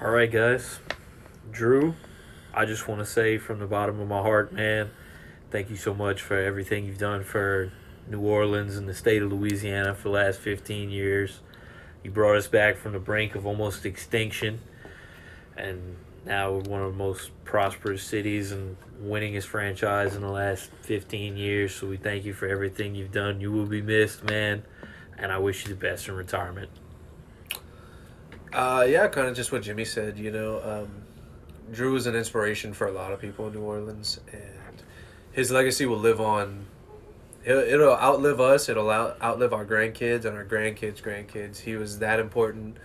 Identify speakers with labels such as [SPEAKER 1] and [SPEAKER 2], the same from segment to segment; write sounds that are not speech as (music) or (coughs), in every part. [SPEAKER 1] All right, guys. Drew, I just want to say from the bottom of my heart, man, thank you so much for everything you've done for New Orleans and the state of Louisiana for the last 15 years. You brought us back from the brink of almost extinction, and now we're one of the most prosperous cities and winningest franchise in the last 15 years. So we thank you for everything you've done. You will be missed, man, and I wish you the best in retirement.
[SPEAKER 2] Uh, yeah, kind of just what Jimmy said. You know, um, Drew was an inspiration for a lot of people in New Orleans, and his legacy will live on. It'll, it'll outlive us. It'll out, outlive our grandkids and our grandkids' grandkids. He was that important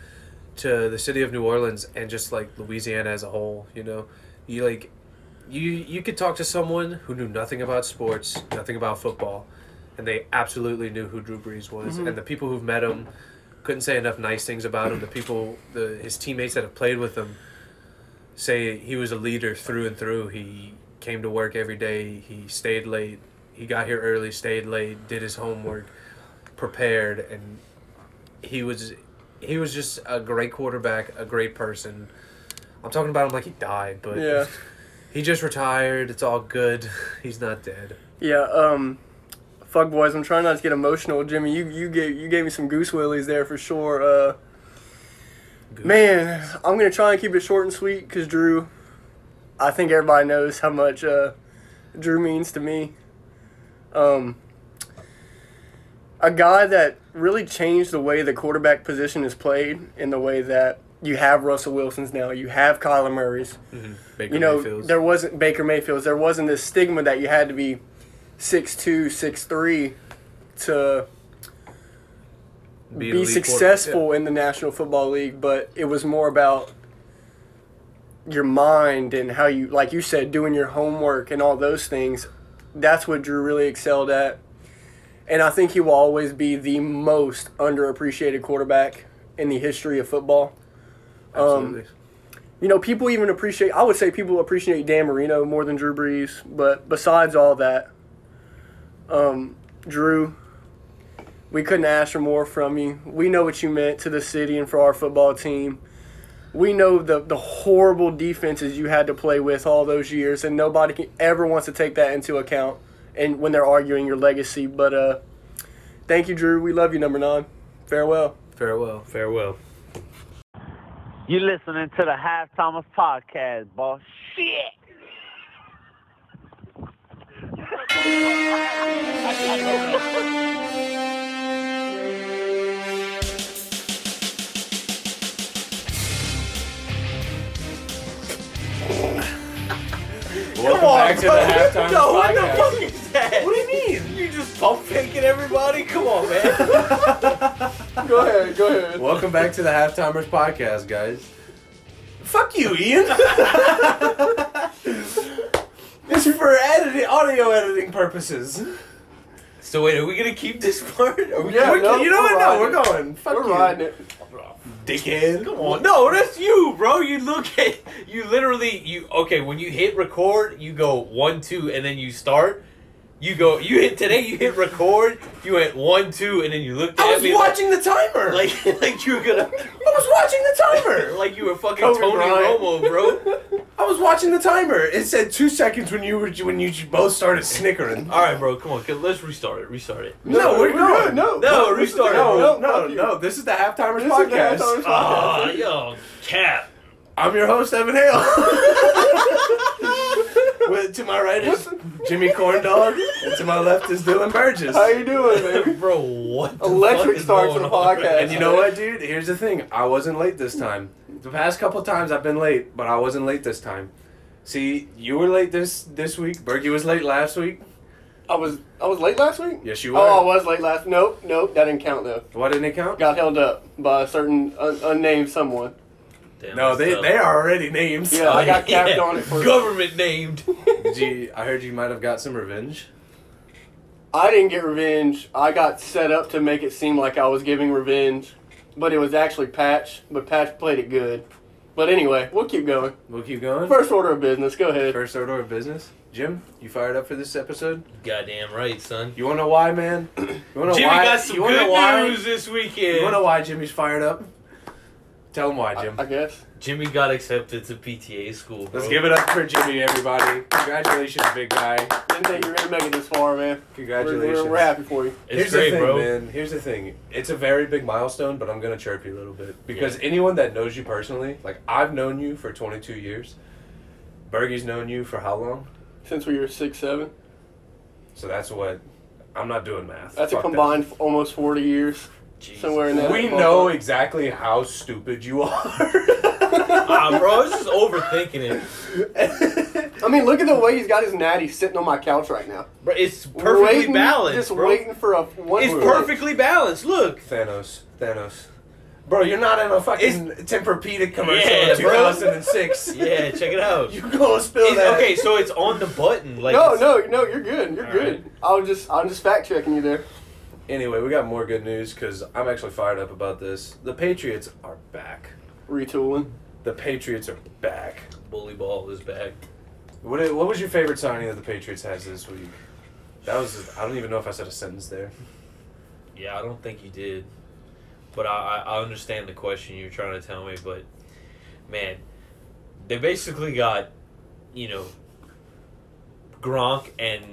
[SPEAKER 2] to the city of New Orleans and just like Louisiana as a whole. You know, you like, you you could talk to someone who knew nothing about sports, nothing about football, and they absolutely knew who Drew Brees was. And the people who've met him couldn't say enough nice things about him. The people, the his teammates that have played with him, say he was a leader through and through. He came to work every day. He stayed late. He got here early, stayed late, did his homework, prepared, and he was he was just a great quarterback, a great person. I'm talking about him like he died, but
[SPEAKER 3] Yeah.
[SPEAKER 2] he just retired. It's all good. (laughs) He's not dead.
[SPEAKER 3] Yeah, um fuck boys, I'm trying not to get emotional, Jimmy. You you gave you gave me some goose willies there for sure. Uh
[SPEAKER 2] Goose
[SPEAKER 3] man, I'm going to try and keep it short and sweet cuz Drew I think everybody knows how much uh Drew means to me. Um a guy that really changed the way the quarterback position is played in the way that you have Russell Wilson's now, you have Kyler Murray's
[SPEAKER 2] Baker
[SPEAKER 3] you know,
[SPEAKER 2] Mayfield's.
[SPEAKER 3] there wasn't Baker Mayfield's. There wasn't this stigma that you had to be 6'2", 6'3", to
[SPEAKER 2] Be an
[SPEAKER 3] be
[SPEAKER 2] elite
[SPEAKER 3] successful in the National Football League. But it was more about your mind and how you, like you said, doing your homework and all those things. That's what Drew really excelled at, and I think he will always be the most underappreciated quarterback in the history of football.
[SPEAKER 2] quarterback. Absolutely.
[SPEAKER 3] you know, people even appreciate. I would say people appreciate Dan Marino more than Drew Brees. But besides all that, um, Drew, we couldn't ask for more from you. We know what you meant to the city and for our football team. We know the the horrible defenses you had to play with all those years, and nobody can, ever wants to take that into account. And when they're arguing your legacy, but uh, thank you, Drew. We love you, number nine. Farewell.
[SPEAKER 2] Farewell.
[SPEAKER 1] Farewell.
[SPEAKER 4] You're listening to the Half Thomas podcast, boss. Shit.
[SPEAKER 5] Welcome back to the halftime podcast.
[SPEAKER 3] is that? What do you mean?
[SPEAKER 5] You just pump faking everybody? Come on, man.
[SPEAKER 3] (laughs) Go ahead, go ahead.
[SPEAKER 2] Welcome back to the Halftimers podcast, guys.
[SPEAKER 5] Fuck you,
[SPEAKER 2] (laughs)
[SPEAKER 5] Ian. it's for editing, audio editing purposes. So wait, are we gonna keep this part? Are we
[SPEAKER 3] Yeah,
[SPEAKER 5] we're-
[SPEAKER 3] no,
[SPEAKER 5] you know what?
[SPEAKER 3] we're
[SPEAKER 5] No, we're
[SPEAKER 3] riding it.
[SPEAKER 5] going. Fuck
[SPEAKER 3] We're
[SPEAKER 5] you,
[SPEAKER 3] riding it.
[SPEAKER 5] dickhead. Come on. Oh, No, that's you, bro. You look (laughs) at you literally you okay, when you hit record, you go one, two, and then you start. You go you hit today, you hit record, you went one, two, and then you looked at
[SPEAKER 2] I was
[SPEAKER 5] me like-
[SPEAKER 2] watching the timer.
[SPEAKER 5] (laughs) Like, like you were gonna.
[SPEAKER 2] (laughs) I was watching the timer.
[SPEAKER 5] Like you were fucking
[SPEAKER 2] Kobe
[SPEAKER 5] Tony
[SPEAKER 2] Bryant.
[SPEAKER 5] Romo,
[SPEAKER 2] (laughs)
[SPEAKER 5] bro.
[SPEAKER 2] I was watching the timer. It said two seconds when you were when you both started snickering.
[SPEAKER 5] All right, bro. Come on, c- let's restart it. Restart it.
[SPEAKER 2] No, we're good.
[SPEAKER 3] No,
[SPEAKER 5] No, restart it.
[SPEAKER 2] No,
[SPEAKER 3] No,
[SPEAKER 2] no,
[SPEAKER 3] fuck you.
[SPEAKER 2] no. This is the halftimers
[SPEAKER 3] This is the
[SPEAKER 2] podcast.
[SPEAKER 3] Halftimers
[SPEAKER 5] Ah, yo, cap.
[SPEAKER 2] I'm your host, Evan
[SPEAKER 3] (laughs)
[SPEAKER 2] Hale. With, to my right is Jimmy Corndog, and to my left is Dylan Burgess.
[SPEAKER 3] How you doing, baby?
[SPEAKER 5] Bro, what? The
[SPEAKER 3] Electric
[SPEAKER 5] fuck is
[SPEAKER 3] starts
[SPEAKER 5] going
[SPEAKER 3] the
[SPEAKER 5] on?
[SPEAKER 3] podcast.
[SPEAKER 2] And you know what, dude? Here's the thing. I wasn't late this time. The past couple times I've been late, but I wasn't late this time. See, you were late this this week. Berkey was late last week.
[SPEAKER 3] I was I was late last week.
[SPEAKER 2] Yes, you were.
[SPEAKER 3] Oh, I was late last. Nope, nope, that didn't count though.
[SPEAKER 2] Why didn't it count?
[SPEAKER 3] Got held up by a certain un- unnamed someone.
[SPEAKER 5] Damn,
[SPEAKER 2] No,
[SPEAKER 5] that's
[SPEAKER 2] they
[SPEAKER 5] tough.
[SPEAKER 2] they are already names.
[SPEAKER 3] Yeah, I got capped on it for.
[SPEAKER 5] (laughs) government named.
[SPEAKER 2] Gee, I heard you might have got some revenge.
[SPEAKER 3] I didn't get revenge. I got set up to make it seem like I was giving revenge, but it was actually Patch. But Patch played it good. But anyway, we'll keep going.
[SPEAKER 2] We'll keep going.
[SPEAKER 3] First order of business. Go ahead.
[SPEAKER 2] First order of business. Jim, you fired up for this episode?
[SPEAKER 5] Goddamn right, son.
[SPEAKER 2] You wanna know why, (clears throat) man? You wanna know
[SPEAKER 5] Jimmy
[SPEAKER 2] why?
[SPEAKER 5] got some
[SPEAKER 2] you wanna know
[SPEAKER 5] good
[SPEAKER 2] why?
[SPEAKER 5] news this
[SPEAKER 2] You
[SPEAKER 5] weekend.
[SPEAKER 2] wanna know why Jimmy's fired up? Tell them why, Jim.
[SPEAKER 3] I guess.
[SPEAKER 5] Jimmy got accepted to PTA school. Bro.
[SPEAKER 2] Let's give it up for Jimmy, everybody. Congratulations, big guy.
[SPEAKER 3] Didn't think you were gonna make it this far, man. We're,
[SPEAKER 2] Congratulations.
[SPEAKER 3] we're, we're happy for you.
[SPEAKER 5] It's
[SPEAKER 2] Here's
[SPEAKER 5] great,
[SPEAKER 2] the thing,
[SPEAKER 5] bro.
[SPEAKER 2] man. Here's the thing. It's a very big milestone, but I'm gonna chirp you a little bit because anyone that knows you personally, like I've known you for 22 years. Bergie's known you for how long?
[SPEAKER 3] Since we were six seven,
[SPEAKER 2] So that's what. I'm not doing math. Fuck
[SPEAKER 3] that's a
[SPEAKER 2] that.
[SPEAKER 3] combined f- almost forty years
[SPEAKER 5] Jesus.
[SPEAKER 3] somewhere in that.
[SPEAKER 2] We
[SPEAKER 3] ballpark.
[SPEAKER 2] know exactly how stupid
[SPEAKER 5] (laughs)
[SPEAKER 2] you
[SPEAKER 5] Ah,
[SPEAKER 2] are.
[SPEAKER 5] bro, I was just overthinking it.
[SPEAKER 3] I mean, look at the way he's got his natty sitting on my couch right now.
[SPEAKER 5] Bro, it's perfectly
[SPEAKER 3] Waiting-
[SPEAKER 5] balanced,
[SPEAKER 3] Just
[SPEAKER 5] bro.
[SPEAKER 3] waiting for a one.
[SPEAKER 5] It's
[SPEAKER 3] word.
[SPEAKER 5] perfectly balanced.
[SPEAKER 2] (laughs)
[SPEAKER 5] Look,
[SPEAKER 2] Thanos. Thanos. Bro, you're not in a fucking Tempur-Pedic commercial
[SPEAKER 5] Yeah,
[SPEAKER 2] in
[SPEAKER 5] bro. (laughs)
[SPEAKER 2] 2006.
[SPEAKER 5] yeah, check it out.
[SPEAKER 2] You go spill
[SPEAKER 5] It's-
[SPEAKER 2] that.
[SPEAKER 5] okay, so it's on the button. Like
[SPEAKER 3] No,
[SPEAKER 5] it's-
[SPEAKER 3] no, no. You're good. You're
[SPEAKER 5] All
[SPEAKER 3] good. I'll just, I'm just fact checking you there.
[SPEAKER 2] Anyway, we got more good news because I'm actually fired up about this. The Patriots are back.
[SPEAKER 3] Retooling.
[SPEAKER 2] The Patriots are back.
[SPEAKER 5] Bully ball is back.
[SPEAKER 2] What, i- what was your favorite signing that the Patriots has this week? That was I don't even know if I said a sentence there.
[SPEAKER 5] Yeah, I don't think you did, but I, I I understand the question you're trying to tell me. But man, they basically got you know Gronk and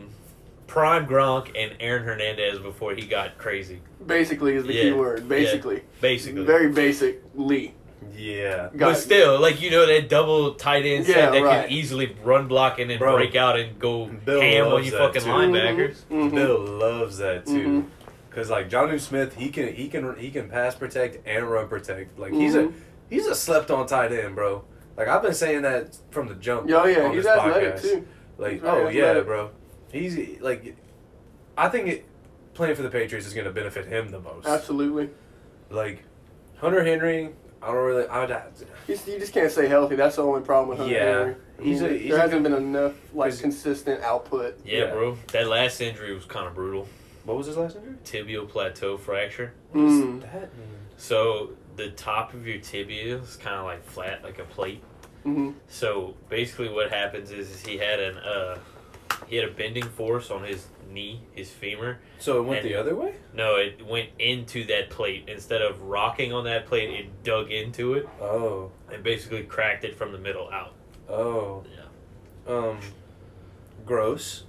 [SPEAKER 5] prime Gronk and Aaron Hernandez before he got crazy.
[SPEAKER 3] Basically is the key
[SPEAKER 5] Yeah,
[SPEAKER 3] word.
[SPEAKER 5] yeah,
[SPEAKER 3] Basically.
[SPEAKER 5] Basically,
[SPEAKER 3] Very basic. Lee.
[SPEAKER 2] Yeah.
[SPEAKER 5] but
[SPEAKER 3] Got
[SPEAKER 5] still, like you know that double tight end set
[SPEAKER 3] Yeah,
[SPEAKER 5] that
[SPEAKER 3] right.
[SPEAKER 5] can easily run block and then
[SPEAKER 2] Bro,
[SPEAKER 5] break out and go
[SPEAKER 2] Bill
[SPEAKER 5] ham on
[SPEAKER 2] loves
[SPEAKER 5] you
[SPEAKER 2] that
[SPEAKER 5] fucking
[SPEAKER 2] too. Mm-hmm.
[SPEAKER 5] linebackers.
[SPEAKER 3] Mhm.
[SPEAKER 2] Bill loves that too.
[SPEAKER 3] Mhm.
[SPEAKER 2] Cause like John Smith, he can he can he can pass protect and run protect. Like he's a
[SPEAKER 3] Mhm.
[SPEAKER 2] he's a slept on tight end, bro. Like I've been saying that from the jump.
[SPEAKER 3] Yeah, Oh, yeah.
[SPEAKER 2] on
[SPEAKER 3] He's
[SPEAKER 2] this
[SPEAKER 3] athletic
[SPEAKER 2] podcast.
[SPEAKER 3] too.
[SPEAKER 2] Like,
[SPEAKER 3] He's very
[SPEAKER 2] oh yeah,
[SPEAKER 3] athletic.
[SPEAKER 2] bro. He's like, I think it, playing for the Patriots is going to benefit him the most.
[SPEAKER 3] Absolutely.
[SPEAKER 2] Like, Hunter Henry, I don't really. I would,
[SPEAKER 3] He's, you just can't stay healthy. That's the only problem with Hunter
[SPEAKER 2] Yeah.
[SPEAKER 3] Henry. Mm.
[SPEAKER 2] He's a-
[SPEAKER 3] there
[SPEAKER 2] he's a
[SPEAKER 3] hasn't been enough like
[SPEAKER 2] He's-
[SPEAKER 3] consistent output.
[SPEAKER 5] Yeah,
[SPEAKER 2] Yeah.
[SPEAKER 5] bro, that last injury was kind of brutal.
[SPEAKER 2] what was his last injury?
[SPEAKER 5] Tibial plateau fracture.
[SPEAKER 2] What does
[SPEAKER 3] Mm.
[SPEAKER 2] that mean?
[SPEAKER 5] So the top of your tibia is kind of like flat, like a plate.
[SPEAKER 3] hmm
[SPEAKER 2] (laughs)
[SPEAKER 5] So basically, what happens is, is he had an uh, he had a bending force on his knee, his femur.
[SPEAKER 2] So it went the
[SPEAKER 5] And-
[SPEAKER 2] other way.
[SPEAKER 5] No, it went into that plate instead of rocking on that plate. It dug into it
[SPEAKER 2] Oh,
[SPEAKER 5] and basically cracked it from the middle out.
[SPEAKER 2] oh.
[SPEAKER 5] Yeah,
[SPEAKER 2] Um, gross.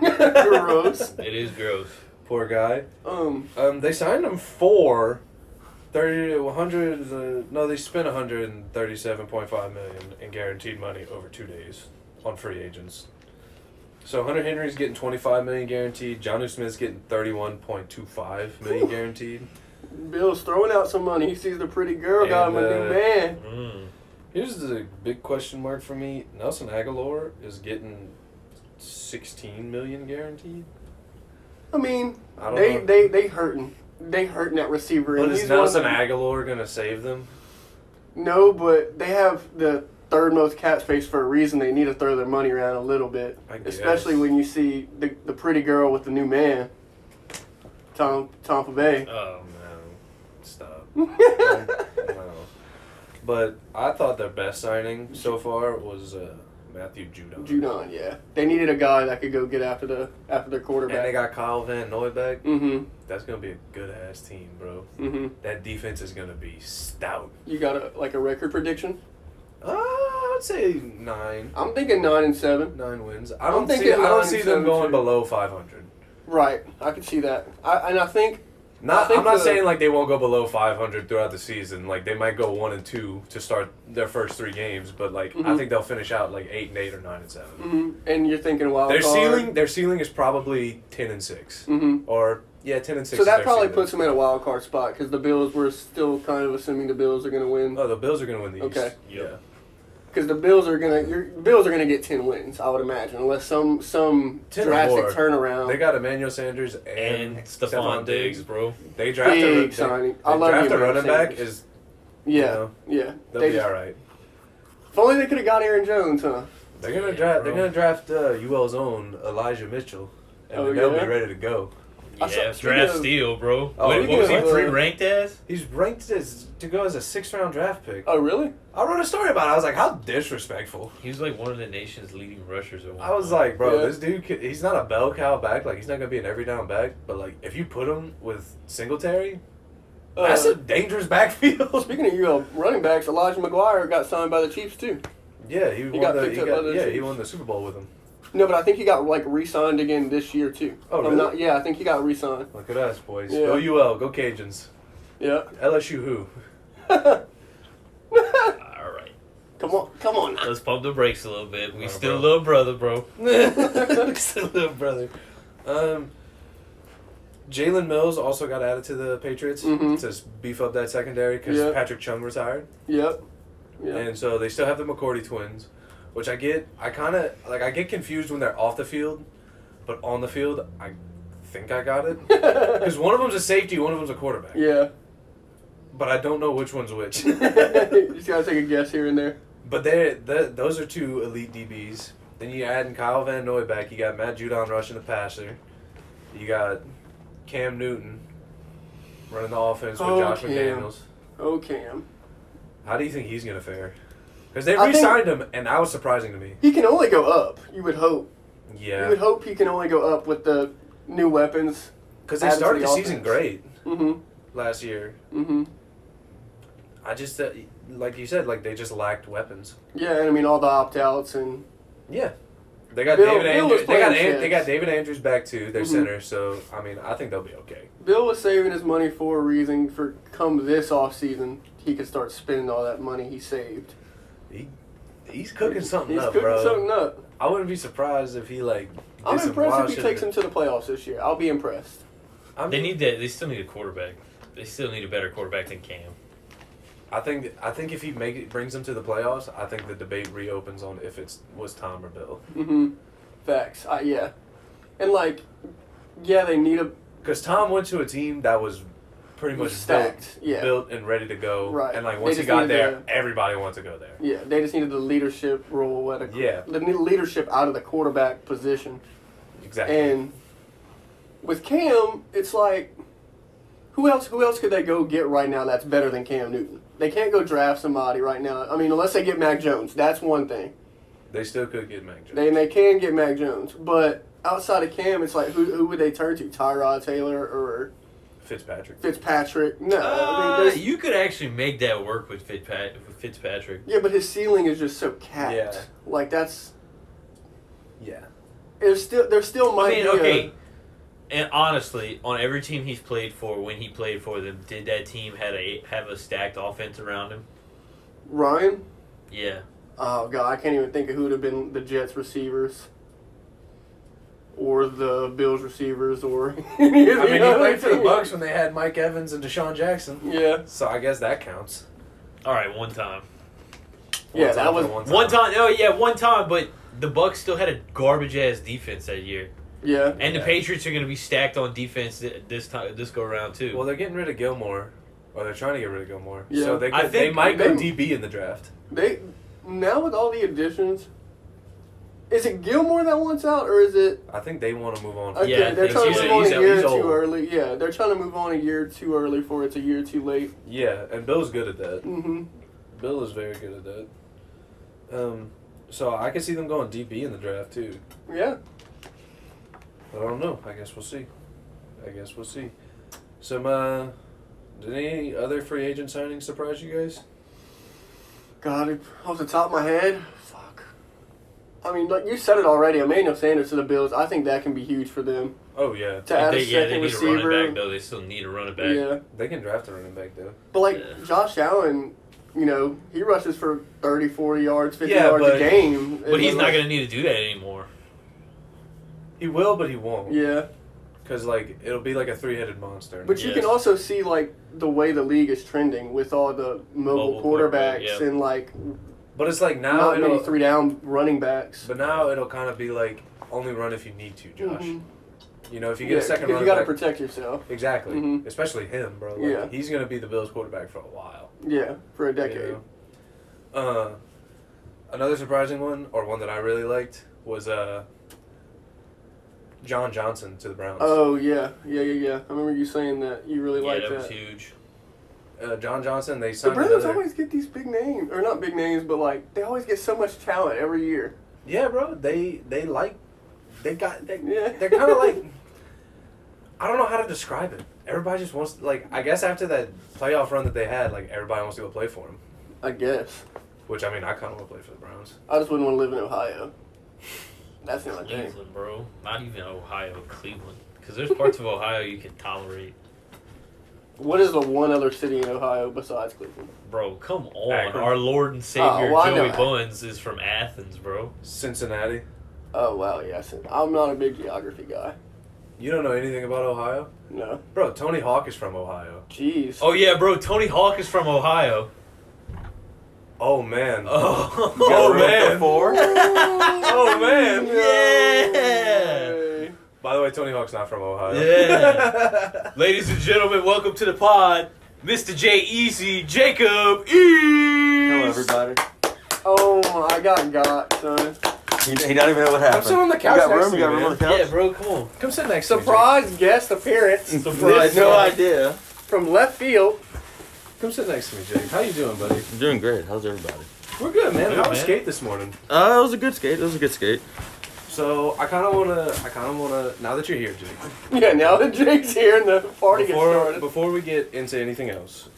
[SPEAKER 3] Gross.
[SPEAKER 5] it is gross.
[SPEAKER 2] (laughs) Poor guy.
[SPEAKER 3] Um.
[SPEAKER 2] Um, they signed him for. 30, 100, uh, no, they spent 137.5 million in guaranteed money over two days on free agents. So Hunter Henry's getting 25 million guaranteed. John Smith's getting 31.25 million guaranteed.
[SPEAKER 3] Bill's throwing out some money. He sees the pretty girl. got him
[SPEAKER 2] And,
[SPEAKER 3] a
[SPEAKER 2] uh,
[SPEAKER 3] new man.
[SPEAKER 5] Mm.
[SPEAKER 2] Here's the big question mark for me. Nelson Aguilar is getting 16 million guaranteed.
[SPEAKER 3] I mean,
[SPEAKER 2] I don't
[SPEAKER 3] they,
[SPEAKER 2] know.
[SPEAKER 3] they they hurting. They hurting that receiver.
[SPEAKER 2] But
[SPEAKER 3] and
[SPEAKER 2] is
[SPEAKER 3] he's one of
[SPEAKER 2] Nelson
[SPEAKER 3] the-
[SPEAKER 2] Aguilar going to save them?
[SPEAKER 3] No, but they have the third most cap space for a reason. They need to throw their money around a little bit,
[SPEAKER 2] I guess.
[SPEAKER 3] especially when you see the, the pretty girl with the new man, Tom
[SPEAKER 2] (laughs)
[SPEAKER 3] Tom Bay.
[SPEAKER 5] Oh
[SPEAKER 2] No. Stop. (laughs) Um,
[SPEAKER 3] yeah,
[SPEAKER 2] No. But I thought their best signing so far was uh, Matthew Judon.
[SPEAKER 3] Judon. Yeah, they needed a guy that could go get after the after their
[SPEAKER 2] And they
[SPEAKER 3] quarterback.
[SPEAKER 2] got Kyle Van Noy back.
[SPEAKER 3] Mhm.
[SPEAKER 2] That's gonna be a good ass team, bro.
[SPEAKER 3] Mhm.
[SPEAKER 2] That defense is gonna be stout.
[SPEAKER 3] You got a like a record prediction?
[SPEAKER 2] Uh, I'd say nine,
[SPEAKER 3] I'm thinking nine and seven.
[SPEAKER 2] nine wins. I don't
[SPEAKER 3] thinking
[SPEAKER 2] see. I don't
[SPEAKER 3] nine,
[SPEAKER 2] see them
[SPEAKER 3] seven,
[SPEAKER 2] going
[SPEAKER 3] two.
[SPEAKER 2] below five hundred.
[SPEAKER 3] Right, I can see that. I and I think I
[SPEAKER 2] Not.
[SPEAKER 3] think
[SPEAKER 2] I'm not
[SPEAKER 3] the-
[SPEAKER 2] saying like they won't go below five hundred throughout the season. Like they might go one and two to start their first three games, but like I
[SPEAKER 3] Mhm.
[SPEAKER 2] think they'll finish out like eight and eight or nine and 7
[SPEAKER 3] mhm, and you're thinking wild
[SPEAKER 2] Their
[SPEAKER 3] card.
[SPEAKER 2] ceiling. Their ceiling is probably ten and 6
[SPEAKER 3] Mhm.
[SPEAKER 2] or yeah, ten and six.
[SPEAKER 3] So
[SPEAKER 2] is
[SPEAKER 3] that
[SPEAKER 2] their
[SPEAKER 3] probably
[SPEAKER 2] ceiling.
[SPEAKER 3] puts them in a wild card spot because the Bills. We're still kind of assuming the Bills are going to win.
[SPEAKER 2] Oh, the Bills are gonna win the East.
[SPEAKER 3] Okay.
[SPEAKER 2] Yeah.
[SPEAKER 3] Because the Bills are gonna, your Bills are gonna get ten wins, I would imagine, unless some some
[SPEAKER 2] Ten or
[SPEAKER 3] drastic
[SPEAKER 2] more.
[SPEAKER 3] turnaround.
[SPEAKER 2] They got Emmanuel Sanders and,
[SPEAKER 5] And
[SPEAKER 2] Stephon
[SPEAKER 5] Stephon Diggs, bro.
[SPEAKER 2] They draft
[SPEAKER 3] Big
[SPEAKER 2] a, they,
[SPEAKER 3] signing.
[SPEAKER 2] they
[SPEAKER 3] I love
[SPEAKER 2] draft a
[SPEAKER 3] Emmanuel
[SPEAKER 2] running back
[SPEAKER 3] Sanders.
[SPEAKER 2] is
[SPEAKER 3] yeah,
[SPEAKER 2] you know,
[SPEAKER 3] yeah.
[SPEAKER 2] they'll
[SPEAKER 3] They
[SPEAKER 2] be
[SPEAKER 3] just-
[SPEAKER 2] all right.
[SPEAKER 3] If only they could have got Aaron Jones, huh?
[SPEAKER 2] They're
[SPEAKER 5] Yeah,
[SPEAKER 2] gonna
[SPEAKER 5] bro.
[SPEAKER 2] draft. They're gonna draft uh, UL's own Elijah Mitchell, and
[SPEAKER 3] Oh,
[SPEAKER 2] then they'll
[SPEAKER 3] yeah?
[SPEAKER 2] be ready to go.
[SPEAKER 5] Yeah,
[SPEAKER 3] I saw-
[SPEAKER 5] draft
[SPEAKER 3] speaking of-
[SPEAKER 5] steal, bro.
[SPEAKER 2] Oh,
[SPEAKER 5] what,
[SPEAKER 2] speaking
[SPEAKER 5] what was he
[SPEAKER 2] of, uh,
[SPEAKER 5] pre ranked as?
[SPEAKER 2] He's ranked as to go as a six round draft pick.
[SPEAKER 3] Oh, really?
[SPEAKER 2] I wrote a story about. it. I was like, how disrespectful.
[SPEAKER 5] He was like one of the nation's leading rushers. At one
[SPEAKER 2] I was
[SPEAKER 5] point.
[SPEAKER 2] like, bro,
[SPEAKER 3] Yeah.
[SPEAKER 2] this dude, could, he's not a bell cow back. Like, he's not gonna be an every down back. But like, if you put him with Singletary,
[SPEAKER 5] That's
[SPEAKER 3] Uh,
[SPEAKER 5] a dangerous
[SPEAKER 2] (laughs)
[SPEAKER 5] backfield.
[SPEAKER 3] Speaking of UL running backs, Elijah McGuire got signed by the Chiefs too.
[SPEAKER 2] Yeah, he, won
[SPEAKER 3] got
[SPEAKER 2] the,
[SPEAKER 3] picked
[SPEAKER 2] he
[SPEAKER 3] up by
[SPEAKER 2] got,
[SPEAKER 3] the
[SPEAKER 2] yeah, he
[SPEAKER 3] Chiefs.
[SPEAKER 2] won the Super Bowl with him.
[SPEAKER 3] No, but I think he got like re-signed again this year too.
[SPEAKER 2] Oh,
[SPEAKER 3] I'm
[SPEAKER 2] really?
[SPEAKER 3] not- yeah, I think he got re-signed.
[SPEAKER 2] Look at us, boys.
[SPEAKER 3] Yeah.
[SPEAKER 2] Go UL, go Cajuns.
[SPEAKER 3] Yeah.
[SPEAKER 2] LSU
[SPEAKER 3] (laughs)
[SPEAKER 2] who? (laughs)
[SPEAKER 5] All right,
[SPEAKER 3] Come on, come on. (laughs)
[SPEAKER 5] let's pump the brakes a little bit. We
[SPEAKER 2] Nah,
[SPEAKER 5] still
[SPEAKER 2] Oh, bro.
[SPEAKER 5] little brother, bro.
[SPEAKER 2] Still little brother. Um, Jalen Mills also got added to the Patriots
[SPEAKER 3] Mhm.
[SPEAKER 2] to s- beef up that secondary because
[SPEAKER 3] Yeah.
[SPEAKER 2] Patrick Chung retired,
[SPEAKER 3] Yep. Yeah.
[SPEAKER 2] and so they still have the McCourty twins, which I get. I kind of like. I get confused when they're off the field, but on the field, I think I
[SPEAKER 3] (laughs)
[SPEAKER 2] got it because one of them's a safety, one of them's a quarterback,
[SPEAKER 3] yeah. (laughs)
[SPEAKER 2] but I don't know which one's which.
[SPEAKER 3] you just gotta take a guess here and there.
[SPEAKER 2] But they, th those are two elite DBs. Then you add in Kyle Van Noy back. You got Matt Judon rushing the passer. You got Cam Newton running the offense with
[SPEAKER 3] Oh,
[SPEAKER 2] Josh
[SPEAKER 3] Cam.
[SPEAKER 2] McDaniels.
[SPEAKER 3] Oh, Cam.
[SPEAKER 2] How do you think he's gonna fare? Because they
[SPEAKER 3] I think-
[SPEAKER 2] re-signed him, and that was surprising to me.
[SPEAKER 3] He can only go up. You would hope. You
[SPEAKER 2] Yeah,
[SPEAKER 3] would hope he can only go up with the new weapons.
[SPEAKER 2] because they
[SPEAKER 3] add to
[SPEAKER 2] started
[SPEAKER 3] the
[SPEAKER 2] the season
[SPEAKER 3] offense.
[SPEAKER 2] great
[SPEAKER 3] Mm-hmm.
[SPEAKER 2] last year.
[SPEAKER 3] Mm-hmm.
[SPEAKER 2] I just, uh, like you said, like they just lacked weapons.
[SPEAKER 3] Yeah, and I mean all the opt-outs and
[SPEAKER 2] Yeah, they got
[SPEAKER 3] Bill-
[SPEAKER 2] David
[SPEAKER 3] Bill was
[SPEAKER 2] Andrews. They got
[SPEAKER 3] playing
[SPEAKER 2] An- they got
[SPEAKER 3] shit.
[SPEAKER 2] David Andrews back too, their
[SPEAKER 3] Mhm.
[SPEAKER 2] center. So I mean, I think they'll be okay.
[SPEAKER 3] Bill was saving his money for a reason. For come this off season, he could start spending all that money he saved.
[SPEAKER 2] He, he's cooking something
[SPEAKER 3] He's
[SPEAKER 2] up,
[SPEAKER 3] cooking
[SPEAKER 2] bro.
[SPEAKER 3] something up.
[SPEAKER 2] I wouldn't be surprised if he like. did
[SPEAKER 3] I'm
[SPEAKER 2] some wild
[SPEAKER 3] impressed if he
[SPEAKER 2] shit.
[SPEAKER 3] takes him to the playoffs this year. I'll be impressed.
[SPEAKER 2] I mean,
[SPEAKER 5] They need that. They still need a quarterback. They still need a better quarterback than Cam.
[SPEAKER 2] I think. I think if he make it, brings him to the playoffs, I think the debate reopens on if it's was Tom or Bill.
[SPEAKER 3] Mm-hmm. Facts. I, yeah. And like, yeah, they need a
[SPEAKER 2] Because Tom went to a team that was pretty much
[SPEAKER 3] stacked.
[SPEAKER 2] built,
[SPEAKER 3] Yeah.
[SPEAKER 2] built and ready to go.
[SPEAKER 3] Right.
[SPEAKER 2] And like
[SPEAKER 3] They
[SPEAKER 2] once he
[SPEAKER 3] just
[SPEAKER 2] got
[SPEAKER 3] needed
[SPEAKER 2] there, everybody wants to go there.
[SPEAKER 3] Yeah, they just needed the leadership role at a
[SPEAKER 2] Yeah.
[SPEAKER 3] the ne- leadership out of the quarterback position.
[SPEAKER 2] Exactly.
[SPEAKER 3] And with Cam, it's like who else who else could they go get right now that's better than Cam Newton? They can't go draft somebody right now. I mean, unless they get Mac Jones, that's one thing.
[SPEAKER 2] they still could get Mac Jones.
[SPEAKER 3] They and they can get Mac Jones, but outside of Cam, it's like who who would they turn to? Tyrod Taylor or
[SPEAKER 2] Fitzpatrick.
[SPEAKER 3] Fitzpatrick?
[SPEAKER 2] Oh,
[SPEAKER 3] No, I mean,
[SPEAKER 5] Uh,
[SPEAKER 3] there's-
[SPEAKER 5] you could actually make that work with, Fitzpat- with Fitzpatrick.
[SPEAKER 3] yeah, but his ceiling is just so capped.
[SPEAKER 2] Yeah.
[SPEAKER 3] Like that's
[SPEAKER 2] Yeah.
[SPEAKER 3] there's still there still
[SPEAKER 5] I
[SPEAKER 3] might
[SPEAKER 5] mean,
[SPEAKER 3] be a-
[SPEAKER 5] okay. And honestly, on every team he's played for, when he played for them, did that team had a have a stacked offense around him?
[SPEAKER 3] Ryan.
[SPEAKER 5] Yeah.
[SPEAKER 3] Oh god, I can't even think of who would have been the Jets receivers. Or the Bills receivers, or (laughs) I mean,
[SPEAKER 2] I mean, he played for the Bucks when they had Mike Evans and Deshaun Jackson.
[SPEAKER 3] Yeah,
[SPEAKER 2] So I guess that counts.
[SPEAKER 5] All right, one time.
[SPEAKER 2] One
[SPEAKER 3] Yeah,
[SPEAKER 2] time
[SPEAKER 3] that
[SPEAKER 2] for
[SPEAKER 3] was-
[SPEAKER 5] One time. Oh yeah, one time. But the Bucks still had a garbage ass defense that year,
[SPEAKER 3] yeah.
[SPEAKER 5] and the
[SPEAKER 2] Yeah.
[SPEAKER 5] Patriots are going to be stacked on defense th- this time, this go around too.
[SPEAKER 2] Well, they're getting rid of Gilmore, or they're trying to get rid of Gilmore.
[SPEAKER 3] Yeah.
[SPEAKER 2] So they,
[SPEAKER 5] I
[SPEAKER 2] could, they
[SPEAKER 5] think
[SPEAKER 2] might go
[SPEAKER 3] they-
[SPEAKER 2] DB in the draft.
[SPEAKER 3] They now with all the additions, is it Gilmore that wants out, or is it?
[SPEAKER 2] I think they want to move on.
[SPEAKER 3] Okay,
[SPEAKER 5] Yeah, I
[SPEAKER 3] they're
[SPEAKER 5] think
[SPEAKER 3] trying
[SPEAKER 5] he's-
[SPEAKER 3] to move on
[SPEAKER 5] he's-
[SPEAKER 3] a year
[SPEAKER 2] he's
[SPEAKER 3] too
[SPEAKER 2] old.
[SPEAKER 3] early. Yeah, they're trying to move on a year too early for it's a year too late.
[SPEAKER 2] Yeah, and Bill's good at that.
[SPEAKER 3] Mm-hmm.
[SPEAKER 2] Bill is very good at that. Um, so I could see them going DB in the draft too.
[SPEAKER 3] Yeah,
[SPEAKER 2] But I don't know. I guess we'll see. I guess we'll see. Some uh, did any other free agent signings surprise you guys?
[SPEAKER 3] God, it- off the top of my head, fuck. I mean, like you said it already, Emmanuel Sanders to the Bills. I think that can be huge for them
[SPEAKER 2] Oh yeah,
[SPEAKER 3] to add
[SPEAKER 5] they, yeah,
[SPEAKER 3] a
[SPEAKER 5] they
[SPEAKER 3] second
[SPEAKER 5] need a
[SPEAKER 3] receiver.
[SPEAKER 5] running back though. They still need a running back.
[SPEAKER 3] Yeah,
[SPEAKER 2] they can draft a running back though.
[SPEAKER 3] but like
[SPEAKER 5] Yeah.
[SPEAKER 3] Josh Allen, you know, he rushes for 30, 40 yards, 50
[SPEAKER 2] Yeah,
[SPEAKER 3] yards
[SPEAKER 2] but-
[SPEAKER 3] a game.
[SPEAKER 5] But he's not going to need to do that anymore.
[SPEAKER 2] He will, but he won't.
[SPEAKER 3] Yeah,
[SPEAKER 2] Cause like it'll be like a three-headed monster.
[SPEAKER 3] but you
[SPEAKER 5] Yes.
[SPEAKER 3] can also see like the way the league is trending with all the mobile,
[SPEAKER 5] Mobile quarterback,
[SPEAKER 3] quarterbacks
[SPEAKER 5] yeah.
[SPEAKER 3] and like
[SPEAKER 2] but it's like now
[SPEAKER 3] not many
[SPEAKER 2] it'll,
[SPEAKER 3] three down running backs.
[SPEAKER 2] but now it'll kind of be like only run if you need to, Josh.
[SPEAKER 3] Mhm.
[SPEAKER 2] You know, if you get
[SPEAKER 3] Yeah,
[SPEAKER 2] a second
[SPEAKER 3] 'cause
[SPEAKER 2] running
[SPEAKER 3] you got to
[SPEAKER 2] back,
[SPEAKER 3] protect yourself.
[SPEAKER 2] exactly,
[SPEAKER 3] Mhm.
[SPEAKER 2] especially him, bro. Like,
[SPEAKER 3] Yeah.
[SPEAKER 2] he's gonna be the Bills' quarterback for a while.
[SPEAKER 3] Yeah, for a
[SPEAKER 2] you
[SPEAKER 3] decade.
[SPEAKER 2] know? Uh, another surprising one, or one that I really liked, was uh, John Johnson to the Browns.
[SPEAKER 3] Oh yeah, yeah, yeah, yeah. I remember you saying that you really
[SPEAKER 5] yeah,
[SPEAKER 3] liked
[SPEAKER 5] that was
[SPEAKER 3] that.
[SPEAKER 5] huge.
[SPEAKER 2] Uh, John Johnson, they
[SPEAKER 3] The
[SPEAKER 2] signed
[SPEAKER 3] Browns
[SPEAKER 2] another-
[SPEAKER 3] always get these big names, or not big names, but like they always get so much talent every year.
[SPEAKER 2] Yeah, bro. They they like they got they
[SPEAKER 3] Yeah.
[SPEAKER 2] they're kind of like I don't know how to describe it. everybody just wants like I guess after that playoff run that they had, like everybody wants to go play for him.
[SPEAKER 3] I guess.
[SPEAKER 2] Which I mean, I kind of want to play for the Browns.
[SPEAKER 3] I just wouldn't want to live in Ohio. That's not my thing.
[SPEAKER 5] Cleveland, bro. Not even Ohio, Cleveland. Because there's parts of Ohio you can tolerate.
[SPEAKER 3] What is the one other city in Ohio besides Cleveland?
[SPEAKER 5] Bro, come on.
[SPEAKER 2] Akron.
[SPEAKER 5] Our Lord and Savior
[SPEAKER 3] Oh, well, I know
[SPEAKER 5] Joey
[SPEAKER 3] that.
[SPEAKER 5] Buns is from Athens, bro.
[SPEAKER 2] Cincinnati.
[SPEAKER 3] Oh wow, yes. I'm not a big geography guy.
[SPEAKER 2] You don't know anything about Ohio,
[SPEAKER 3] No.
[SPEAKER 2] bro. Tony Hawk is from Ohio.
[SPEAKER 3] Jeez.
[SPEAKER 5] Oh yeah, bro. Tony Hawk is from Ohio. (laughs)
[SPEAKER 2] Oh man. (laughs)
[SPEAKER 5] Oh,
[SPEAKER 2] You got
[SPEAKER 5] oh
[SPEAKER 2] room for
[SPEAKER 5] man.
[SPEAKER 2] four?
[SPEAKER 3] oh
[SPEAKER 2] (laughs) man.
[SPEAKER 5] Yeah.
[SPEAKER 2] By the way, Tony Hawk's not from Ohio. (laughs)
[SPEAKER 5] Yeah. Ladies and gentlemen, welcome to the pod, Mr. J Easy Jacob East.
[SPEAKER 6] Hello, everybody.
[SPEAKER 3] Oh my, I got got son.
[SPEAKER 6] He, he don't even know what happened.
[SPEAKER 2] sitting on the couch
[SPEAKER 6] You got
[SPEAKER 2] next
[SPEAKER 6] room?
[SPEAKER 2] to
[SPEAKER 6] You
[SPEAKER 2] you,
[SPEAKER 6] got room
[SPEAKER 2] man.
[SPEAKER 6] on the couch?
[SPEAKER 5] Yeah, bro. Come on.
[SPEAKER 2] Come sit next to me.
[SPEAKER 3] Surprise
[SPEAKER 2] (laughs)
[SPEAKER 3] guest appearance
[SPEAKER 6] You
[SPEAKER 5] Surprise.
[SPEAKER 6] had no idea.
[SPEAKER 3] from left field.
[SPEAKER 2] Jake. Come sit next to me, Jake. How you doing, buddy?
[SPEAKER 6] I'm doing great. How's everybody?
[SPEAKER 2] We're good, man.
[SPEAKER 5] Good,
[SPEAKER 2] How was
[SPEAKER 5] man.
[SPEAKER 2] skate this morning?
[SPEAKER 6] Uh, it was a good skate. It was a good skate.
[SPEAKER 2] So I kind of wanna, I kind of wanna. Now that you're here, Jake.
[SPEAKER 3] Yeah, now that Jake's here and the party gets
[SPEAKER 2] Before,
[SPEAKER 3] started.
[SPEAKER 2] before we get into anything else,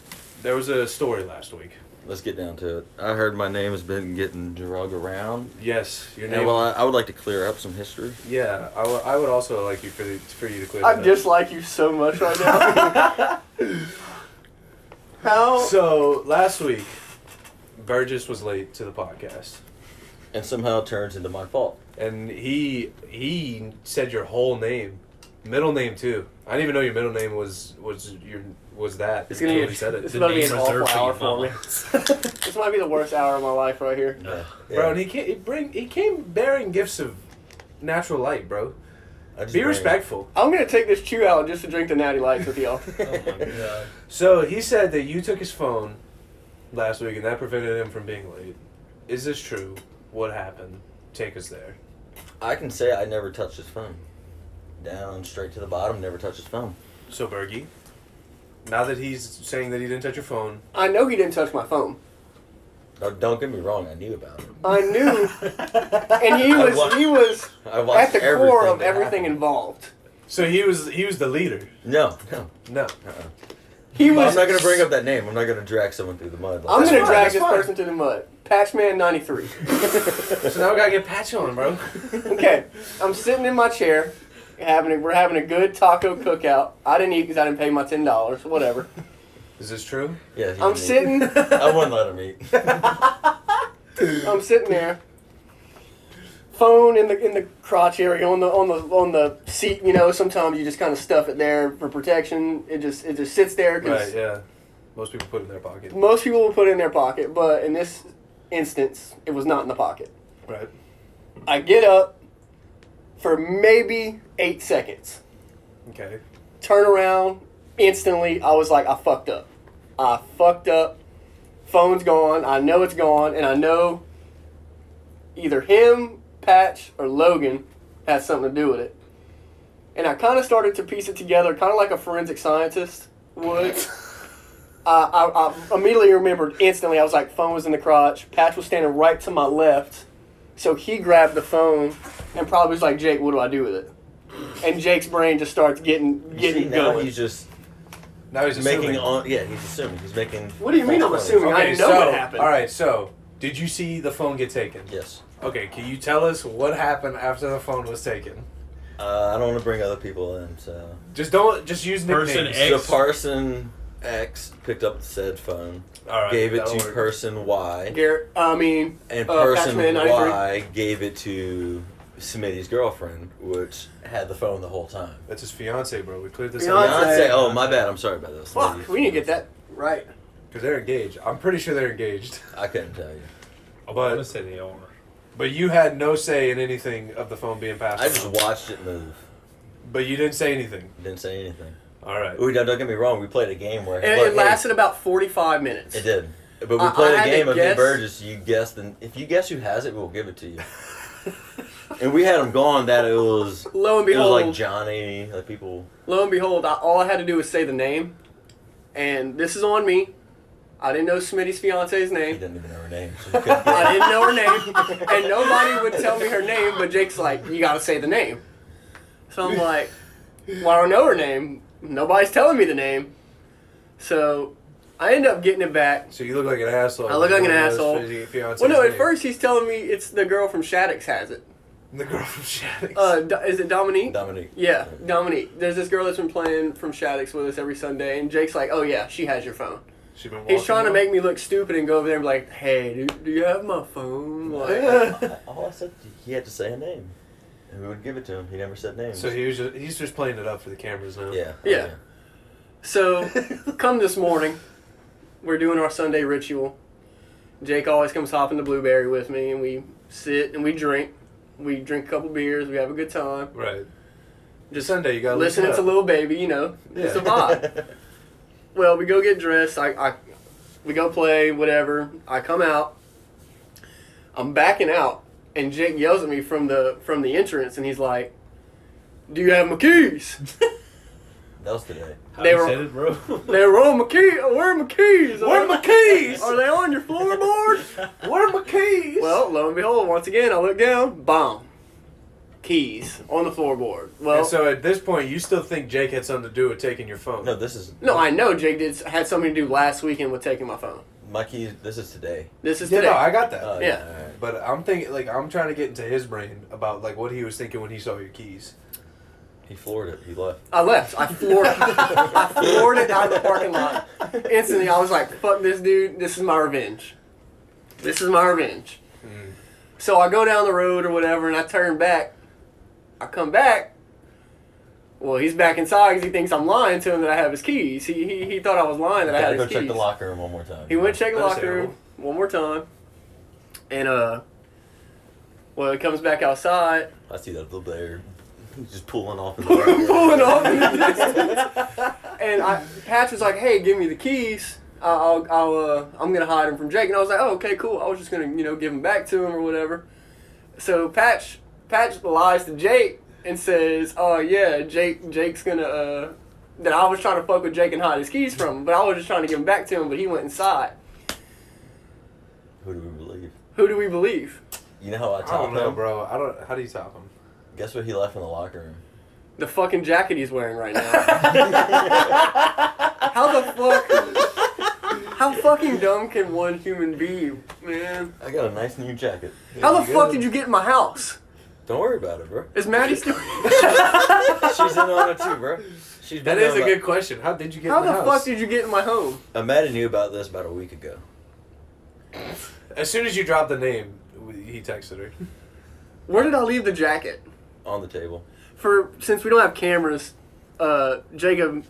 [SPEAKER 2] there was a story last week.
[SPEAKER 6] Let's get down to it. I heard my name has been getting drug around.
[SPEAKER 2] Yes, your
[SPEAKER 6] And
[SPEAKER 2] name.
[SPEAKER 6] well, I, I would like to clear up some history.
[SPEAKER 2] yeah, I, w- I would also like you for the, for you to clear. that
[SPEAKER 3] I
[SPEAKER 2] up.
[SPEAKER 3] dislike you so much right now. How?
[SPEAKER 2] So last week, Burgess was late to the podcast,
[SPEAKER 6] And somehow it turns into my fault.
[SPEAKER 2] and he he said your whole name, middle name too. I didn't even know your middle name was was your was that.
[SPEAKER 3] It's gonna
[SPEAKER 2] until
[SPEAKER 3] be-
[SPEAKER 2] he said
[SPEAKER 3] it's
[SPEAKER 5] The
[SPEAKER 2] it.
[SPEAKER 3] about to be
[SPEAKER 5] name
[SPEAKER 3] an
[SPEAKER 5] reserved
[SPEAKER 3] awful
[SPEAKER 5] for
[SPEAKER 3] hour
[SPEAKER 5] your
[SPEAKER 3] for me.
[SPEAKER 5] mama.
[SPEAKER 3] This might be the worst hour of my life right here.
[SPEAKER 6] Yeah.
[SPEAKER 2] Bro, and he can't, he bring he came bearing gifts of natural light, bro.
[SPEAKER 6] I just
[SPEAKER 2] Be
[SPEAKER 6] bring-
[SPEAKER 2] respectful.
[SPEAKER 3] I'm gonna take this chew out just to drink the natty lights with y'all.
[SPEAKER 2] So he said that you took his phone last week, and that prevented him from being late. Is this true? What happened? Take us there.
[SPEAKER 6] I can say I never touched his phone. Down straight to the bottom, never touched his phone.
[SPEAKER 2] So Bergie, now that he's saying that he didn't touch your phone,
[SPEAKER 3] I know he didn't touch my phone.
[SPEAKER 6] Now, don't get me wrong, I knew about it.
[SPEAKER 3] I
[SPEAKER 6] (laughs)
[SPEAKER 3] knew, and he
[SPEAKER 6] I
[SPEAKER 3] was
[SPEAKER 6] wa-
[SPEAKER 3] he was
[SPEAKER 6] I watched
[SPEAKER 3] at the
[SPEAKER 6] everything
[SPEAKER 3] core of
[SPEAKER 6] that
[SPEAKER 3] everything
[SPEAKER 6] happened.
[SPEAKER 3] involved.
[SPEAKER 2] so he was he was the leader. Uh-uh.
[SPEAKER 6] No, no.
[SPEAKER 2] No,
[SPEAKER 3] He
[SPEAKER 6] Well,
[SPEAKER 3] was.
[SPEAKER 6] I'm not gonna bring up that name. I'm not gonna drag someone through the mud.
[SPEAKER 3] I'm
[SPEAKER 6] Like,
[SPEAKER 3] gonna
[SPEAKER 2] fine,
[SPEAKER 3] drag
[SPEAKER 2] that's
[SPEAKER 3] this
[SPEAKER 2] fine.
[SPEAKER 3] person to the mud. Patchman ninety three.
[SPEAKER 2] so now we gotta get Patch on, (laughs) bro.
[SPEAKER 3] Okay, I'm sitting in my chair, having a, we're having a good taco cookout. I didn't eat because I didn't pay my ten dollars. Whatever.
[SPEAKER 2] Is this true?
[SPEAKER 6] yeah, if you
[SPEAKER 3] I'm
[SPEAKER 6] can eat.
[SPEAKER 3] sitting.
[SPEAKER 6] (laughs) I wouldn't let him
[SPEAKER 3] (laughs)
[SPEAKER 6] eat.
[SPEAKER 3] I'm sitting there. Phone in the in the crotch area on the on the on the seat. You know, sometimes you just kind of stuff it there for protection. It just it just sits there because
[SPEAKER 2] Right. Yeah. Most people put it in their pocket.
[SPEAKER 3] most people will put it in their pocket, but in this instance, it was not in the pocket.
[SPEAKER 2] Right.
[SPEAKER 3] I get up for maybe eight seconds.
[SPEAKER 2] Okay.
[SPEAKER 3] turn around instantly i was like i fucked up i fucked up phone's gone i know it's gone and i know either him patch or logan has something to do with it and i kind of started to piece it together kind of like a forensic scientist would I, I, I immediately remembered instantly i was like phone was in the crotch patch was standing right to my left so he grabbed the phone and probably was like jake what do i do with it and jake's brain just starts getting
[SPEAKER 6] You see,
[SPEAKER 3] getting
[SPEAKER 6] now
[SPEAKER 3] going
[SPEAKER 6] he's just
[SPEAKER 2] Now he's assuming.
[SPEAKER 6] making on. Yeah, he's assuming. He's making.
[SPEAKER 3] What do you mean
[SPEAKER 6] false
[SPEAKER 3] I'm
[SPEAKER 6] claims.
[SPEAKER 3] assuming? I didn't know
[SPEAKER 2] so,
[SPEAKER 3] what happened.
[SPEAKER 2] All right. So did you see the phone get taken?
[SPEAKER 6] Yes.
[SPEAKER 2] Okay. Can you tell us what happened after the phone was taken?
[SPEAKER 6] Uh, I don't want to bring other people in. So
[SPEAKER 2] Just don't. Just use nicknames.
[SPEAKER 5] Person
[SPEAKER 6] the
[SPEAKER 5] X.
[SPEAKER 6] person X picked up the said phone,
[SPEAKER 2] All right.
[SPEAKER 6] gave it
[SPEAKER 2] that'll
[SPEAKER 6] to
[SPEAKER 2] work.
[SPEAKER 6] person Y,
[SPEAKER 3] Garrett, I mean,
[SPEAKER 6] and
[SPEAKER 3] uh,
[SPEAKER 6] person
[SPEAKER 3] Patchman 93.
[SPEAKER 6] Y gave it to Smitty's girlfriend, which had the phone the whole time.
[SPEAKER 2] That's his fiance, bro. We cleared this
[SPEAKER 3] Fiance.
[SPEAKER 2] out
[SPEAKER 6] Beyonce. Oh, my bad. I'm sorry about this.
[SPEAKER 3] fuck, we need to get that right.
[SPEAKER 2] because they're engaged. I'm pretty sure they're engaged. (laughs)
[SPEAKER 6] I couldn't tell you.
[SPEAKER 5] I'm
[SPEAKER 2] But-
[SPEAKER 5] gonna say they are.
[SPEAKER 2] But you had no say in anything of the phone being passed.
[SPEAKER 6] I just
[SPEAKER 2] around.
[SPEAKER 6] watched it move.
[SPEAKER 2] But you didn't say anything.
[SPEAKER 6] Didn't say anything.
[SPEAKER 2] All right.
[SPEAKER 6] Ooh, now don't get me wrong. We played a game where
[SPEAKER 3] And
[SPEAKER 6] Look,
[SPEAKER 3] it
[SPEAKER 6] hey,
[SPEAKER 3] lasted about 45 minutes.
[SPEAKER 6] It did.
[SPEAKER 3] I-
[SPEAKER 6] But we
[SPEAKER 3] I
[SPEAKER 6] played
[SPEAKER 3] had
[SPEAKER 6] a
[SPEAKER 3] to
[SPEAKER 6] game of him
[SPEAKER 3] guess.
[SPEAKER 6] Burgess. You guessed, and if you guess who has it, we'll give it to you. and we had him gone. That it was.
[SPEAKER 3] Lo and
[SPEAKER 6] It was
[SPEAKER 3] behold,
[SPEAKER 6] like Johnny. Like people.
[SPEAKER 3] lo and behold, I, all I had to do was say the name, and this is on me. I didn't know Smitty's fiance's
[SPEAKER 6] He
[SPEAKER 3] name.
[SPEAKER 6] didn't even know her name. So he
[SPEAKER 3] (laughs)
[SPEAKER 6] couldn't
[SPEAKER 3] I
[SPEAKER 6] get it.
[SPEAKER 3] didn't know her name, and nobody would tell me her name. But Jake's like, "You gotta say the name." So I'm like, "Well, I don't know her name." Nobody's telling me the name. So I end up getting it back.
[SPEAKER 2] So you look like an asshole.
[SPEAKER 3] I look like an
[SPEAKER 2] One of those
[SPEAKER 3] asshole.
[SPEAKER 2] fizzy fiancés
[SPEAKER 3] Well, no, at
[SPEAKER 2] name.
[SPEAKER 3] first he's telling me it's the girl from Shaddix has it.
[SPEAKER 2] the girl from Shaddix.
[SPEAKER 3] Uh, Do- is it Dominique?
[SPEAKER 6] Dominique.
[SPEAKER 3] Yeah, Dominique. There's this girl that's been playing from Shaddix with us every Sunday, and Jake's like, "Oh yeah, she has your phone."
[SPEAKER 2] She been
[SPEAKER 3] He's
[SPEAKER 2] walking
[SPEAKER 3] trying
[SPEAKER 2] around.
[SPEAKER 3] to make me look stupid and go over there and be like, "Hey, do, do you have my phone?" Like,
[SPEAKER 6] I- (laughs) All I said, he had to say a name, and we would give it to him. He never said names.
[SPEAKER 2] So he was just, he's just playing it up for the cameras now.
[SPEAKER 6] yeah,
[SPEAKER 3] Yeah. so, come this morning, we're doing our Sunday ritual. Jake always comes hopping to Blueberry with me, and we sit and we drink. We drink a couple beers. We have a good time.
[SPEAKER 2] Right. Just Sunday, you got to
[SPEAKER 3] Listen, it's a little baby, you know. It's a
[SPEAKER 2] Yeah.
[SPEAKER 3] vibe.
[SPEAKER 2] (laughs)
[SPEAKER 3] well, we go get dressed. I, I, we go play whatever. I come out. I'm backing out, and Jake yells at me from the from the entrance, and he's like, "Do you have my keys?
[SPEAKER 6] That was today.
[SPEAKER 5] How
[SPEAKER 3] They
[SPEAKER 5] you
[SPEAKER 3] were-
[SPEAKER 5] said it,
[SPEAKER 6] (laughs)
[SPEAKER 5] bro.
[SPEAKER 3] They were on my key. uh, Where are my keys?
[SPEAKER 2] Where are my keys?
[SPEAKER 3] Are they on your floorboard?"
[SPEAKER 2] (laughs) Where are my keys?
[SPEAKER 3] well, lo and behold, once again, I look down. Bomb. Keys on the floorboard. Well,
[SPEAKER 2] and so at this point, you still think Jake had something to do with taking your phone?
[SPEAKER 6] No, this is
[SPEAKER 3] no, I know Jake did had something to do last weekend with taking my phone.
[SPEAKER 6] my key. This is today.
[SPEAKER 3] This is
[SPEAKER 2] yeah,
[SPEAKER 3] today. Uh,
[SPEAKER 2] no, I got that.
[SPEAKER 6] Oh,
[SPEAKER 3] Yeah.
[SPEAKER 6] all right.
[SPEAKER 2] but I'm thinking, like, I'm trying to get into his brain about like what he was thinking when he saw your keys.
[SPEAKER 6] He floored it. He left.
[SPEAKER 3] I left. I floored. (laughs) I floored it out of the parking lot. Instantly, I was like, "Fuck this dude. This is my revenge. This is my revenge."
[SPEAKER 6] Mm.
[SPEAKER 3] So I go down the road or whatever, and I turn back. I come back. Well, he's back inside because he thinks I'm lying to him that I have his keys. He he, he thought I was lying that I
[SPEAKER 6] Gotta
[SPEAKER 3] had
[SPEAKER 6] go
[SPEAKER 3] his keys.
[SPEAKER 6] check the locker room one more time.
[SPEAKER 3] He went check the
[SPEAKER 2] That was
[SPEAKER 3] locker room
[SPEAKER 2] terrible.
[SPEAKER 3] one more time, and uh, well, he comes back outside.
[SPEAKER 6] I see that little there. He's (laughs) just pulling off.
[SPEAKER 5] (laughs)
[SPEAKER 6] In
[SPEAKER 3] (laughs)
[SPEAKER 6] the
[SPEAKER 3] pulling off in the distance. And I, Patch was like, "Hey, give me the keys. I- I'll, I'll, uh, I'm gonna hide them from Jake." And I was like, "Oh, okay, cool. I was just gonna, you know, give them back to him or whatever." So Patch, Patch lies to Jake and says, "Oh yeah, Jake, Jake's gonna." Uh, that I was trying to fuck with Jake and hide his keys from him, but I was just trying to give them back to him. But he went inside.
[SPEAKER 6] Who do we believe?
[SPEAKER 3] Who do we believe?
[SPEAKER 6] You know how I
[SPEAKER 2] I
[SPEAKER 6] top
[SPEAKER 2] don't know,
[SPEAKER 6] him?
[SPEAKER 2] bro. I don't. How do you top him?
[SPEAKER 6] Guess what he left in the locker room?
[SPEAKER 3] The fucking jacket he's wearing right now. How the fuck? How fucking dumb can one human be, man?
[SPEAKER 6] I got a nice new jacket.
[SPEAKER 3] How the fuck did you get in my house?
[SPEAKER 6] Don't worry about it, bro.
[SPEAKER 3] Is Maddie still?
[SPEAKER 6] (laughs) She's in on it too, bro. She's been
[SPEAKER 2] That is
[SPEAKER 6] on
[SPEAKER 2] a
[SPEAKER 6] about-
[SPEAKER 2] good question. How did you get
[SPEAKER 3] How
[SPEAKER 2] in the,
[SPEAKER 3] the fuck
[SPEAKER 2] house?
[SPEAKER 3] did you get in my home?
[SPEAKER 6] Uh, Maddie knew about this about a week ago.
[SPEAKER 2] as soon as you dropped the name, we- he texted her.
[SPEAKER 3] Where did I leave the jacket?
[SPEAKER 6] On the (laughs) table.
[SPEAKER 3] For since we don't have cameras, uh, Jacob,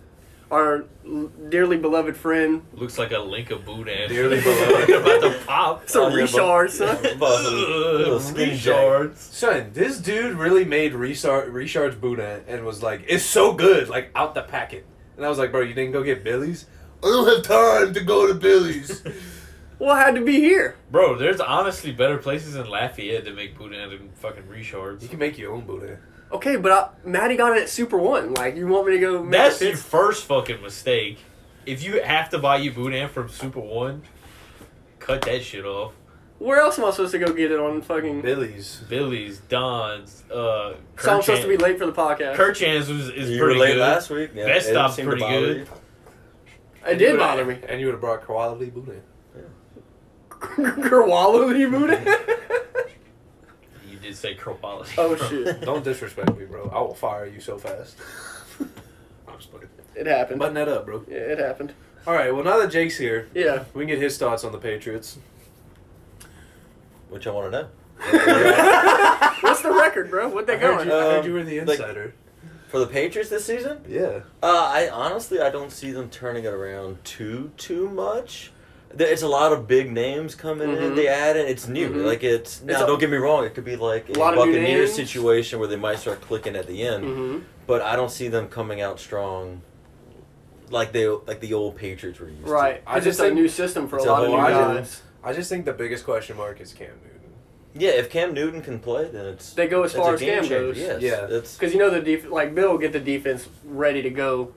[SPEAKER 3] our l- dearly beloved friend,
[SPEAKER 5] Looks like a link of boot ass.
[SPEAKER 2] Dearly beloved.
[SPEAKER 5] about to pop.
[SPEAKER 3] some
[SPEAKER 6] yeah, but-
[SPEAKER 3] Richard, son.
[SPEAKER 6] About a (laughs) little, little skinny jacket.
[SPEAKER 5] Richards.
[SPEAKER 2] (laughs) Son, this dude really made Richard, Richard's Buddha and was like, it's so good, like out the packet. And I was like, bro, you didn't go get Billy's? I don't have time to go to (laughs) Billy's.
[SPEAKER 3] (laughs) Well, I had to be here.
[SPEAKER 5] Bro, there's honestly better places in Lafayette that make boudin than fucking Richards.
[SPEAKER 2] you can make your own Buddha.
[SPEAKER 3] Okay, but I, Maddie got it at Super One. Like, you want me to go? Make
[SPEAKER 5] That's
[SPEAKER 3] a
[SPEAKER 5] your
[SPEAKER 3] fist-
[SPEAKER 5] first fucking mistake. If you have to buy your boudin from Super One, cut that shit off.
[SPEAKER 3] Where else am I supposed to go get it on fucking?
[SPEAKER 2] Billy's.
[SPEAKER 5] Billy's, Don's, uh,
[SPEAKER 3] So I'm supposed to be
[SPEAKER 5] Kirchan-
[SPEAKER 3] late for the podcast.
[SPEAKER 5] Kirchan's was, is
[SPEAKER 6] You were
[SPEAKER 5] pretty
[SPEAKER 6] late
[SPEAKER 5] good.
[SPEAKER 6] last week. Yeah,
[SPEAKER 5] That
[SPEAKER 6] it didn't
[SPEAKER 5] stop's
[SPEAKER 6] seem to
[SPEAKER 5] pretty
[SPEAKER 6] bother
[SPEAKER 5] good.
[SPEAKER 6] you.
[SPEAKER 3] it did bother me. (laughs)
[SPEAKER 2] And you would have brought quality Buddha.
[SPEAKER 3] Kerwala
[SPEAKER 2] (laughs)
[SPEAKER 3] you Buddha?
[SPEAKER 5] You did say quality. (laughs)
[SPEAKER 3] oh shit.
[SPEAKER 2] Don't disrespect me, bro. I will fire you so (laughs) fast. I'm just fucking-
[SPEAKER 3] It happened.
[SPEAKER 2] Button that up, bro.
[SPEAKER 3] yeah, it happened.
[SPEAKER 2] All right, well, now that Jake's here,
[SPEAKER 3] Yeah.
[SPEAKER 2] we can get his thoughts on the Patriots.
[SPEAKER 6] Which I want to know. (laughs)
[SPEAKER 3] What's the record, bro? What they
[SPEAKER 2] I heard
[SPEAKER 3] going?
[SPEAKER 2] you, I heard
[SPEAKER 6] Um,
[SPEAKER 2] you were the
[SPEAKER 6] like-
[SPEAKER 2] insider.
[SPEAKER 6] For the Patriots this season?
[SPEAKER 2] yeah.
[SPEAKER 6] Uh, I honestly I don't see them turning it around too too much. There- It's a lot of big names coming in.
[SPEAKER 3] Mhm.
[SPEAKER 6] They add in. It's new.
[SPEAKER 3] Mhm.
[SPEAKER 6] Like it's now.
[SPEAKER 3] a-
[SPEAKER 6] don't get me wrong. It could be like a,
[SPEAKER 3] Lot of new
[SPEAKER 6] Buccaneers
[SPEAKER 3] names.
[SPEAKER 6] situation where they might start clicking at the end.
[SPEAKER 3] hmm
[SPEAKER 6] But I don't see them coming out strong, like they like the old Patriots were used. to.
[SPEAKER 3] Right.
[SPEAKER 2] I
[SPEAKER 3] It's
[SPEAKER 2] just
[SPEAKER 3] just a
[SPEAKER 2] think-
[SPEAKER 3] new system for a
[SPEAKER 6] It's a
[SPEAKER 3] lot of new
[SPEAKER 6] whole
[SPEAKER 2] island.
[SPEAKER 3] guys.
[SPEAKER 2] I just think the biggest question mark is Cam Newton.
[SPEAKER 6] Yeah. If Cam Newton can play, then it's
[SPEAKER 3] They go as
[SPEAKER 6] it's a
[SPEAKER 3] far as
[SPEAKER 6] game
[SPEAKER 3] Cam
[SPEAKER 6] changer.
[SPEAKER 3] goes.
[SPEAKER 6] Yes.
[SPEAKER 2] Yeah.
[SPEAKER 6] That's
[SPEAKER 3] Because you know the def- like Bill will get the defense ready to go,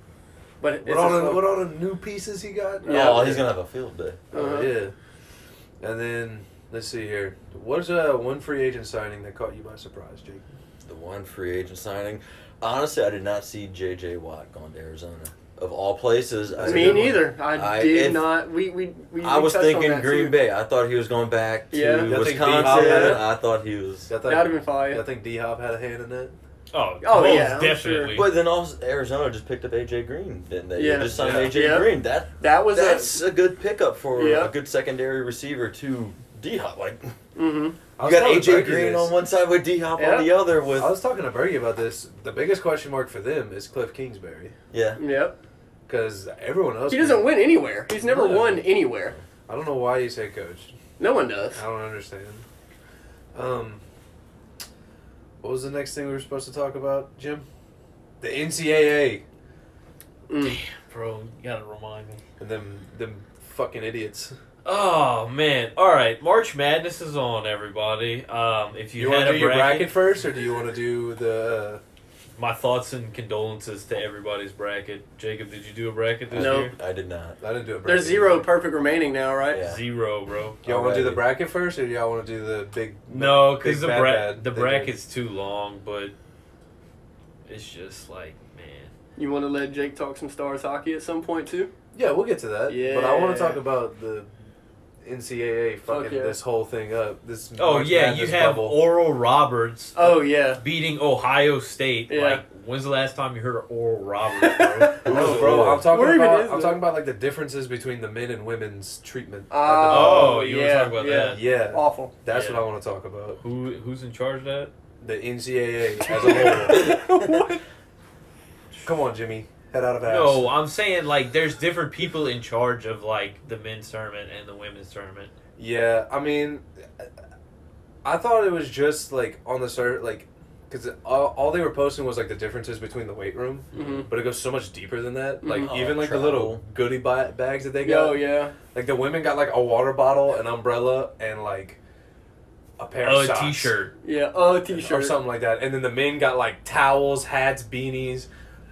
[SPEAKER 3] but it's
[SPEAKER 2] What all,
[SPEAKER 3] just
[SPEAKER 2] the,
[SPEAKER 3] like-
[SPEAKER 2] what all the new pieces he got?
[SPEAKER 3] Yeah.
[SPEAKER 6] oh, he's gonna have a field day.
[SPEAKER 2] Oh,
[SPEAKER 3] Uh-huh.
[SPEAKER 2] yeah. And then let's see here. What's uh, one free agent signing that caught you by surprise, Jake?
[SPEAKER 6] the one free agent signing. Honestly, I did not see J.J. Watt going to Arizona. Of all places, I
[SPEAKER 3] Me
[SPEAKER 6] didn't-
[SPEAKER 3] neither. I,
[SPEAKER 6] I-
[SPEAKER 3] did
[SPEAKER 6] if-
[SPEAKER 3] not. We we, we
[SPEAKER 6] I
[SPEAKER 3] we
[SPEAKER 6] was
[SPEAKER 3] touched on
[SPEAKER 6] thinking
[SPEAKER 3] that,
[SPEAKER 6] Green
[SPEAKER 3] too.
[SPEAKER 6] Bay. I thought he was going back to
[SPEAKER 3] Yeah.
[SPEAKER 2] I think
[SPEAKER 6] Wisconsin.
[SPEAKER 2] Dean-
[SPEAKER 6] I thought he was.
[SPEAKER 2] I think,
[SPEAKER 3] That'd have been fire.
[SPEAKER 2] I think D Hop had a hand in that.
[SPEAKER 5] Oh,
[SPEAKER 3] Oh,
[SPEAKER 5] most
[SPEAKER 3] yeah, I'm sure.
[SPEAKER 5] definitely.
[SPEAKER 6] But then also Arizona just picked up AJ Green, didn't they?
[SPEAKER 3] Yeah.
[SPEAKER 6] They just signed
[SPEAKER 2] Yeah.
[SPEAKER 6] AJ
[SPEAKER 3] Yeah.
[SPEAKER 6] Green. That
[SPEAKER 3] That was
[SPEAKER 6] that's a good pickup for
[SPEAKER 3] Yeah.
[SPEAKER 6] a good secondary receiver to D Hop. Like you
[SPEAKER 3] a. Mm-hmm.
[SPEAKER 2] I was
[SPEAKER 6] got
[SPEAKER 2] telling
[SPEAKER 6] AJ
[SPEAKER 2] Berkey
[SPEAKER 6] Green
[SPEAKER 2] this.
[SPEAKER 6] on one side with D Hop
[SPEAKER 3] Yeah.
[SPEAKER 6] on the other with
[SPEAKER 2] I was talking to Bergie about this. The biggest question mark for them is Cliff Kingsbury
[SPEAKER 6] yeah.
[SPEAKER 3] Yep.
[SPEAKER 2] because everyone else.
[SPEAKER 3] He doesn't win anywhere. He's never
[SPEAKER 2] No.
[SPEAKER 3] won anywhere.
[SPEAKER 2] I don't know why he's head coach.
[SPEAKER 3] No one does.
[SPEAKER 2] I don't understand. Um, what was the next thing we were supposed to talk about, Jim? The NCAA
[SPEAKER 3] Mm.
[SPEAKER 5] Bro, you gotta remind me.
[SPEAKER 2] and them them fucking idiots.
[SPEAKER 5] Oh man! All right, March Madness is on, everybody. Um, if
[SPEAKER 2] Do
[SPEAKER 5] you,
[SPEAKER 2] you want
[SPEAKER 5] had
[SPEAKER 2] to
[SPEAKER 5] a
[SPEAKER 2] do
[SPEAKER 5] bracket,
[SPEAKER 2] your bracket first, or do you want to do the?
[SPEAKER 5] my thoughts and condolences to everybody's bracket. Jacob, did you do a bracket this
[SPEAKER 3] No.
[SPEAKER 5] year?
[SPEAKER 6] I did not.
[SPEAKER 2] I didn't do a bracket.
[SPEAKER 3] There's zero perfect remaining now, right?
[SPEAKER 6] Yeah.
[SPEAKER 5] Zero, bro.
[SPEAKER 2] Y'all want to do the
[SPEAKER 6] Alrighty.
[SPEAKER 2] bracket first, or do y'all want to do the big?
[SPEAKER 5] No, because
[SPEAKER 2] Big
[SPEAKER 5] the
[SPEAKER 2] bad
[SPEAKER 5] bra-
[SPEAKER 2] bad
[SPEAKER 5] the
[SPEAKER 2] they
[SPEAKER 5] bracket's too long, but it's just like man.
[SPEAKER 3] You want to let Jake talk some stars hockey at some point too?
[SPEAKER 2] Yeah, we'll get to that. But I want
[SPEAKER 3] Yeah.
[SPEAKER 2] to talk about the NCAA fucking
[SPEAKER 3] yeah.
[SPEAKER 2] this whole thing up. This
[SPEAKER 5] Oh
[SPEAKER 2] March
[SPEAKER 5] yeah, you
[SPEAKER 2] Madness
[SPEAKER 5] have
[SPEAKER 2] bubble.
[SPEAKER 5] Oral Roberts uh,
[SPEAKER 3] Oh yeah.
[SPEAKER 5] beating Ohio State.
[SPEAKER 3] Yeah.
[SPEAKER 5] Like, when's the last time you heard of Oral (laughs) Roberts, bro?
[SPEAKER 2] No, bro, I'm talking
[SPEAKER 3] Where even
[SPEAKER 2] about
[SPEAKER 3] is
[SPEAKER 2] I'm
[SPEAKER 3] it?
[SPEAKER 2] talking about like the differences between the men and women's treatment. at the
[SPEAKER 3] Oh,
[SPEAKER 5] oh, you were
[SPEAKER 3] yeah,
[SPEAKER 5] talking about
[SPEAKER 3] yeah.
[SPEAKER 5] that.
[SPEAKER 2] bubble. yeah,
[SPEAKER 3] Awful. (laughs)
[SPEAKER 2] that's
[SPEAKER 5] Yeah.
[SPEAKER 2] what I want to talk about.
[SPEAKER 5] Who who's in charge of that?
[SPEAKER 2] The NCAA as a
[SPEAKER 3] (laughs)
[SPEAKER 2] whole. Come on, Jimmy, head out of ass.
[SPEAKER 5] No, I'm saying like there's different people in charge of like the men's tournament and the women's tournament.
[SPEAKER 2] Yeah, I mean, I thought it was just like on the surface, like because all, all they were posting was like the differences between the weight room,
[SPEAKER 3] hmm
[SPEAKER 2] but it goes so much deeper than that. Like
[SPEAKER 6] Mhm.
[SPEAKER 2] even
[SPEAKER 6] Oh,
[SPEAKER 2] like the little goodie ba- bags that they got.
[SPEAKER 3] Mm-hmm. Oh yeah.
[SPEAKER 2] Like the women got like a water bottle, an umbrella, and like a pair of
[SPEAKER 5] Oh,
[SPEAKER 2] socks.
[SPEAKER 5] a t-shirt.
[SPEAKER 3] Yeah. Oh,
[SPEAKER 2] or
[SPEAKER 3] t-shirt.
[SPEAKER 2] something like that. And then the men got like towels, hats, beanies,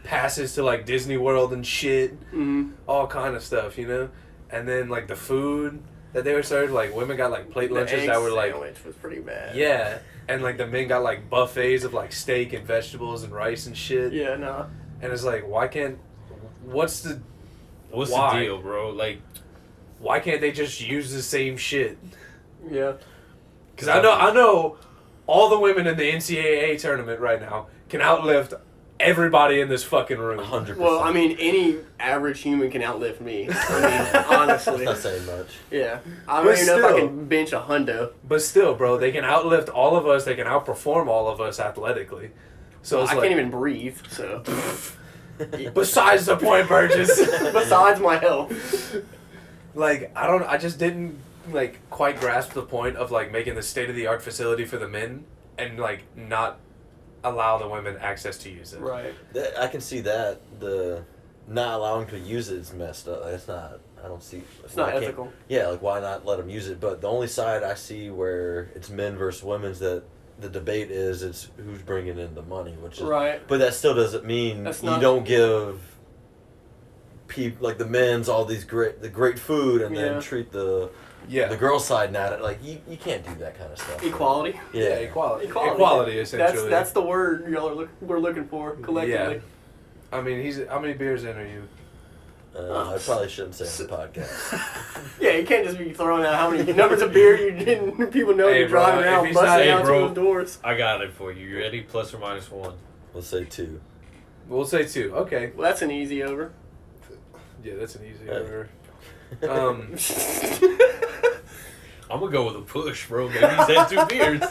[SPEAKER 2] passes to like Disney World and shit,
[SPEAKER 3] hmm
[SPEAKER 2] all kind of stuff, you know. And then like the food that they were served, like women got like plate lunches that were like
[SPEAKER 3] sandwich was pretty bad.
[SPEAKER 2] yeah, and like the men got like buffets of like steak and vegetables and rice and shit.
[SPEAKER 3] Yeah. Nah.
[SPEAKER 2] And it's like, why can't? What's the?
[SPEAKER 5] What's
[SPEAKER 2] Why?
[SPEAKER 5] the deal, bro? Like
[SPEAKER 2] Why can't they just use the same shit?
[SPEAKER 3] Yeah.
[SPEAKER 2] Because I know, I know, all the women in the NCAA tournament right now can outlift everybody in this fucking room.
[SPEAKER 6] hundred percent.
[SPEAKER 3] Well,
[SPEAKER 6] (laughs)
[SPEAKER 3] I mean, any average human can outlift me.
[SPEAKER 6] (laughs)
[SPEAKER 3] I mean, (laughs) honestly.
[SPEAKER 6] not saying much.
[SPEAKER 3] Yeah. I
[SPEAKER 2] But
[SPEAKER 3] don't even know if I
[SPEAKER 2] still.
[SPEAKER 3] can bench a hundo.
[SPEAKER 2] But still, bro, they can outlift all of us. They can outperform all of us athletically. So
[SPEAKER 3] I
[SPEAKER 2] it's like,
[SPEAKER 3] can't even breathe. So.
[SPEAKER 2] besides the point, Burgess. (laughs)
[SPEAKER 3] Besides my health.
[SPEAKER 2] like I don't I just didn't like quite grasp the point of like making the state of the art facility for the men and like not allow the women access to use it.
[SPEAKER 3] Right.
[SPEAKER 6] That, I can see that the not allowing to use it is messed up. It's not. I don't see.
[SPEAKER 3] It's not
[SPEAKER 6] I can't-
[SPEAKER 3] ethical.
[SPEAKER 6] Yeah, like why not let them use it? But the only side I see where it's men versus women's that the debate is it's who's bringing in the money, which is.
[SPEAKER 3] Right.
[SPEAKER 6] But that still doesn't mean
[SPEAKER 3] That's
[SPEAKER 6] you
[SPEAKER 3] not-
[SPEAKER 6] don't give people like the men's all these great the great food and
[SPEAKER 3] Yeah.
[SPEAKER 6] then treat the
[SPEAKER 2] Yeah.
[SPEAKER 6] the girl side not like you, you can't do that kind of stuff.
[SPEAKER 3] Equality.
[SPEAKER 2] yeah.
[SPEAKER 6] Yeah.
[SPEAKER 2] equality.
[SPEAKER 3] Equality.
[SPEAKER 2] Equality, essentially.
[SPEAKER 3] That's that's the word y'all are look, we're looking for collectively.
[SPEAKER 2] I mean, he's how many beers in are you?
[SPEAKER 6] Uh, I probably shouldn't say on the podcast.
[SPEAKER 3] Yeah, you can't just be throwing out how many (laughs) numbers of beer you didn't. (laughs) People know
[SPEAKER 2] Hey,
[SPEAKER 3] you're
[SPEAKER 2] bro,
[SPEAKER 3] driving
[SPEAKER 2] if
[SPEAKER 3] out,
[SPEAKER 2] he's
[SPEAKER 3] busting
[SPEAKER 2] not-
[SPEAKER 5] hey,
[SPEAKER 3] out
[SPEAKER 5] bro.
[SPEAKER 3] those doors.
[SPEAKER 5] I got it for you. You ready? Plus or minus one.
[SPEAKER 6] We'll say two.
[SPEAKER 2] We'll say two. Okay.
[SPEAKER 3] Well, that's an easy over. (laughs)
[SPEAKER 2] Yeah, that's an easy
[SPEAKER 6] Yeah.
[SPEAKER 2] order. Um,
[SPEAKER 5] I'm gonna go with a push, bro. Maybe he's had (laughs) two beers.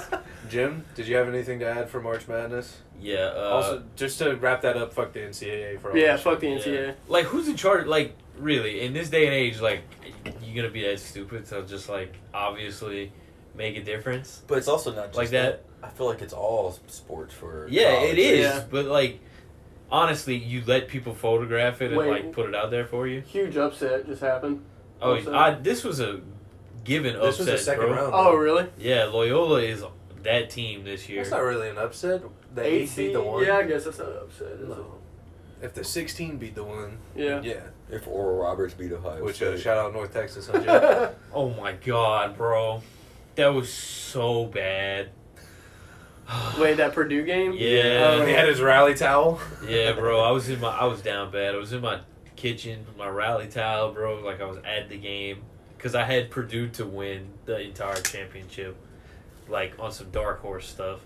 [SPEAKER 2] Jim, did you have anything to add for March Madness?
[SPEAKER 5] Yeah. Uh,
[SPEAKER 2] also, just to wrap that up, fuck the NCAA for all
[SPEAKER 3] yeah,
[SPEAKER 2] that
[SPEAKER 3] fuck the
[SPEAKER 2] shit.
[SPEAKER 3] NCAA.
[SPEAKER 5] like who's in charge? Like really, in this day and age, like you gonna be that stupid to just like obviously make a difference?
[SPEAKER 6] But it's also not just
[SPEAKER 5] Like
[SPEAKER 6] I feel like it's all sports for.
[SPEAKER 5] Yeah, it
[SPEAKER 6] college.
[SPEAKER 5] is.
[SPEAKER 3] Yeah.
[SPEAKER 5] But like, honestly, you let people photograph it and
[SPEAKER 3] Wait.
[SPEAKER 5] like put it out there for you.
[SPEAKER 3] Huge upset just happened.
[SPEAKER 5] Oh,
[SPEAKER 3] Also-
[SPEAKER 5] I, this was a given
[SPEAKER 2] This was
[SPEAKER 5] upset,
[SPEAKER 2] the second
[SPEAKER 5] bro.
[SPEAKER 2] round.
[SPEAKER 3] Oh, really?
[SPEAKER 5] Yeah, Loyola is that team this year.
[SPEAKER 2] That's not really an upset. The eight,
[SPEAKER 3] Eight
[SPEAKER 2] beat
[SPEAKER 3] seed?
[SPEAKER 2] the one.
[SPEAKER 3] Yeah, I guess that's not an upset. is it?
[SPEAKER 2] No. If the 16 beat the one,
[SPEAKER 3] (laughs) Yeah.
[SPEAKER 2] yeah.
[SPEAKER 6] If Oral Roberts beat Ohio
[SPEAKER 2] Which uh,
[SPEAKER 6] State,
[SPEAKER 2] shout out North Texas, huh,
[SPEAKER 3] (laughs)
[SPEAKER 2] Jim?
[SPEAKER 5] Oh my god, bro, that was so bad.
[SPEAKER 3] Wait, that Purdue game?
[SPEAKER 5] Yeah.
[SPEAKER 3] Oh,
[SPEAKER 2] He had his rally towel.
[SPEAKER 5] Yeah, bro. I was in my I was down bad. I was in my kitchen, my rally towel, bro. Like I was at the game because I had Purdue to win the entire championship, like on some dark horse stuff.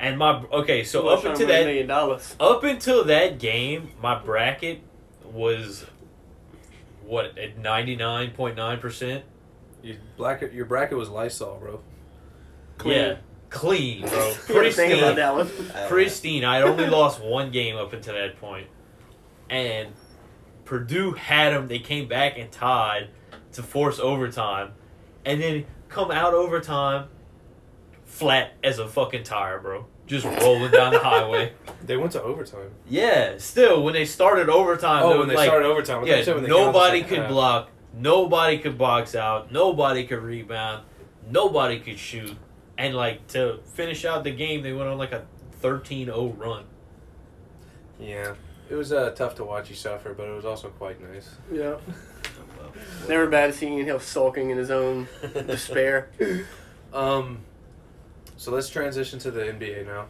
[SPEAKER 5] And my okay, so
[SPEAKER 3] Well,
[SPEAKER 5] up
[SPEAKER 3] trying
[SPEAKER 5] until
[SPEAKER 3] win a
[SPEAKER 5] that
[SPEAKER 3] million dollars.
[SPEAKER 5] up until that game, my bracket was what at ninety nine point nine percent.
[SPEAKER 2] You black, your bracket was Lysol, bro.
[SPEAKER 3] Clean.
[SPEAKER 5] Yeah,
[SPEAKER 3] (laughs)
[SPEAKER 5] clean, bro.
[SPEAKER 3] You gotta think about
[SPEAKER 5] Pristine.
[SPEAKER 3] that one. (laughs)
[SPEAKER 5] pristine. I had only lost one game up until that point, and Purdue had them. They came back and tied to force overtime, and then come out overtime flat as a fucking tire, bro. Just rolling down the
[SPEAKER 3] (laughs)
[SPEAKER 5] highway.
[SPEAKER 2] They went to overtime.
[SPEAKER 5] Yeah, still when they started overtime,
[SPEAKER 2] Oh,
[SPEAKER 5] they
[SPEAKER 2] when they
[SPEAKER 5] Ah, like,
[SPEAKER 2] started overtime. I thought you
[SPEAKER 5] yeah,
[SPEAKER 2] said when they came out the
[SPEAKER 5] nobody
[SPEAKER 2] second
[SPEAKER 5] could
[SPEAKER 2] half.
[SPEAKER 5] block, nobody could box out, nobody could rebound, nobody could shoot. And like to finish out the game, they went on like a 13-0 run.
[SPEAKER 2] Yeah, it was uh, tough to watch you suffer, but it was also quite nice.
[SPEAKER 3] Yeah. Never bad to see Ian Hill sulking in his own despair.
[SPEAKER 2] Um, so let's transition to the NBA now.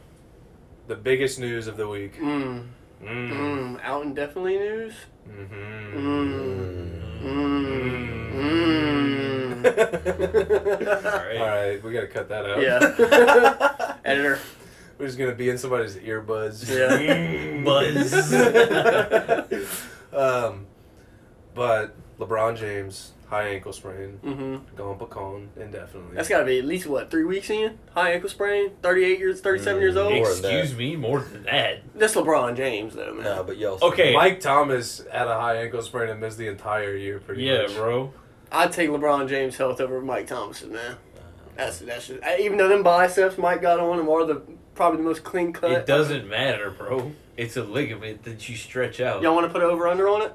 [SPEAKER 2] The biggest news of the week.
[SPEAKER 3] Mm.
[SPEAKER 2] Mm.
[SPEAKER 3] Mm. Out indefinitely news?
[SPEAKER 2] Mm-hmm.
[SPEAKER 3] Mm. Mm.
[SPEAKER 2] Mm.
[SPEAKER 3] Mm.
[SPEAKER 5] All right.
[SPEAKER 2] (laughs) All right, we gotta cut that out.
[SPEAKER 3] Yeah. Editor.
[SPEAKER 2] (laughs) We're just gonna be in somebody's earbuds.
[SPEAKER 3] Yeah.
[SPEAKER 5] Buzz.
[SPEAKER 2] (laughs) um, but LeBron James high ankle sprain,
[SPEAKER 3] Mm-hmm.
[SPEAKER 2] gone pecan indefinitely.
[SPEAKER 3] That's got to be at least, what, three weeks in? High ankle sprain? 38 years, 37 years old?
[SPEAKER 6] More than
[SPEAKER 5] Excuse
[SPEAKER 6] that.
[SPEAKER 5] me, more than that.
[SPEAKER 3] That's LeBron James, though, man.
[SPEAKER 6] No, but y'all.
[SPEAKER 5] Okay.
[SPEAKER 2] Mike Thomas had a high ankle sprain and missed the entire year. Pretty
[SPEAKER 5] Yeah,
[SPEAKER 2] much.
[SPEAKER 5] bro.
[SPEAKER 3] I'd take LeBron James' health over Mike Thompson, man. That's that's just, even though them biceps Mike got on him are the probably the most clean
[SPEAKER 2] Uh,
[SPEAKER 3] cut.
[SPEAKER 5] It doesn't matter, bro. It's a ligament that you stretch out.
[SPEAKER 3] Y'all want to put over under on it?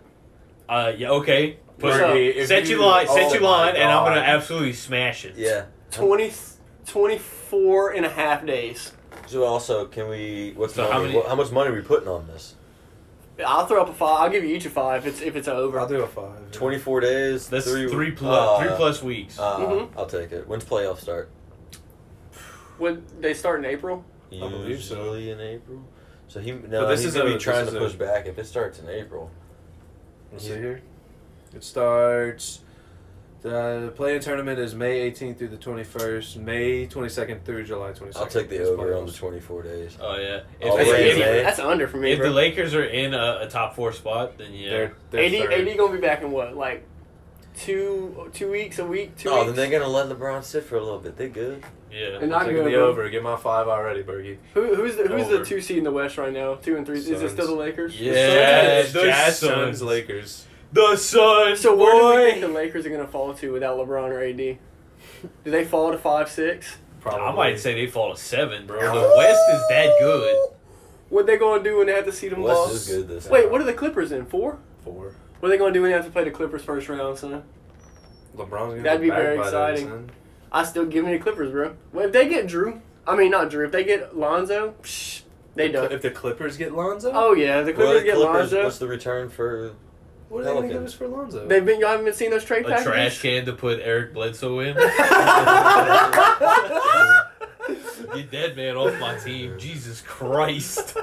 [SPEAKER 5] Uh, yeah. Okay.
[SPEAKER 3] What's up?
[SPEAKER 5] Put,
[SPEAKER 2] if
[SPEAKER 5] set your
[SPEAKER 2] you-
[SPEAKER 5] line.
[SPEAKER 2] oh
[SPEAKER 5] set your
[SPEAKER 2] my
[SPEAKER 5] line, and I'm
[SPEAKER 2] God.
[SPEAKER 5] gonna absolutely smash it.
[SPEAKER 6] Yeah.
[SPEAKER 3] 20, 24 and a half days.
[SPEAKER 6] So also, can we? What's
[SPEAKER 5] So
[SPEAKER 6] the
[SPEAKER 5] how
[SPEAKER 6] money?
[SPEAKER 5] many-
[SPEAKER 6] How, how much money are we putting on this?
[SPEAKER 3] I'll throw up a five. I'll give you each a five if it's if it's over.
[SPEAKER 2] I'll do a five.
[SPEAKER 6] Twenty four days.
[SPEAKER 5] That's three, three plus
[SPEAKER 6] uh,
[SPEAKER 5] three plus Mm-hmm. weeks.
[SPEAKER 6] Uh,
[SPEAKER 3] Mhm.
[SPEAKER 6] I'll take it. When's playoffs start?
[SPEAKER 3] When they start in April,
[SPEAKER 6] Usually
[SPEAKER 2] believe so.
[SPEAKER 6] in April. So he no.
[SPEAKER 2] But this
[SPEAKER 6] he's
[SPEAKER 2] is
[SPEAKER 6] gonna
[SPEAKER 2] a-
[SPEAKER 6] be trying
[SPEAKER 2] this
[SPEAKER 6] to
[SPEAKER 2] is a-
[SPEAKER 6] push back if it starts in April.
[SPEAKER 2] Let's see here. It starts. The playing tournament is May 18th through the 21st, May 22nd through July 22nd.
[SPEAKER 6] I'll take the
[SPEAKER 2] It's
[SPEAKER 6] over on the
[SPEAKER 2] playoffs. Uh,
[SPEAKER 6] twenty four days.
[SPEAKER 5] oh yeah. If,
[SPEAKER 6] Oh,
[SPEAKER 3] that's,
[SPEAKER 6] yeah,
[SPEAKER 5] if,
[SPEAKER 3] easy.
[SPEAKER 6] man.
[SPEAKER 3] that's under for me,
[SPEAKER 5] if the
[SPEAKER 3] bro.
[SPEAKER 5] Lakers are in a, a top four spot, then yeah.
[SPEAKER 2] They're, they're
[SPEAKER 3] AD,
[SPEAKER 2] third.
[SPEAKER 3] AD gonna be back in what like two two weeks a week two
[SPEAKER 6] Oh, then
[SPEAKER 3] weeks.
[SPEAKER 6] they're gonna let LeBron sit for a little bit. They good.
[SPEAKER 5] yeah.
[SPEAKER 3] And
[SPEAKER 2] I'm
[SPEAKER 3] not
[SPEAKER 2] taking
[SPEAKER 3] good,
[SPEAKER 2] the
[SPEAKER 3] bro.
[SPEAKER 2] over. Get my five already, Bergie.
[SPEAKER 3] Who, who's the who's the
[SPEAKER 5] Over.
[SPEAKER 3] two seed in the West right now? Two and three. Is it
[SPEAKER 2] Suns.
[SPEAKER 3] still the Lakers?
[SPEAKER 5] Yeah,
[SPEAKER 2] Suns,
[SPEAKER 5] the
[SPEAKER 2] Jazz,
[SPEAKER 5] Suns.
[SPEAKER 2] Suns, Lakers.
[SPEAKER 5] the sun.
[SPEAKER 3] So where do we think the
[SPEAKER 5] boy!
[SPEAKER 3] Lakers are gonna fall to without LeBron or AD? Do they fall to five six?
[SPEAKER 2] Probably.
[SPEAKER 5] I might say they fall to seven, bro. The West is that good.
[SPEAKER 3] What they gonna do when they have to see them
[SPEAKER 6] West
[SPEAKER 3] lost?
[SPEAKER 6] is good this.
[SPEAKER 3] Wait, what are the Clippers in four?
[SPEAKER 2] four.
[SPEAKER 3] What are they gonna do when they have to play the Clippers first round, son?
[SPEAKER 2] LeBron's gonna
[SPEAKER 3] That'd be
[SPEAKER 2] back
[SPEAKER 3] very
[SPEAKER 2] by then,
[SPEAKER 3] exciting.
[SPEAKER 2] son.
[SPEAKER 3] I still give me the Clippers, bro. Well, if they get Drew, I mean not Drew. If they get Lonzo, psh, they done.
[SPEAKER 2] If the Clippers get Lonzo,
[SPEAKER 3] Oh yeah, the
[SPEAKER 6] Well,
[SPEAKER 3] Clippers
[SPEAKER 6] the
[SPEAKER 3] get
[SPEAKER 6] Clippers,
[SPEAKER 3] Lonzo.
[SPEAKER 6] what's the return for?
[SPEAKER 2] what are they gonna give
[SPEAKER 6] Pelicans.
[SPEAKER 2] us for Lonzo?
[SPEAKER 3] They've been. Y'all haven't been seeing those trade
[SPEAKER 5] A
[SPEAKER 3] packages.
[SPEAKER 5] trash can to put Eric Bledsoe
[SPEAKER 3] (laughs)
[SPEAKER 5] in. Get that man off my team, Jesus
[SPEAKER 3] (laughs)
[SPEAKER 5] Christ!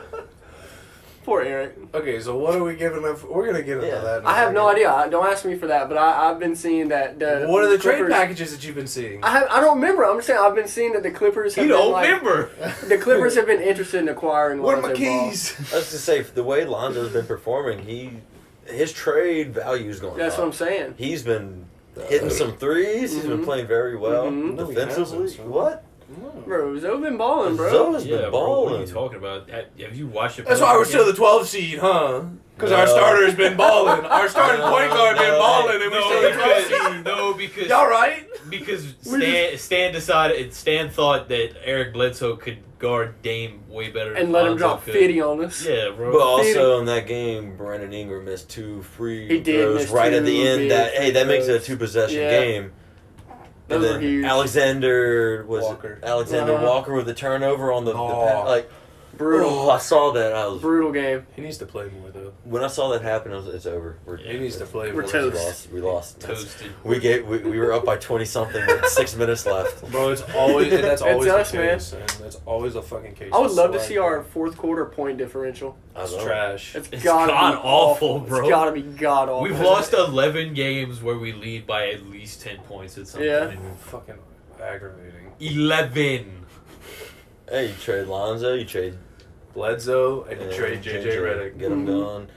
[SPEAKER 3] Poor Eric.
[SPEAKER 2] okay, so what are we giving up? For? We're gonna get into
[SPEAKER 6] Yeah.
[SPEAKER 2] that. in a
[SPEAKER 3] I have no
[SPEAKER 2] second.
[SPEAKER 3] idea. I- Don't ask me for that. But I, I've been seeing that. The
[SPEAKER 2] What are the trade
[SPEAKER 3] Clippers-
[SPEAKER 2] packages that you've been seeing?
[SPEAKER 3] I have, I don't remember. I'm just saying I've been seeing that the Clippers. Have
[SPEAKER 5] You
[SPEAKER 3] been,
[SPEAKER 5] don't
[SPEAKER 3] like-
[SPEAKER 5] remember?
[SPEAKER 3] The Clippers have been interested in acquiring.
[SPEAKER 2] What are my
[SPEAKER 3] Lonzo Ball.
[SPEAKER 2] keys?
[SPEAKER 6] Let's just say the way Lonzo's been performing, he his trade value's going
[SPEAKER 3] That's
[SPEAKER 6] up.
[SPEAKER 3] what I'm saying.
[SPEAKER 6] He's been hitting some 3s He's been
[SPEAKER 3] Mhm.
[SPEAKER 6] playing very well
[SPEAKER 3] Mhm.
[SPEAKER 2] No, he
[SPEAKER 6] defensively.
[SPEAKER 2] hasn't, son.
[SPEAKER 6] what?
[SPEAKER 3] Bro, Zoe been balling, bro.
[SPEAKER 6] Zoe's
[SPEAKER 5] Yeah, bro.
[SPEAKER 6] been
[SPEAKER 5] What are
[SPEAKER 6] balling.
[SPEAKER 5] you talking about? Have have you watched it?
[SPEAKER 2] That's why we're still the 12 seed, huh? Because our
[SPEAKER 6] No.
[SPEAKER 2] starter's been (laughs) balling. Our starting
[SPEAKER 6] No,
[SPEAKER 2] point guard been
[SPEAKER 6] no,
[SPEAKER 2] balling, and we
[SPEAKER 5] No,
[SPEAKER 2] still the 12 seed.
[SPEAKER 5] because, no,
[SPEAKER 3] (laughs)
[SPEAKER 5] because
[SPEAKER 2] Y'all right?
[SPEAKER 5] because Stan, Stan decided Stan thought that Eric Bledsoe could guard Dame way better than
[SPEAKER 3] And let him
[SPEAKER 5] Lonzo
[SPEAKER 3] drop
[SPEAKER 5] could.
[SPEAKER 3] 50 on us.
[SPEAKER 5] Oh, Yeah, bro.
[SPEAKER 6] But also in that game, Brandon Ingram missed two free
[SPEAKER 3] He did
[SPEAKER 6] throws
[SPEAKER 3] miss
[SPEAKER 6] right at
[SPEAKER 3] two
[SPEAKER 6] the
[SPEAKER 3] big
[SPEAKER 6] end. That hey, that makes it a
[SPEAKER 3] throws.
[SPEAKER 6] two possession
[SPEAKER 3] Yeah.
[SPEAKER 6] game. And
[SPEAKER 3] Those were
[SPEAKER 6] then
[SPEAKER 3] huge.
[SPEAKER 6] Alexander was it
[SPEAKER 2] Walker.
[SPEAKER 6] Alexander
[SPEAKER 3] Uh-huh.
[SPEAKER 6] Walker with the turnover on the, the
[SPEAKER 2] Oh.
[SPEAKER 6] pa- like
[SPEAKER 3] Brutal.
[SPEAKER 6] Oh, I saw that. I was
[SPEAKER 3] Brutal game.
[SPEAKER 2] He needs to play more though.
[SPEAKER 6] when I saw that happen. I was, it's over. We're,
[SPEAKER 2] He needs to play
[SPEAKER 3] We're
[SPEAKER 2] more.
[SPEAKER 6] we
[SPEAKER 3] toast.
[SPEAKER 6] lost. We
[SPEAKER 2] (laughs)
[SPEAKER 6] lost.
[SPEAKER 5] Toasted.
[SPEAKER 6] We gave. We, we were up by twenty something. with six (laughs) minutes left.
[SPEAKER 2] Bro, it's always and that's
[SPEAKER 3] (laughs) It's
[SPEAKER 2] always
[SPEAKER 3] us,
[SPEAKER 2] the
[SPEAKER 3] man.
[SPEAKER 2] case. Man. That's always the fucking case.
[SPEAKER 3] I would
[SPEAKER 2] It's
[SPEAKER 3] love to
[SPEAKER 2] swag,
[SPEAKER 3] see our
[SPEAKER 2] bro.
[SPEAKER 3] fourth quarter point differential.
[SPEAKER 6] I
[SPEAKER 2] It's
[SPEAKER 6] know.
[SPEAKER 2] trash.
[SPEAKER 3] It's,
[SPEAKER 5] It's
[SPEAKER 3] gotta be
[SPEAKER 5] god-awful,
[SPEAKER 3] awful.
[SPEAKER 5] bro.
[SPEAKER 3] It's gotta be god awful.
[SPEAKER 5] We've lost 11 games where we lead by at least 10 points at some
[SPEAKER 3] Yeah.
[SPEAKER 5] point.
[SPEAKER 2] fucking aggravating.
[SPEAKER 5] 11.
[SPEAKER 6] Hey, you trade Lonzo. You trade.
[SPEAKER 2] Bledsoe and
[SPEAKER 6] uh,
[SPEAKER 2] you trade JJ Redick.
[SPEAKER 6] Get him
[SPEAKER 3] Mhm.
[SPEAKER 6] done.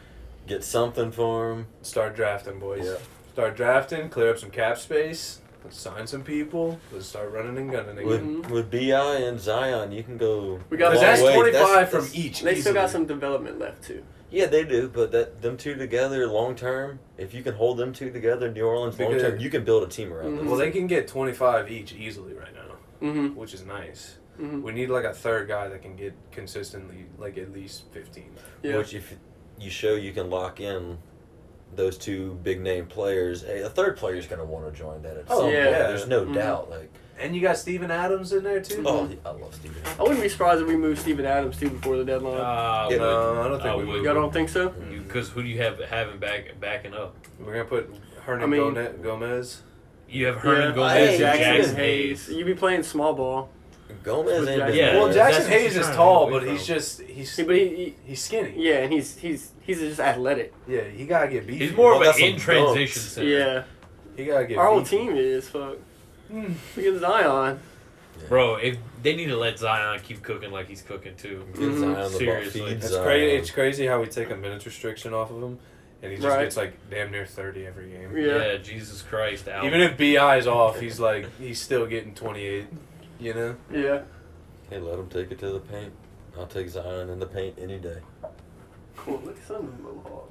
[SPEAKER 6] Get something for him.
[SPEAKER 2] Start drafting, boys.
[SPEAKER 6] Yeah.
[SPEAKER 2] Start drafting. Clear up some cap space. Let's sign some people. Let's start running and gunning
[SPEAKER 6] With
[SPEAKER 2] again.
[SPEAKER 6] with Bi and Zion, you can go.
[SPEAKER 3] We got-
[SPEAKER 6] a
[SPEAKER 2] Because
[SPEAKER 6] long
[SPEAKER 2] that's
[SPEAKER 6] way.
[SPEAKER 2] twenty five
[SPEAKER 6] That's-
[SPEAKER 2] from E.
[SPEAKER 6] that's-
[SPEAKER 2] each.
[SPEAKER 3] They still got
[SPEAKER 2] easily.
[SPEAKER 3] some development left too.
[SPEAKER 6] Yeah, they do, but that them two together long term, if you can hold them two together, New Orleans
[SPEAKER 2] Be
[SPEAKER 6] long term,
[SPEAKER 2] good.
[SPEAKER 6] you can build a team around them.
[SPEAKER 2] Well, they can get twenty five each easily right now,
[SPEAKER 3] Mm-hmm.
[SPEAKER 2] which is nice.
[SPEAKER 3] Mhm.
[SPEAKER 2] We need like a third guy that can get consistently like at least fifteen.
[SPEAKER 3] Yeah.
[SPEAKER 6] Which if you show you can lock in those two big name players, a, a third player is going to want to join that. At
[SPEAKER 2] Oh,
[SPEAKER 6] some
[SPEAKER 3] yeah.
[SPEAKER 6] point. there's no
[SPEAKER 3] Mhm.
[SPEAKER 6] doubt. Like,
[SPEAKER 2] And you got Steven Adams in there too.
[SPEAKER 6] oh, I love Steven.
[SPEAKER 3] I wouldn't be surprised if we moved Steven Adams too before the deadline.
[SPEAKER 5] Uh,
[SPEAKER 6] Yeah.
[SPEAKER 2] no, I don't think
[SPEAKER 5] I
[SPEAKER 2] we
[SPEAKER 5] would.
[SPEAKER 2] would.
[SPEAKER 3] Y'all don't think so?
[SPEAKER 5] Because who do you have having back backing up?
[SPEAKER 2] We're gonna put Hernan
[SPEAKER 3] I mean-
[SPEAKER 2] Gone- Gomez.
[SPEAKER 5] You have Hernan
[SPEAKER 3] Yeah.
[SPEAKER 5] Gomez
[SPEAKER 6] Hey,
[SPEAKER 5] and
[SPEAKER 6] Jackson
[SPEAKER 5] Jackson,
[SPEAKER 3] Hayes.
[SPEAKER 5] Hayes.
[SPEAKER 3] You be playing small ball.
[SPEAKER 6] Gomez ain't been
[SPEAKER 3] Yeah,
[SPEAKER 6] there.
[SPEAKER 2] well,
[SPEAKER 5] that's
[SPEAKER 2] Jackson
[SPEAKER 5] what
[SPEAKER 2] Hayes
[SPEAKER 5] you're
[SPEAKER 2] is
[SPEAKER 5] trying to
[SPEAKER 2] tall,
[SPEAKER 5] get away
[SPEAKER 2] but he's
[SPEAKER 5] from.
[SPEAKER 2] just he's
[SPEAKER 3] See, but he,
[SPEAKER 2] he's
[SPEAKER 3] he,
[SPEAKER 2] skinny.
[SPEAKER 3] yeah, and he's he's he's just athletic.
[SPEAKER 2] Yeah, he gotta get beefy.
[SPEAKER 5] He's more
[SPEAKER 6] Well,
[SPEAKER 5] of
[SPEAKER 6] that's
[SPEAKER 5] an
[SPEAKER 6] some
[SPEAKER 5] in transition
[SPEAKER 6] dunks.
[SPEAKER 5] center.
[SPEAKER 3] yeah,
[SPEAKER 2] He gotta get.
[SPEAKER 3] our whole
[SPEAKER 2] beefy.
[SPEAKER 3] team is fuck. Look at Zion.
[SPEAKER 5] Bro, if they need to let Zion keep cooking like he's cooking too.
[SPEAKER 6] Get Zion the ball,
[SPEAKER 5] Seriously.
[SPEAKER 6] feed
[SPEAKER 2] It's
[SPEAKER 6] Zion.
[SPEAKER 2] crazy. It's crazy how we take a minutes restriction off of him, and he just
[SPEAKER 3] Right.
[SPEAKER 2] gets like damn near thirty every game.
[SPEAKER 5] Yeah,
[SPEAKER 3] Yeah.
[SPEAKER 5] Jesus Christ. Al.
[SPEAKER 2] Even if Bi's off, he's like he's still getting twenty eight. You know.
[SPEAKER 3] Yeah.
[SPEAKER 6] Hey, let him take it to the paint. I'll take Zion in the paint any day.
[SPEAKER 3] Cool. Look at some mohawk.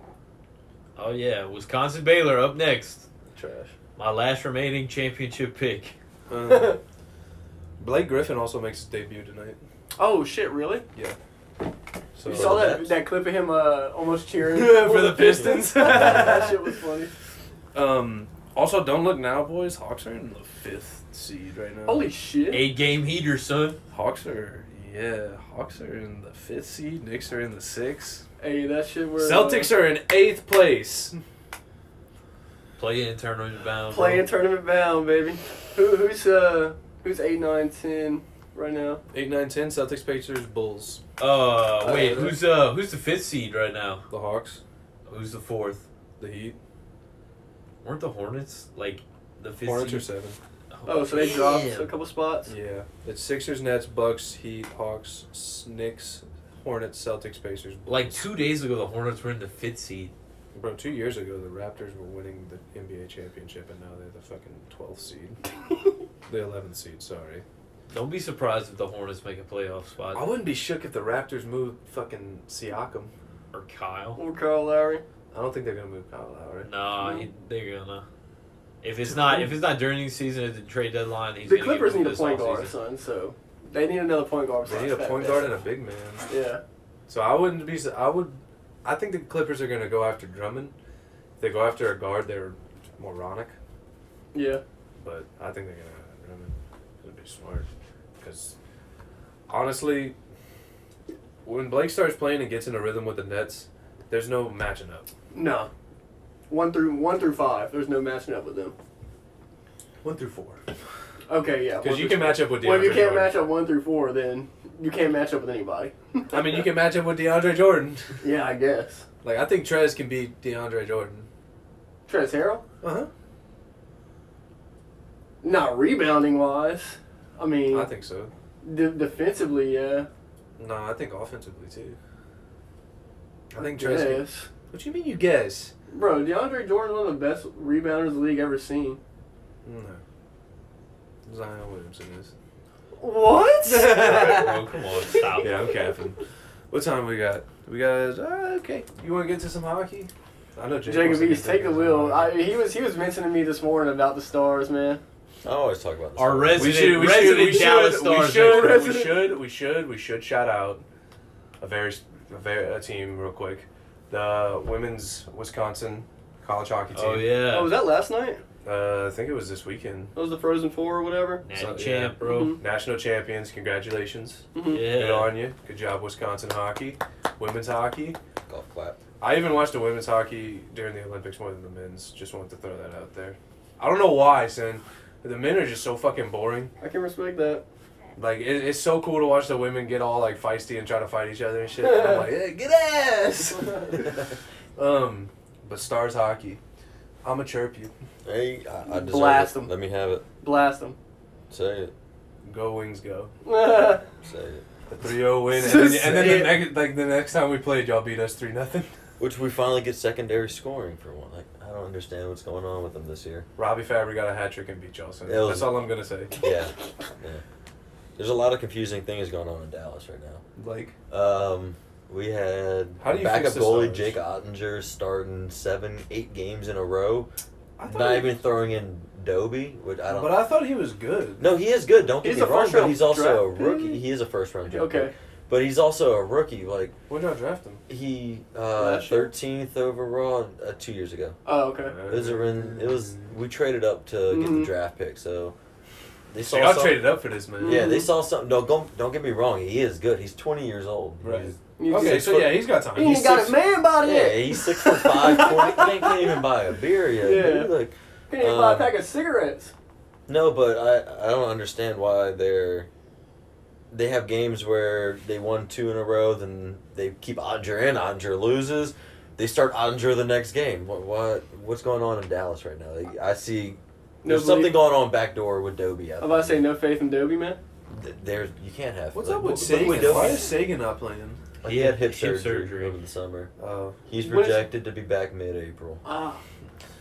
[SPEAKER 5] oh, yeah. Wisconsin Baylor up next.
[SPEAKER 2] Trash.
[SPEAKER 5] My last remaining championship pick.
[SPEAKER 2] Um, Blake Griffin also makes his debut tonight.
[SPEAKER 3] (laughs) Oh shit! Really?
[SPEAKER 2] So
[SPEAKER 3] You
[SPEAKER 6] For
[SPEAKER 3] saw
[SPEAKER 6] the
[SPEAKER 3] that
[SPEAKER 6] Nets?
[SPEAKER 3] that clip of him uh, almost cheering
[SPEAKER 2] (laughs) For
[SPEAKER 3] (laughs)
[SPEAKER 2] the Pistons. (laughs)
[SPEAKER 3] that shit was funny.
[SPEAKER 2] Um. Also, don't look now, boys. Hawks are in the fifth seed right now.
[SPEAKER 3] Holy shit!
[SPEAKER 5] Eight game heater, son.
[SPEAKER 2] Hawks are yeah. Hawks are in the fifth seed. Knicks are in the sixth.
[SPEAKER 3] Hey, that shit uh, where
[SPEAKER 2] Celtics are in eighth place.
[SPEAKER 5] Play in turnover bound. bro.
[SPEAKER 3] playing tournament bound, baby. Who, who's uh who's eight, nine, ten right now?
[SPEAKER 2] Eight, nine, ten. Celtics, Pacers, Bulls.
[SPEAKER 5] Uh, wait.
[SPEAKER 2] Uh,
[SPEAKER 5] who's uh who's the fifth seed right now?
[SPEAKER 2] The Hawks,
[SPEAKER 5] Who's the fourth?
[SPEAKER 2] the Heat.
[SPEAKER 5] Weren't the Hornets like the fifth
[SPEAKER 2] Hornets are
[SPEAKER 5] seed?
[SPEAKER 2] seven.
[SPEAKER 3] Oh, so they dropped
[SPEAKER 5] damn.
[SPEAKER 3] a couple spots.
[SPEAKER 2] Yeah, it's Sixers, Nets, Bucks, Heat, Hawks, S- Knicks, Hornets, Celtics, Pacers. Bulls.
[SPEAKER 5] Like two days ago, the Hornets were in the fifth seed.
[SPEAKER 2] bro, two years ago the Raptors were winning the NBA championship, and now they're the fucking twelfth seed. the eleventh seed. Sorry.
[SPEAKER 5] Don't be surprised if the Hornets make a playoff spot.
[SPEAKER 2] I
[SPEAKER 3] Oh.
[SPEAKER 2] wouldn't be shook if the Raptors moved fucking Siakam.
[SPEAKER 5] Or Kyle.
[SPEAKER 3] Or Carl Lowry.
[SPEAKER 2] I don't think they're gonna move Kyle Lowry.
[SPEAKER 5] Nah,
[SPEAKER 3] No.
[SPEAKER 5] he- they're gonna. If it's not if it's not during the season at the trade deadline, he's
[SPEAKER 3] the
[SPEAKER 5] gonna
[SPEAKER 3] Clippers
[SPEAKER 5] get moved
[SPEAKER 3] need a
[SPEAKER 5] this
[SPEAKER 3] point
[SPEAKER 5] offseason.
[SPEAKER 3] guard, son. So they need another point guard.
[SPEAKER 2] They need a
[SPEAKER 3] besides
[SPEAKER 2] point
[SPEAKER 3] Pat
[SPEAKER 2] guard and a
[SPEAKER 3] Bev.
[SPEAKER 2] big man.
[SPEAKER 3] Yeah.
[SPEAKER 2] So I wouldn't be. s- I would. I think the Clippers are gonna go after Drummond. If they go after a guard, they're moronic.
[SPEAKER 3] Yeah.
[SPEAKER 2] But I think they're gonna go after Drummond. It'd be smart. Because honestly, when Blake starts playing and gets in a rhythm with the Nets, there's no matching up.
[SPEAKER 3] No. One through one through five. There's no matching up with them.
[SPEAKER 2] One through four.
[SPEAKER 3] Okay, yeah.
[SPEAKER 2] Because
[SPEAKER 3] one
[SPEAKER 2] you
[SPEAKER 3] through-
[SPEAKER 2] can match up with DeAndre.
[SPEAKER 3] Well, if you can't
[SPEAKER 2] Jordan.
[SPEAKER 3] match up one through four, then you can't match up with anybody.
[SPEAKER 2] I mean, you can match up with DeAndre Jordan. (laughs)
[SPEAKER 3] Yeah, I guess.
[SPEAKER 2] Like I think Trez can beat DeAndre Jordan.
[SPEAKER 3] Trez Harrell?
[SPEAKER 2] Uh huh.
[SPEAKER 3] Not rebounding wise. I mean,
[SPEAKER 2] I think so.
[SPEAKER 3] de- defensively, yeah.
[SPEAKER 2] No, I think offensively too. I think Trez. Can,
[SPEAKER 3] Yes.
[SPEAKER 2] what you mean you guess?
[SPEAKER 3] Bro, DeAndre Jordan one of the best rebounders the league ever seen.
[SPEAKER 2] No. Zion Williamson is.
[SPEAKER 5] (laughs)
[SPEAKER 3] What?
[SPEAKER 5] Bro, come on, stop.
[SPEAKER 2] Yeah, I'm capping. What time we got? We got. Uh, okay. You want to get to some hockey? I know Jake wants
[SPEAKER 3] (laughs) Jacob
[SPEAKER 2] to get
[SPEAKER 3] East,
[SPEAKER 2] to
[SPEAKER 3] take the
[SPEAKER 2] some
[SPEAKER 3] wheel.
[SPEAKER 2] hockey.
[SPEAKER 3] I, he was he was mentioning to me this morning about the stars, man.
[SPEAKER 6] I always talk about this.
[SPEAKER 5] Our
[SPEAKER 6] res.
[SPEAKER 5] resident, resident Dallas Stars.
[SPEAKER 2] We should,
[SPEAKER 5] expert.
[SPEAKER 2] we should, we should, we should shout out a very, a very a team real quick. The women's Wisconsin college hockey team.
[SPEAKER 5] Oh yeah.
[SPEAKER 3] Oh, was that last night?
[SPEAKER 2] Uh, I think it was this weekend.
[SPEAKER 3] That was the Frozen Four or whatever.
[SPEAKER 5] Natty
[SPEAKER 2] So, yeah.
[SPEAKER 5] champ,
[SPEAKER 3] Mm-hmm.
[SPEAKER 5] bro.
[SPEAKER 2] National champions, congratulations. Good
[SPEAKER 5] Yeah.
[SPEAKER 2] on you. Good job, Wisconsin hockey, women's hockey.
[SPEAKER 6] Golf clap.
[SPEAKER 2] I even watched the women's hockey during the Olympics more than the men's. Just wanted to throw that out there. I don't know why, son. The men are just so fucking boring.
[SPEAKER 3] I can respect (laughs) that.
[SPEAKER 2] Like it, it's so cool to watch the women get all like feisty and try to fight each other and shit. And I'm like, yeah, get
[SPEAKER 6] (laughs)
[SPEAKER 2] ass. um, but stars hockey. I'ma chirp you.
[SPEAKER 6] Hey, I, I deserve
[SPEAKER 3] Blast
[SPEAKER 6] it.
[SPEAKER 3] 'em.
[SPEAKER 6] Let me have it.
[SPEAKER 3] Blast (laughs) them.
[SPEAKER 6] Say it.
[SPEAKER 2] Go wings, go.
[SPEAKER 6] Say it.
[SPEAKER 2] The 3-0 win, and then, and then
[SPEAKER 3] Say it.
[SPEAKER 2] the next like the next time we played, y'all beat us three nothing. (laughs)
[SPEAKER 6] Which we finally get secondary scoring for one. Like I don't understand what's going on with them this year.
[SPEAKER 2] Robbie Fabry got a hat trick and beat y'all. So
[SPEAKER 6] It was-
[SPEAKER 2] that's all I'm gonna say.
[SPEAKER 6] Yeah, yeah. There's a lot of confusing things going on in Dallas right now.
[SPEAKER 2] Like
[SPEAKER 6] Um, we had
[SPEAKER 2] How do you
[SPEAKER 6] backup
[SPEAKER 2] fix the
[SPEAKER 6] goalie
[SPEAKER 2] stars?
[SPEAKER 6] Jake Ottinger starting seven, eight games in a row.
[SPEAKER 2] I thought
[SPEAKER 6] Not
[SPEAKER 2] he-
[SPEAKER 6] even throwing in Doby, which I don't.
[SPEAKER 2] but I thought he was good.
[SPEAKER 6] no, he is good. Don't get
[SPEAKER 3] He's
[SPEAKER 6] me
[SPEAKER 3] a
[SPEAKER 6] wrong, but
[SPEAKER 3] first-round
[SPEAKER 6] he's also a
[SPEAKER 3] draft
[SPEAKER 6] rookie.
[SPEAKER 3] pick.
[SPEAKER 6] He is a first round draft
[SPEAKER 3] Okay.
[SPEAKER 6] pick. but he's also a rookie. Like
[SPEAKER 2] Where'd y'all draft him?
[SPEAKER 6] he uh,
[SPEAKER 3] Last year?
[SPEAKER 6] 13th overall uh, two years ago.
[SPEAKER 3] Oh, okay.
[SPEAKER 6] It was around, it was we traded up to get the
[SPEAKER 3] Mhm.
[SPEAKER 6] draft pick, so
[SPEAKER 2] Mm-hmm.
[SPEAKER 6] they
[SPEAKER 2] So
[SPEAKER 6] saw
[SPEAKER 2] y'all
[SPEAKER 6] some-
[SPEAKER 2] traded up for this man.
[SPEAKER 6] Yeah,
[SPEAKER 3] Mm.
[SPEAKER 6] they saw something. No, don't don't get me wrong. He is good. He's 20 years old.
[SPEAKER 2] Right.
[SPEAKER 6] He's-
[SPEAKER 3] You
[SPEAKER 2] Okay,
[SPEAKER 3] okay.
[SPEAKER 2] so yeah, he's got time.
[SPEAKER 3] He ain't got a
[SPEAKER 2] six-
[SPEAKER 3] man body
[SPEAKER 6] yeah,
[SPEAKER 3] yet.
[SPEAKER 6] he's six foot
[SPEAKER 3] (laughs)
[SPEAKER 6] five. 20, can't, can't even buy a beer yet.
[SPEAKER 3] Yeah.
[SPEAKER 6] dude. Like,
[SPEAKER 3] He didn't even buy
[SPEAKER 6] Um,
[SPEAKER 3] a pack of cigarettes.
[SPEAKER 6] no, but I I don't understand why they're they have games where they won two in a row, then they keep Ottinger in. Ottinger loses. They start Ottinger the next game. What, what what's going on in Dallas right now? Like, I see
[SPEAKER 3] No
[SPEAKER 6] there's something
[SPEAKER 3] belief-
[SPEAKER 6] going on backdoor with Doby. I
[SPEAKER 3] I'm about to say
[SPEAKER 6] think.
[SPEAKER 3] no faith in Dobie, man.
[SPEAKER 6] Th- There's you can't have.
[SPEAKER 2] What's
[SPEAKER 6] like,
[SPEAKER 2] up with
[SPEAKER 6] what-
[SPEAKER 2] Sagan?
[SPEAKER 6] what Doby-
[SPEAKER 2] Why is Sagan not playing?
[SPEAKER 6] He had hip
[SPEAKER 1] Hip
[SPEAKER 6] surgery,
[SPEAKER 1] surgery.
[SPEAKER 6] over the summer. (laughs)
[SPEAKER 2] Oh,
[SPEAKER 6] He's
[SPEAKER 3] What is-
[SPEAKER 6] projected to be back mid-April.
[SPEAKER 3] Ah,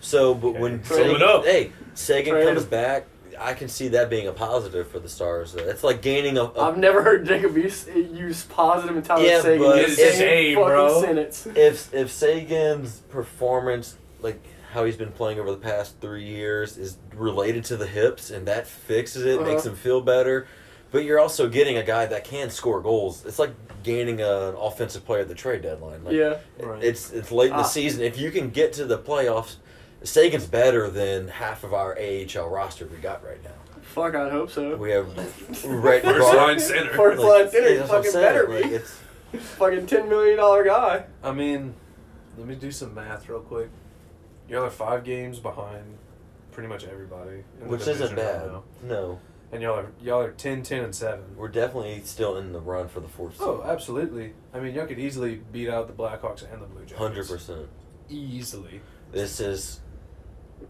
[SPEAKER 6] So, but when
[SPEAKER 2] Okay.
[SPEAKER 6] Sagan,
[SPEAKER 1] Throw it up.
[SPEAKER 6] hey Sagan
[SPEAKER 3] Trade
[SPEAKER 6] comes
[SPEAKER 3] him.
[SPEAKER 6] back, I can see that being a positive for the Stars. though. It's like gaining a. a-
[SPEAKER 3] I've never heard Jacob use, use positive and Tyler
[SPEAKER 6] Yeah,
[SPEAKER 3] Sagan
[SPEAKER 6] but
[SPEAKER 3] in the
[SPEAKER 6] it's
[SPEAKER 3] same
[SPEAKER 2] insane,
[SPEAKER 3] fucking
[SPEAKER 2] bro.
[SPEAKER 3] sentence.
[SPEAKER 6] if if Sagan's performance, like how he's been playing over the past three years, is related to the hips, and that fixes it, makes
[SPEAKER 3] Uh-huh.
[SPEAKER 6] him feel better. But you're also getting a guy that can score goals. It's like gaining a, an offensive player at the trade deadline. Like,
[SPEAKER 3] Yeah,
[SPEAKER 2] right.
[SPEAKER 6] It's it's late in
[SPEAKER 3] Ah.
[SPEAKER 6] the season. If you can get to the playoffs, Sagan's better than half of our AHL roster we got right now.
[SPEAKER 3] fuck, I'd hope so.
[SPEAKER 6] We have Red
[SPEAKER 2] First
[SPEAKER 6] Guard.
[SPEAKER 2] line center.
[SPEAKER 3] First line center,
[SPEAKER 6] yeah, that's what I'm
[SPEAKER 3] fucking
[SPEAKER 6] saying.
[SPEAKER 3] better
[SPEAKER 6] Like,
[SPEAKER 3] be.
[SPEAKER 6] it's,
[SPEAKER 3] Fucking ten million dollar guy.
[SPEAKER 2] I mean, let me do some math real quick. Y'all are five games behind pretty much everybody, in the
[SPEAKER 6] which isn't
[SPEAKER 2] division right
[SPEAKER 6] bad.
[SPEAKER 2] now.
[SPEAKER 6] No,
[SPEAKER 2] And y'all are y'all are 10, 10, and seven.
[SPEAKER 6] we're definitely still in the run for the fourth seed.
[SPEAKER 2] Oh, absolutely. I mean, y'all could easily beat out the Blackhawks and the Blue Jackets.
[SPEAKER 6] Hundred percent.
[SPEAKER 2] Easily.
[SPEAKER 6] This is.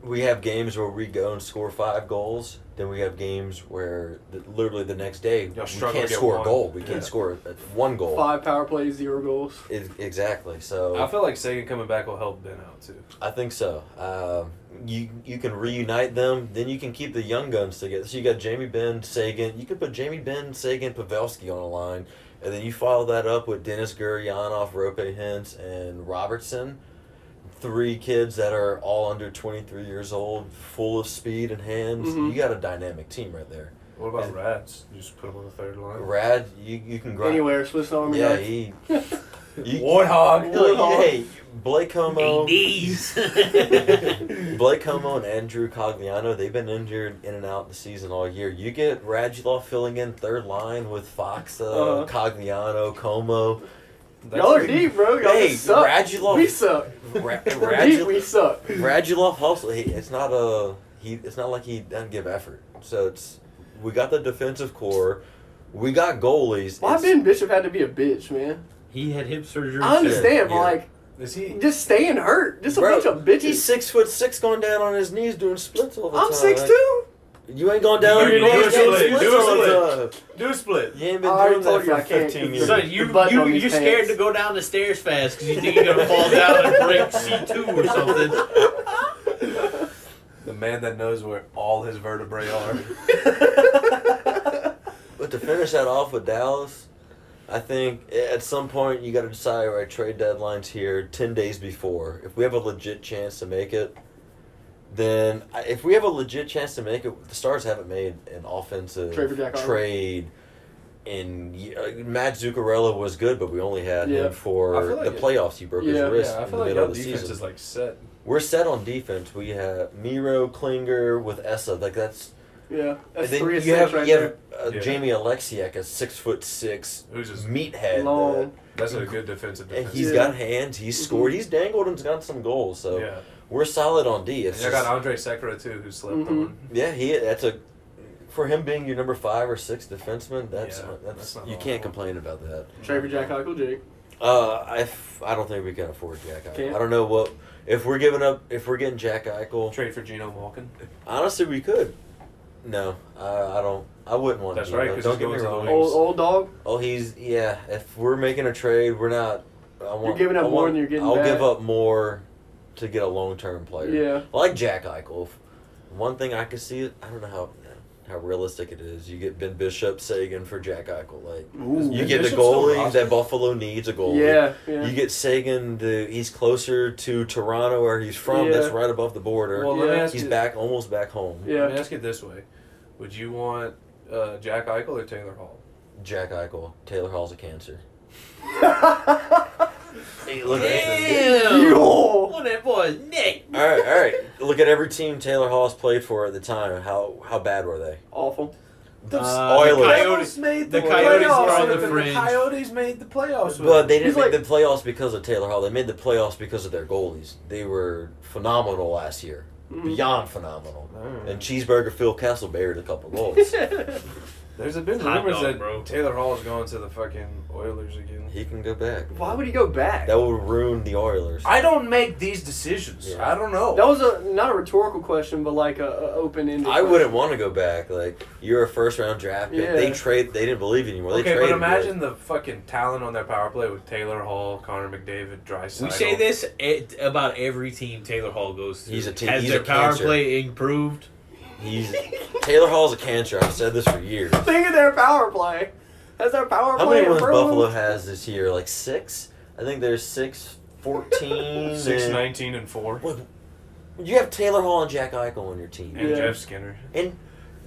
[SPEAKER 6] We have games where we go and score five goals. Then we have games where the, literally the next day we
[SPEAKER 2] struggle to
[SPEAKER 6] can't
[SPEAKER 2] get
[SPEAKER 6] score
[SPEAKER 2] one.
[SPEAKER 6] a goal. We can't
[SPEAKER 2] Yeah.
[SPEAKER 6] score uh, one goal.
[SPEAKER 3] Five power plays, zero goals.
[SPEAKER 6] Ex- exactly. So
[SPEAKER 2] I feel like Sagan coming back will help Ben out too.
[SPEAKER 6] I think so. Um you you can reunite them, then you can keep the young guns together. So you got Jamie Ben Sagan. You can put Jamie Ben Sagan Pavelski on a line, and then you follow that up with Dennis Gurianov, Rope Hintz, and Robertson. Three kids that are all under twenty three years old, full of speed and hands.
[SPEAKER 2] Mm-hmm.
[SPEAKER 3] Mhm.
[SPEAKER 6] You got a dynamic team right there.
[SPEAKER 2] What about Rats? You just put him on the third line.
[SPEAKER 6] Rad, you you can grind.
[SPEAKER 3] Anywhere, Swiss Army
[SPEAKER 6] yeah,
[SPEAKER 2] (laughs)
[SPEAKER 3] knife.
[SPEAKER 6] he. you-
[SPEAKER 2] Warthog.
[SPEAKER 6] Look, hey, Blake Como.
[SPEAKER 5] ADs.
[SPEAKER 6] Blake Como and Andrew Cogliano, they've been injured in and out the season all year. You get Radulov filling in third line with Fox, uh,
[SPEAKER 3] Uh-huh.
[SPEAKER 6] Cogliano, Como.
[SPEAKER 2] That's
[SPEAKER 3] Y'all are
[SPEAKER 2] like-
[SPEAKER 3] deep, bro. Y'all
[SPEAKER 6] Hey,
[SPEAKER 3] just suck.
[SPEAKER 6] Radulov-
[SPEAKER 3] We suck.
[SPEAKER 6] Ra-
[SPEAKER 3] We're deep. (laughs) We
[SPEAKER 6] Radulov,
[SPEAKER 3] suck.
[SPEAKER 6] Radulov also, he, it's not a he. It's not like he doesn't give effort. So it's we got the defensive core, we got goalies.
[SPEAKER 3] Why
[SPEAKER 6] it's-
[SPEAKER 3] Ben Bishop had to be a bitch, man?
[SPEAKER 1] He had hip surgery.
[SPEAKER 3] I understand,
[SPEAKER 6] yeah.
[SPEAKER 3] but like,
[SPEAKER 2] Is he?
[SPEAKER 3] just staying hurt. Just a
[SPEAKER 6] Bro,
[SPEAKER 3] bunch of bitches.
[SPEAKER 6] He's six foot six, going down on his knees doing splits all the time.
[SPEAKER 3] I'm six two.
[SPEAKER 6] You ain't going down on
[SPEAKER 2] You
[SPEAKER 6] your
[SPEAKER 2] ain't
[SPEAKER 6] knees
[SPEAKER 2] doing
[SPEAKER 6] doing
[SPEAKER 2] splits.
[SPEAKER 6] splits
[SPEAKER 2] Doing
[SPEAKER 6] all the
[SPEAKER 2] splits.
[SPEAKER 6] time.
[SPEAKER 2] Do a split.
[SPEAKER 6] You ain't
[SPEAKER 3] I
[SPEAKER 6] been
[SPEAKER 3] already
[SPEAKER 6] doing
[SPEAKER 3] told
[SPEAKER 6] that
[SPEAKER 3] you
[SPEAKER 6] for
[SPEAKER 3] I can't.
[SPEAKER 6] fifteen years.
[SPEAKER 3] Son,
[SPEAKER 5] Son, you,
[SPEAKER 3] The button
[SPEAKER 5] you,
[SPEAKER 3] on these
[SPEAKER 5] you're scared
[SPEAKER 3] pants.
[SPEAKER 5] to go down the stairs fast because you think you're going to fall down and break C2 or something.
[SPEAKER 2] The man that knows where all his vertebrae (laughs) are.
[SPEAKER 6] But to finish that off with Dallas, I think at some point you got to decide our trade deadline's here ten days before. If we have a legit chance to make it, then I- if we have a legit chance to make it, the Stars haven't made an offensive
[SPEAKER 3] Trade for Jack Eichel.
[SPEAKER 6] trade In ye- uh, Matt Zuccarello was good, but we only had
[SPEAKER 3] Yeah.
[SPEAKER 6] him for
[SPEAKER 2] I feel like
[SPEAKER 6] the
[SPEAKER 2] it-
[SPEAKER 6] playoffs. He broke his
[SPEAKER 3] Yeah.
[SPEAKER 6] wrist
[SPEAKER 2] yeah, I
[SPEAKER 6] in the
[SPEAKER 2] feel like
[SPEAKER 6] middle
[SPEAKER 2] your
[SPEAKER 6] of the
[SPEAKER 2] defense
[SPEAKER 6] season.
[SPEAKER 2] is like set.
[SPEAKER 6] We're set on defense. We have Miro, Klinger with Essa. Like that's
[SPEAKER 3] Yeah, that's
[SPEAKER 6] and then
[SPEAKER 3] three
[SPEAKER 6] you
[SPEAKER 3] of six
[SPEAKER 6] have,
[SPEAKER 3] right
[SPEAKER 6] you
[SPEAKER 3] there.
[SPEAKER 6] have uh,
[SPEAKER 2] Yeah.
[SPEAKER 6] Jamie Alexiak, a six foot six
[SPEAKER 2] Who's just
[SPEAKER 6] meathead.
[SPEAKER 3] Long.
[SPEAKER 2] That's a good defensive
[SPEAKER 6] that- and
[SPEAKER 2] defense.
[SPEAKER 6] he's
[SPEAKER 3] Yeah. Mm-hmm.
[SPEAKER 6] got hands. He's scored. He's dangled and's got some goals. So
[SPEAKER 2] yeah.
[SPEAKER 6] we're solid on D.
[SPEAKER 2] And
[SPEAKER 6] It's
[SPEAKER 2] I got
[SPEAKER 6] just-
[SPEAKER 2] Andre Sekera too, who slept
[SPEAKER 3] Mhm.
[SPEAKER 2] on.
[SPEAKER 6] yeah, he. That's a for him being your number five or six defenseman. That's
[SPEAKER 2] Yeah,
[SPEAKER 6] that's,
[SPEAKER 2] that's not
[SPEAKER 6] you
[SPEAKER 2] awful.
[SPEAKER 6] can't complain about that.
[SPEAKER 3] Trevor Jack Eichel, Jake.
[SPEAKER 6] Uh, I, f- I don't think we can afford Jack Eichel.
[SPEAKER 3] Can't?
[SPEAKER 6] I don't know what if we're giving up if we're getting Jack Eichel.
[SPEAKER 2] Trade for Geno Malkin.
[SPEAKER 6] Honestly, we could. No, I, I don't. I wouldn't want.
[SPEAKER 2] That's
[SPEAKER 6] to do
[SPEAKER 2] right,
[SPEAKER 6] that.
[SPEAKER 2] 'cause
[SPEAKER 6] Don't
[SPEAKER 2] he's
[SPEAKER 6] get me
[SPEAKER 2] going to the
[SPEAKER 6] wrong.
[SPEAKER 2] league.
[SPEAKER 3] Old old dog.
[SPEAKER 6] Oh, he's yeah. If we're making a trade, we're not. I want,
[SPEAKER 3] giving up
[SPEAKER 6] I want-
[SPEAKER 3] more than you're getting
[SPEAKER 6] I'll
[SPEAKER 3] back.
[SPEAKER 6] give up more to get a long term player.
[SPEAKER 3] Yeah.
[SPEAKER 6] I like Jack Eichel. One thing I could see, I don't know how how realistic it is. You get Ben Bishop, Sagan for Jack Eichel. Like
[SPEAKER 3] Ooh.
[SPEAKER 6] you get the
[SPEAKER 2] Bishop's still
[SPEAKER 6] goalie
[SPEAKER 2] rostered.
[SPEAKER 6] that Buffalo needs a goalie.
[SPEAKER 3] Yeah, yeah.
[SPEAKER 6] You get Sagan. The he's closer to Toronto where he's from.
[SPEAKER 3] Yeah.
[SPEAKER 6] That's right above the border.
[SPEAKER 2] Well, let me
[SPEAKER 3] Yeah.
[SPEAKER 2] ask
[SPEAKER 6] he's
[SPEAKER 2] you.
[SPEAKER 6] back almost back home.
[SPEAKER 2] Let me
[SPEAKER 3] yeah.
[SPEAKER 2] ask you this way: Would you want uh, Jack Eichel or Taylor Hall?
[SPEAKER 6] Jack Eichel. Taylor Hall's a cancer. Hey, look at this.
[SPEAKER 3] Yo.
[SPEAKER 5] (laughs) On that boy's neck.
[SPEAKER 6] All right, all right. Look at every team Taylor Hall's played for at the time. How how bad were they?
[SPEAKER 3] Awful. (laughs)
[SPEAKER 6] The
[SPEAKER 5] Uh, the
[SPEAKER 6] Oilers.
[SPEAKER 5] Coyotes-
[SPEAKER 2] made
[SPEAKER 5] the Coyotes
[SPEAKER 2] playoffs
[SPEAKER 5] were on
[SPEAKER 2] with
[SPEAKER 5] the
[SPEAKER 2] it.
[SPEAKER 5] fringe.
[SPEAKER 2] Coyotes made the playoffs. with
[SPEAKER 6] But
[SPEAKER 2] it.
[SPEAKER 6] they didn't
[SPEAKER 3] He's
[SPEAKER 6] make the playoffs because of Taylor Hall. They made the playoffs because of their goalies. They were phenomenal last year,
[SPEAKER 2] Mm-hmm.
[SPEAKER 6] beyond phenomenal.
[SPEAKER 2] Mm.
[SPEAKER 6] And Cheeseburger Phil Kessel buried a couple goals.
[SPEAKER 2] (laughs) There's been
[SPEAKER 5] Hot
[SPEAKER 2] rumors
[SPEAKER 5] dog,
[SPEAKER 2] that
[SPEAKER 5] bro.
[SPEAKER 2] Taylor Hall is going to the fucking Oilers again.
[SPEAKER 6] he can go back.
[SPEAKER 3] Why would he go back?
[SPEAKER 6] That would ruin the Oilers.
[SPEAKER 2] I don't make these decisions.
[SPEAKER 6] Yeah.
[SPEAKER 2] I don't know.
[SPEAKER 3] That was a not a rhetorical question, but like a, a open ended.
[SPEAKER 6] I wouldn't want to go back. Like you're a first round draft pick. They
[SPEAKER 3] Yeah.
[SPEAKER 6] trade. They didn't believe anymore. They
[SPEAKER 2] okay, but
[SPEAKER 6] traded you.
[SPEAKER 2] imagine the fucking talent on that power play with Taylor Hall, Connor McDavid, Drysdale.
[SPEAKER 5] We say this at, about every team Taylor Hall goes to.
[SPEAKER 6] He's a team-
[SPEAKER 5] Has
[SPEAKER 6] he's
[SPEAKER 5] their
[SPEAKER 6] a
[SPEAKER 5] power
[SPEAKER 6] cancer.
[SPEAKER 5] play improved?
[SPEAKER 6] He's Taylor Hall's a cancer. I've said this for years.
[SPEAKER 3] Think of their power play. That's their power
[SPEAKER 6] How
[SPEAKER 3] play.
[SPEAKER 6] many wins
[SPEAKER 3] improved?
[SPEAKER 6] Buffalo has this year? Like six? I think there's six,
[SPEAKER 2] (laughs)
[SPEAKER 6] 14.
[SPEAKER 2] six,
[SPEAKER 6] and-
[SPEAKER 2] nineteen, and four,
[SPEAKER 6] Well, You have Taylor Hall and Jack Eichel on your team,
[SPEAKER 2] and
[SPEAKER 3] Yeah.
[SPEAKER 2] Jeff Skinner.
[SPEAKER 6] and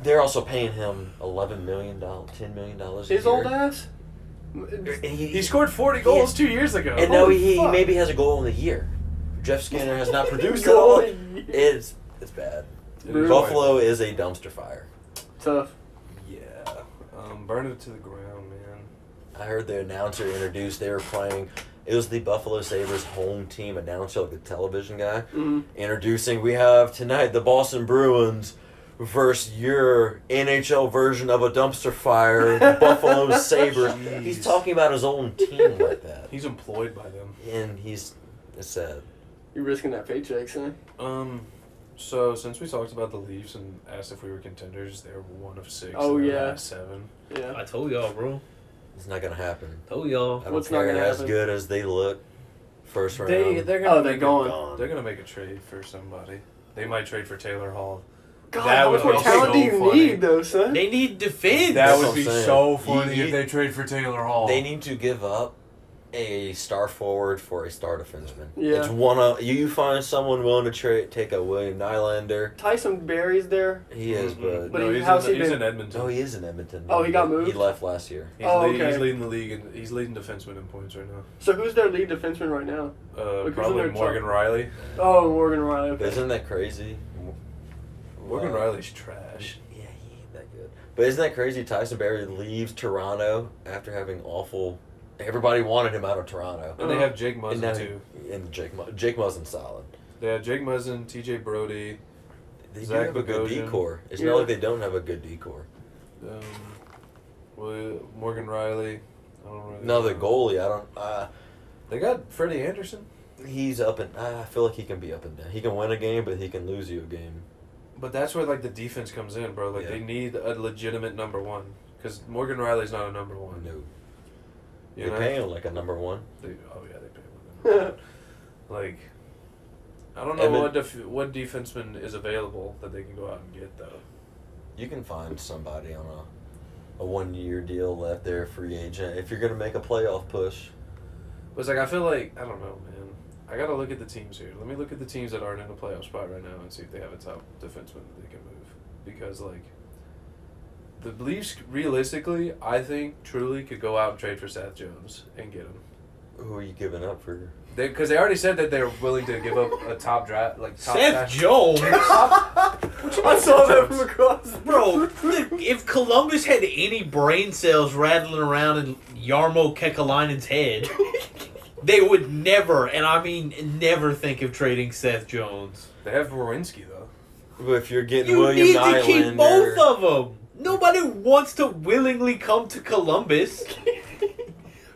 [SPEAKER 6] they're also paying him eleven million dollars, ten million dollars.
[SPEAKER 3] His
[SPEAKER 6] a year.
[SPEAKER 3] old ass.
[SPEAKER 6] And he,
[SPEAKER 2] He scored forty goals two years ago.
[SPEAKER 6] and now
[SPEAKER 3] Holy
[SPEAKER 6] he, he
[SPEAKER 3] fuck.
[SPEAKER 6] maybe has a goal in the year. Jeff Skinner has not produced at
[SPEAKER 3] (laughs) Goal
[SPEAKER 6] all. It's
[SPEAKER 3] in the year.
[SPEAKER 6] it's bad.
[SPEAKER 3] Brutal.
[SPEAKER 6] Buffalo is a dumpster fire.
[SPEAKER 3] Tough.
[SPEAKER 2] Yeah, um, burn it to the ground, man.
[SPEAKER 6] I heard the announcer introduced. They were playing. It was the Buffalo Sabres home team announcer, like the television guy,
[SPEAKER 3] Mhm.
[SPEAKER 6] introducing. We have tonight the Boston Bruins versus your NHL version of a dumpster
[SPEAKER 3] (laughs)
[SPEAKER 6] fire, the Buffalo Sabres.
[SPEAKER 2] Jeez.
[SPEAKER 6] He's talking about his own team like that,
[SPEAKER 2] He's employed by them.
[SPEAKER 6] and he's it's sad.
[SPEAKER 3] You're risking that paycheck, son.
[SPEAKER 2] Um, so since we talked about the Leafs and asked if we were contenders, they're one of six.
[SPEAKER 3] Oh,
[SPEAKER 2] and they're
[SPEAKER 3] yeah.
[SPEAKER 2] not seven.
[SPEAKER 3] Yeah.
[SPEAKER 5] I told y'all, bro.
[SPEAKER 6] It's not gonna happen.
[SPEAKER 5] Told y'all.
[SPEAKER 6] I don't
[SPEAKER 3] What's not
[SPEAKER 6] care
[SPEAKER 3] gonna
[SPEAKER 6] as
[SPEAKER 3] happen?
[SPEAKER 6] good as they look. First round.
[SPEAKER 2] they're
[SPEAKER 3] gonna Oh, they're make a- going.
[SPEAKER 2] Um, They're gonna make a trade for somebody. They might trade for Taylor Hall.
[SPEAKER 3] God,
[SPEAKER 2] That
[SPEAKER 3] how
[SPEAKER 2] would
[SPEAKER 3] much more
[SPEAKER 2] be
[SPEAKER 3] talent do
[SPEAKER 2] so
[SPEAKER 3] you
[SPEAKER 2] funny.
[SPEAKER 3] need, though, son?
[SPEAKER 5] They need defense.
[SPEAKER 6] That That's would what I'm saying. You-
[SPEAKER 2] trade for Taylor Hall.
[SPEAKER 6] They need to give up a star forward for a star defenseman.
[SPEAKER 3] Yeah.
[SPEAKER 6] It's one of you you find someone willing to tra- take a William Nylander.
[SPEAKER 3] Tyson Berry's there.
[SPEAKER 6] He is,
[SPEAKER 2] Mhm.
[SPEAKER 6] but
[SPEAKER 3] But
[SPEAKER 2] no,
[SPEAKER 3] he-
[SPEAKER 2] he's,
[SPEAKER 3] how's
[SPEAKER 2] in,
[SPEAKER 3] he
[SPEAKER 2] he's
[SPEAKER 3] been-
[SPEAKER 2] in Edmonton.
[SPEAKER 6] oh, he is in Edmonton.
[SPEAKER 3] Oh, he got moved?
[SPEAKER 6] He left last year.
[SPEAKER 2] He's,
[SPEAKER 3] Oh,
[SPEAKER 2] lea-
[SPEAKER 3] okay.
[SPEAKER 2] he's leading the league, and he's leading defenseman in points right now.
[SPEAKER 3] So who's their lead defenseman right now?
[SPEAKER 2] Uh,
[SPEAKER 3] Look,
[SPEAKER 2] probably
[SPEAKER 3] isn't there
[SPEAKER 2] Morgan Riley.
[SPEAKER 3] Oh, Morgan Riley. Okay.
[SPEAKER 6] Isn't that crazy?
[SPEAKER 2] Morgan
[SPEAKER 6] Uh,
[SPEAKER 2] Riley's trash.
[SPEAKER 6] Yeah, he ain't that good. But isn't that crazy? Tyson Berry leaves Toronto after having awful. Everybody wanted him out of Toronto.
[SPEAKER 2] And they have Jake Muzzin
[SPEAKER 6] and now
[SPEAKER 2] Oh, too.
[SPEAKER 6] he- and Jake Mu- Jake Muzzin solid.
[SPEAKER 2] They have Jake Muzzin, T.J. Brody.
[SPEAKER 6] They do
[SPEAKER 2] Zach
[SPEAKER 6] have a good
[SPEAKER 2] Bogosian.
[SPEAKER 6] decor. It's
[SPEAKER 3] Yeah.
[SPEAKER 6] not like they don't have a good decor.
[SPEAKER 2] Um, Willi- Morgan Riley. I don't really
[SPEAKER 6] Now the
[SPEAKER 2] know.
[SPEAKER 6] goalie, I don't. Uh,
[SPEAKER 2] They got Freddie Anderson,
[SPEAKER 6] he's up and I feel like he can be up and down. He can win a game, but he can lose you a game.
[SPEAKER 2] but that's where like the defense comes in, bro. Like
[SPEAKER 6] Yeah.
[SPEAKER 2] they need a legitimate number one because Morgan Riley's not a number one.
[SPEAKER 6] No,
[SPEAKER 2] You
[SPEAKER 6] you're
[SPEAKER 2] know?
[SPEAKER 6] paying like a number one.
[SPEAKER 2] They, oh yeah, they pay with them. like, I don't know
[SPEAKER 6] Emmett-
[SPEAKER 2] what def- what defenseman is available that they can go out and get though.
[SPEAKER 6] You can find somebody on a a one year deal left there, free agent. If you're gonna make a playoff push,
[SPEAKER 2] But it's like I feel like I don't know, man. I gotta look at the teams here. Let me look at the teams that aren't in the playoff spot right now and see if they have a top defenseman that they can move. Because like, the Leafs realistically, I think truly could go out and trade for Seth Jones and get him.
[SPEAKER 6] who are you giving up for?
[SPEAKER 2] because they, already said that they're willing to give up a top draft, like top
[SPEAKER 5] Seth
[SPEAKER 2] draft-
[SPEAKER 5] Jones,
[SPEAKER 3] (laughs) I saw that from across.
[SPEAKER 5] bro. look, If Columbus had any brain cells rattling around in Yarmo Kekalainen's head, they would never, and I mean never, think of trading Seth Jones.
[SPEAKER 2] They have Wawrinski though.
[SPEAKER 6] But if you're getting
[SPEAKER 5] You
[SPEAKER 6] William
[SPEAKER 5] need
[SPEAKER 6] Nylander,
[SPEAKER 5] to keep both of them. Nobody wants to willingly come to Columbus.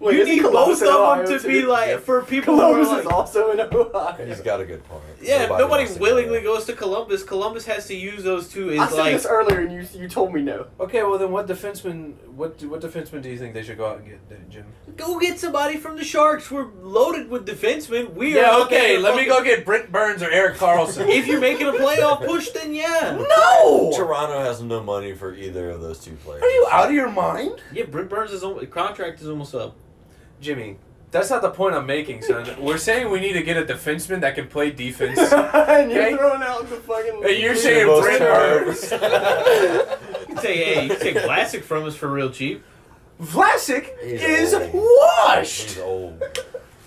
[SPEAKER 3] Wait,
[SPEAKER 5] you
[SPEAKER 3] isn't
[SPEAKER 5] need
[SPEAKER 3] Columbus
[SPEAKER 5] both
[SPEAKER 3] in
[SPEAKER 5] of
[SPEAKER 3] Ohio,
[SPEAKER 5] them to
[SPEAKER 3] too?
[SPEAKER 5] be like
[SPEAKER 2] Yep.
[SPEAKER 5] for people
[SPEAKER 3] Columbus
[SPEAKER 5] who are
[SPEAKER 3] is
[SPEAKER 5] like,
[SPEAKER 3] also in Ohio.
[SPEAKER 6] he's got a good point.
[SPEAKER 5] yeah. Nobody,
[SPEAKER 6] wants to go
[SPEAKER 5] willingly
[SPEAKER 6] there.
[SPEAKER 5] goes to Columbus. Columbus has to use those two. Is
[SPEAKER 3] I said
[SPEAKER 5] like
[SPEAKER 3] this earlier, and you you told me (laughs) no.
[SPEAKER 2] Okay, well then, what defenseman? What do- what defenseman do you think they should go out and get, uh, Jim?
[SPEAKER 5] Go get somebody from the Sharks. We're loaded with defensemen. We are.
[SPEAKER 2] Yeah,
[SPEAKER 5] looking
[SPEAKER 2] okay.
[SPEAKER 5] for
[SPEAKER 2] Let me
[SPEAKER 5] fucking-
[SPEAKER 2] go get Brent Burns or Eric
[SPEAKER 6] (laughs)
[SPEAKER 2] Carlson.
[SPEAKER 5] If you're making a
[SPEAKER 3] (laughs)
[SPEAKER 5] playoff push, then yeah.
[SPEAKER 3] No.
[SPEAKER 6] Toronto has no money for either of those two players.
[SPEAKER 3] Are you out of your mind?
[SPEAKER 5] Yeah, Brent Burns' is al- contract is almost up.
[SPEAKER 2] Jimmy, that's not the point I'm making, son. We're saying we need to get a defenseman that can play defense.
[SPEAKER 6] (laughs)
[SPEAKER 3] and you're
[SPEAKER 2] Okay.
[SPEAKER 3] throwing out the fucking.
[SPEAKER 2] And you're
[SPEAKER 6] He's
[SPEAKER 2] saying
[SPEAKER 6] the most
[SPEAKER 2] Brent
[SPEAKER 6] terrorist.
[SPEAKER 2] Burns.
[SPEAKER 5] You can take, hey, you can take Vlasic from us for real cheap.
[SPEAKER 2] Vlasic
[SPEAKER 6] He's
[SPEAKER 2] is
[SPEAKER 6] old.
[SPEAKER 2] washed.
[SPEAKER 6] He's old.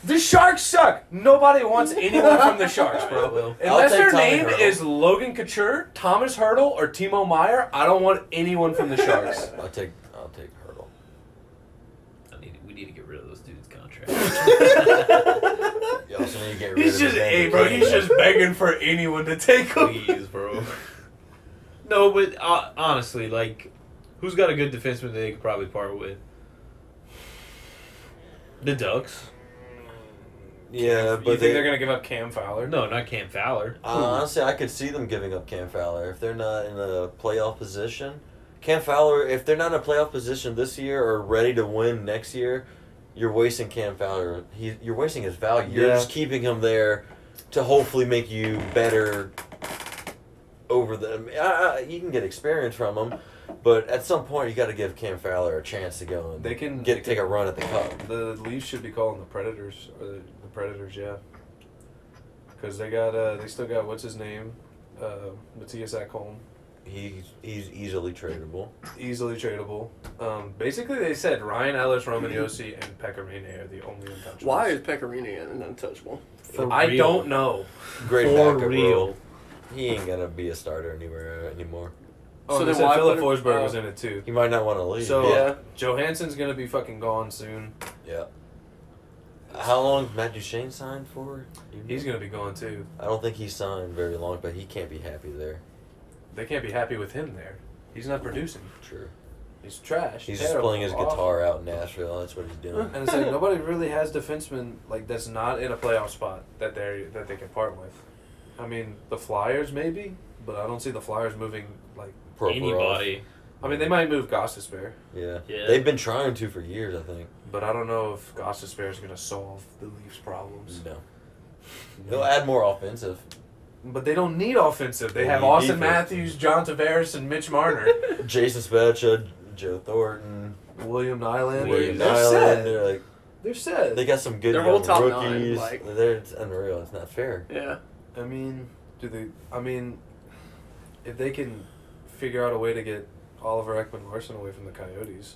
[SPEAKER 2] The Sharks suck. Nobody wants anyone from the Sharks,
[SPEAKER 6] (laughs)
[SPEAKER 2] bro.
[SPEAKER 6] Well, I'll
[SPEAKER 2] Unless
[SPEAKER 6] take
[SPEAKER 2] their
[SPEAKER 6] Tommy
[SPEAKER 2] name
[SPEAKER 6] Hurdle.
[SPEAKER 2] is Logan Couture, Thomas Hurdle, or Timo Meyer, I don't want anyone from the
[SPEAKER 6] (laughs)
[SPEAKER 2] Sharks. (laughs)
[SPEAKER 6] I'll take. I'll take Hurdle.
[SPEAKER 5] I need, we need to get rid of those dudes' contracts. (laughs)
[SPEAKER 6] You also need to get rid
[SPEAKER 2] He's
[SPEAKER 6] of
[SPEAKER 2] just,
[SPEAKER 6] Evander
[SPEAKER 2] hey, bro,
[SPEAKER 6] Kane.
[SPEAKER 2] he's just begging for anyone to take him.
[SPEAKER 5] Please, bro. No, but uh, honestly, like, who's got a good defenseman that they could probably part with? The Ducks.
[SPEAKER 6] Yeah, but
[SPEAKER 2] you think
[SPEAKER 6] they,
[SPEAKER 2] they're gonna give up Cam Fowler?
[SPEAKER 5] No, not Cam Fowler.
[SPEAKER 6] Uh, honestly, I could see them giving up Cam Fowler if they're not in a playoff position. Cam Fowler, if they're not in a playoff position this year or ready to win next year, you're wasting Cam Fowler. He, you're wasting his value. You're
[SPEAKER 2] Yeah.
[SPEAKER 6] just keeping him there to hopefully make you better over them. I, I, you can get experience from him, but at some point you got to give Cam Fowler a chance to go and
[SPEAKER 2] They can-
[SPEAKER 6] get
[SPEAKER 2] they
[SPEAKER 6] take a run at the cup.
[SPEAKER 2] The Leafs should be calling the Predators, or the, the Predators, yeah. Because they got, uh, they still got what's his name, uh, Matthias Ekholm,
[SPEAKER 6] He he's easily tradable.
[SPEAKER 2] easily tradable. Um, basically, they said Ryan Ellis, Roman Yossi, and Pekka Rinne are the only untouchables.
[SPEAKER 3] Why is Pecorini an untouchable?
[SPEAKER 5] For
[SPEAKER 2] I
[SPEAKER 5] real.
[SPEAKER 2] don't know.
[SPEAKER 6] Great
[SPEAKER 5] For
[SPEAKER 6] backup
[SPEAKER 5] real.
[SPEAKER 6] role. He ain't gonna be a starter anywhere anymore.
[SPEAKER 2] Oh,
[SPEAKER 3] So
[SPEAKER 2] so they
[SPEAKER 3] then
[SPEAKER 2] said
[SPEAKER 3] why
[SPEAKER 2] Philip
[SPEAKER 3] put him-
[SPEAKER 2] Forsberg
[SPEAKER 3] oh.
[SPEAKER 2] was in it too.
[SPEAKER 6] He might not want to leave.
[SPEAKER 2] So
[SPEAKER 3] Yeah.
[SPEAKER 2] Johansson's gonna be fucking gone soon.
[SPEAKER 6] yeah. How long Matt Duchene signed for? Do you know?
[SPEAKER 2] He's gonna be gone too.
[SPEAKER 6] I don't think he signed very long, but he can't be happy there.
[SPEAKER 2] They can't be happy with him there. He's not producing.
[SPEAKER 6] True.
[SPEAKER 2] He's trash.
[SPEAKER 6] He's just
[SPEAKER 2] terrible,
[SPEAKER 6] playing his
[SPEAKER 2] awful.
[SPEAKER 6] guitar out in Nashville. That's what he's doing.
[SPEAKER 2] And it's like (laughs) nobody really has defensemen like that's not in a playoff spot that they that they can part with. I mean, the Flyers maybe, but I don't see the Flyers moving like.
[SPEAKER 6] Prokhorov.
[SPEAKER 5] Anybody.
[SPEAKER 2] I mean, they might move Gossespierre,
[SPEAKER 6] Yeah.
[SPEAKER 5] Yeah.
[SPEAKER 6] They've been trying to for years, I think.
[SPEAKER 2] but I don't know if Gossespierre is gonna solve the Leafs' problems.
[SPEAKER 6] No. He'll add more offensive.
[SPEAKER 2] But they don't need offensive. They
[SPEAKER 6] They
[SPEAKER 2] have
[SPEAKER 6] need
[SPEAKER 2] Austin
[SPEAKER 6] defense.
[SPEAKER 2] Matthews, John Tavares, and Mitch
[SPEAKER 6] (laughs)
[SPEAKER 2] Marner,
[SPEAKER 6] Jason Spezza, Joe Thornton,
[SPEAKER 2] William Nylander.
[SPEAKER 6] William
[SPEAKER 2] they're
[SPEAKER 6] Nyland.
[SPEAKER 2] set.
[SPEAKER 6] They're like
[SPEAKER 2] They're set.
[SPEAKER 6] they got some good
[SPEAKER 3] Their whole
[SPEAKER 6] young
[SPEAKER 3] top nine,
[SPEAKER 6] rookies.
[SPEAKER 3] like-
[SPEAKER 6] They're, it's unreal. It's not fair.
[SPEAKER 3] Yeah.
[SPEAKER 2] I mean, do they? I mean, if they can figure out a way to get Oliver Ekman Larson away from the Coyotes,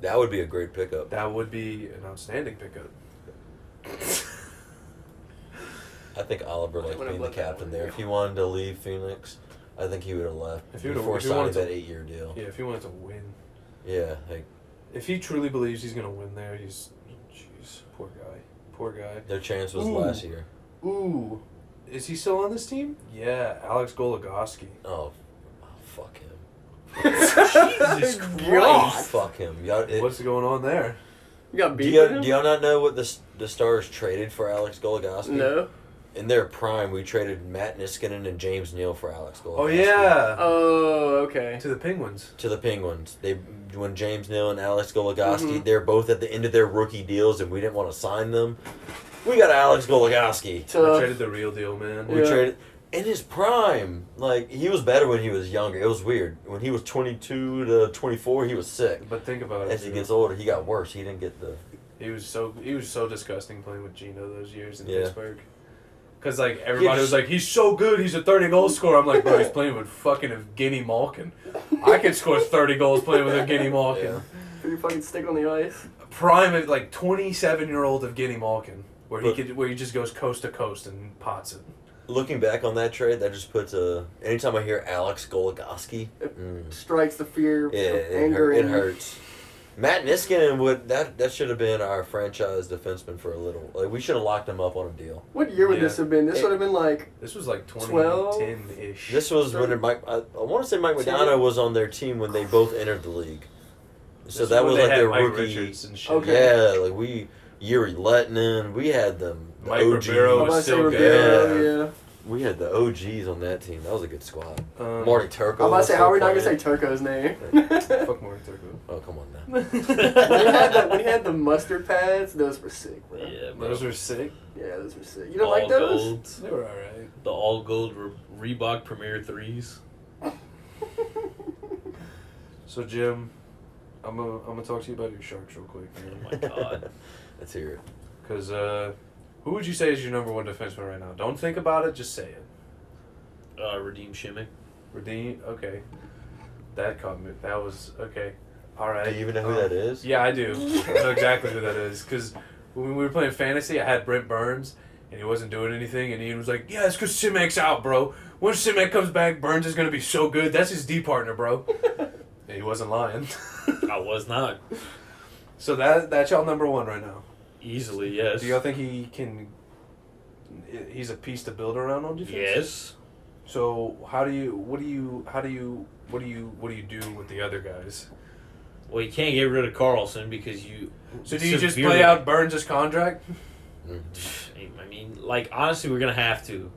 [SPEAKER 6] That would be a great pickup.
[SPEAKER 2] that would be an outstanding pickup.
[SPEAKER 6] I think Oliver
[SPEAKER 3] I
[SPEAKER 6] liked
[SPEAKER 3] would've
[SPEAKER 6] being the
[SPEAKER 3] let that
[SPEAKER 6] captain
[SPEAKER 3] one
[SPEAKER 6] there.
[SPEAKER 3] go.
[SPEAKER 6] If he wanted to leave Phoenix, I think he would have left
[SPEAKER 2] If he would've-
[SPEAKER 6] before
[SPEAKER 2] if he wanted
[SPEAKER 6] signing that
[SPEAKER 2] to-
[SPEAKER 6] eight-year deal.
[SPEAKER 2] Yeah, if he wanted to win,
[SPEAKER 6] Yeah, like
[SPEAKER 2] if he truly believes he's gonna win there, he's, jeez, poor guy, poor guy.
[SPEAKER 6] their chance was
[SPEAKER 2] Ooh.
[SPEAKER 6] last year.
[SPEAKER 2] Ooh, is he still on this team? Yeah, Alex Goligoski.
[SPEAKER 6] Oh, oh, fuck him.
[SPEAKER 3] (laughs)
[SPEAKER 5] Jesus
[SPEAKER 2] Ah!
[SPEAKER 5] Christ.
[SPEAKER 6] Fuck him. Y'all, it,
[SPEAKER 2] What's going on there?
[SPEAKER 3] You got
[SPEAKER 6] do,
[SPEAKER 3] beat.
[SPEAKER 6] y'all,
[SPEAKER 3] with him?
[SPEAKER 6] do y'all not know what the s- the Stars traded for Alex Goligoski?
[SPEAKER 3] No.
[SPEAKER 6] In their prime, we traded Matt Niskanen and James Neal for Alex Goligoski.
[SPEAKER 2] Oh yeah,
[SPEAKER 3] Oh, okay.
[SPEAKER 2] to the Penguins.
[SPEAKER 6] to the Penguins. They when James Neal and Alex Goligoski,
[SPEAKER 2] Mm-hmm.
[SPEAKER 6] they're both at the end of their rookie deals, and we didn't want to sign them. We got Alex Goligoski.
[SPEAKER 2] We
[SPEAKER 3] So
[SPEAKER 2] traded the real deal, man.
[SPEAKER 6] We
[SPEAKER 3] Uh, Yeah.
[SPEAKER 6] traded in his prime. Like he was better when he was younger. It was weird when he was twenty two to twenty four. He was sick.
[SPEAKER 2] But think about it.
[SPEAKER 6] As he
[SPEAKER 2] dude.
[SPEAKER 6] gets older, he got worse. He didn't get the
[SPEAKER 2] He was so he was so disgusting playing with Gino those years in
[SPEAKER 6] Yeah.
[SPEAKER 2] Pittsburgh. Cause like everybody was
[SPEAKER 6] just-
[SPEAKER 2] like, he's so good, he's a thirty goal scorer. I'm like, bro, he's playing with fucking Evgeny Malkin. I could score thirty goals playing with Evgeny Malkin.
[SPEAKER 6] Yeah.
[SPEAKER 3] you fucking stick on the ice.
[SPEAKER 2] Prime of like twenty seven year old Evgeny Malkin. where he
[SPEAKER 6] But-
[SPEAKER 2] could where he just goes coast to coast and pots it.
[SPEAKER 6] Looking back on that trade, that just puts a. Anytime I hear Alex Goligoski, mm,
[SPEAKER 3] Strikes the fear,
[SPEAKER 6] yeah, it,
[SPEAKER 3] anger,
[SPEAKER 6] hurt, it
[SPEAKER 3] in you.
[SPEAKER 6] hurts. Matt Niskanen would that that should have been our franchise defenseman for a little. Like we should have locked him up on a deal.
[SPEAKER 3] What year would
[SPEAKER 2] Yeah.
[SPEAKER 3] this have been? This
[SPEAKER 6] It-
[SPEAKER 3] would have been like
[SPEAKER 2] This was like
[SPEAKER 3] 12?
[SPEAKER 2] 2010 ish.
[SPEAKER 6] This was when Mike. I, I want to say Mike Madonna was on their team when they both entered the league. So that was like their rookie.
[SPEAKER 2] Richards and shit.
[SPEAKER 3] Okay.
[SPEAKER 6] Yeah, like we Yuri Letnin, we had them. The
[SPEAKER 2] Mike
[SPEAKER 6] OGs.
[SPEAKER 2] Ribeiro It was
[SPEAKER 3] I'd say
[SPEAKER 2] so
[SPEAKER 3] Ribeiro,
[SPEAKER 6] good.
[SPEAKER 3] yeah.
[SPEAKER 6] We had the OGs on that team. That was a good squad.
[SPEAKER 2] Um,
[SPEAKER 6] Marty Turco.
[SPEAKER 3] I'm about to
[SPEAKER 6] was
[SPEAKER 3] say, how are we not
[SPEAKER 6] still
[SPEAKER 3] gonna say
[SPEAKER 6] playing.
[SPEAKER 3] Turco's name? (laughs)
[SPEAKER 2] Fuck Marty Turco.
[SPEAKER 6] Oh come on now.
[SPEAKER 2] (laughs)
[SPEAKER 3] when, you had the, when you had the mustard pads, those were sick, bro. Yeah,
[SPEAKER 1] Yeah, bro.
[SPEAKER 2] Those were sick.
[SPEAKER 3] those were sick. You don't
[SPEAKER 1] all
[SPEAKER 3] like those?
[SPEAKER 1] gold,
[SPEAKER 2] They were alright.
[SPEAKER 1] the all gold Re- Reebok Premier threes.
[SPEAKER 3] (laughs)
[SPEAKER 2] So Jim, I'm gonna I'm gonna talk to you about your sharks real quick,
[SPEAKER 1] Oh
[SPEAKER 6] (laughs)
[SPEAKER 1] my god.
[SPEAKER 6] Let's hear it.
[SPEAKER 2] Because uh, who would you say is your number one defenseman right now? Don't think about it. Just say it.
[SPEAKER 1] Uh, Redeem Shimmick.
[SPEAKER 2] Redeem. Okay. That caught me. That was okay. All right.
[SPEAKER 6] Do you even know who that is?
[SPEAKER 2] Uh, Yeah, I do. I know exactly who that is. Because when we were playing fantasy, I had Brent Burns, and he wasn't doing anything, and Ian was like, "Yeah, it's because Simek's out, bro. Once Simek comes back, Burns is gonna be so good. That's his D
[SPEAKER 1] (laughs)
[SPEAKER 2] partner, bro." and he wasn't lying. (laughs)
[SPEAKER 1] I was not
[SPEAKER 2] so that that's y'all number one right now.
[SPEAKER 1] easily yes.
[SPEAKER 2] Do y'all think he can? He's a piece to build around on defense.
[SPEAKER 1] yes.
[SPEAKER 2] So how do you? What do you? How do you? What do you? What do you do with the other guys?
[SPEAKER 1] Well, you can't get rid of Carlson because you.
[SPEAKER 2] So do you just
[SPEAKER 1] severely-
[SPEAKER 2] play out Burns' contract?
[SPEAKER 1] I mean, like honestly, we're gonna have to.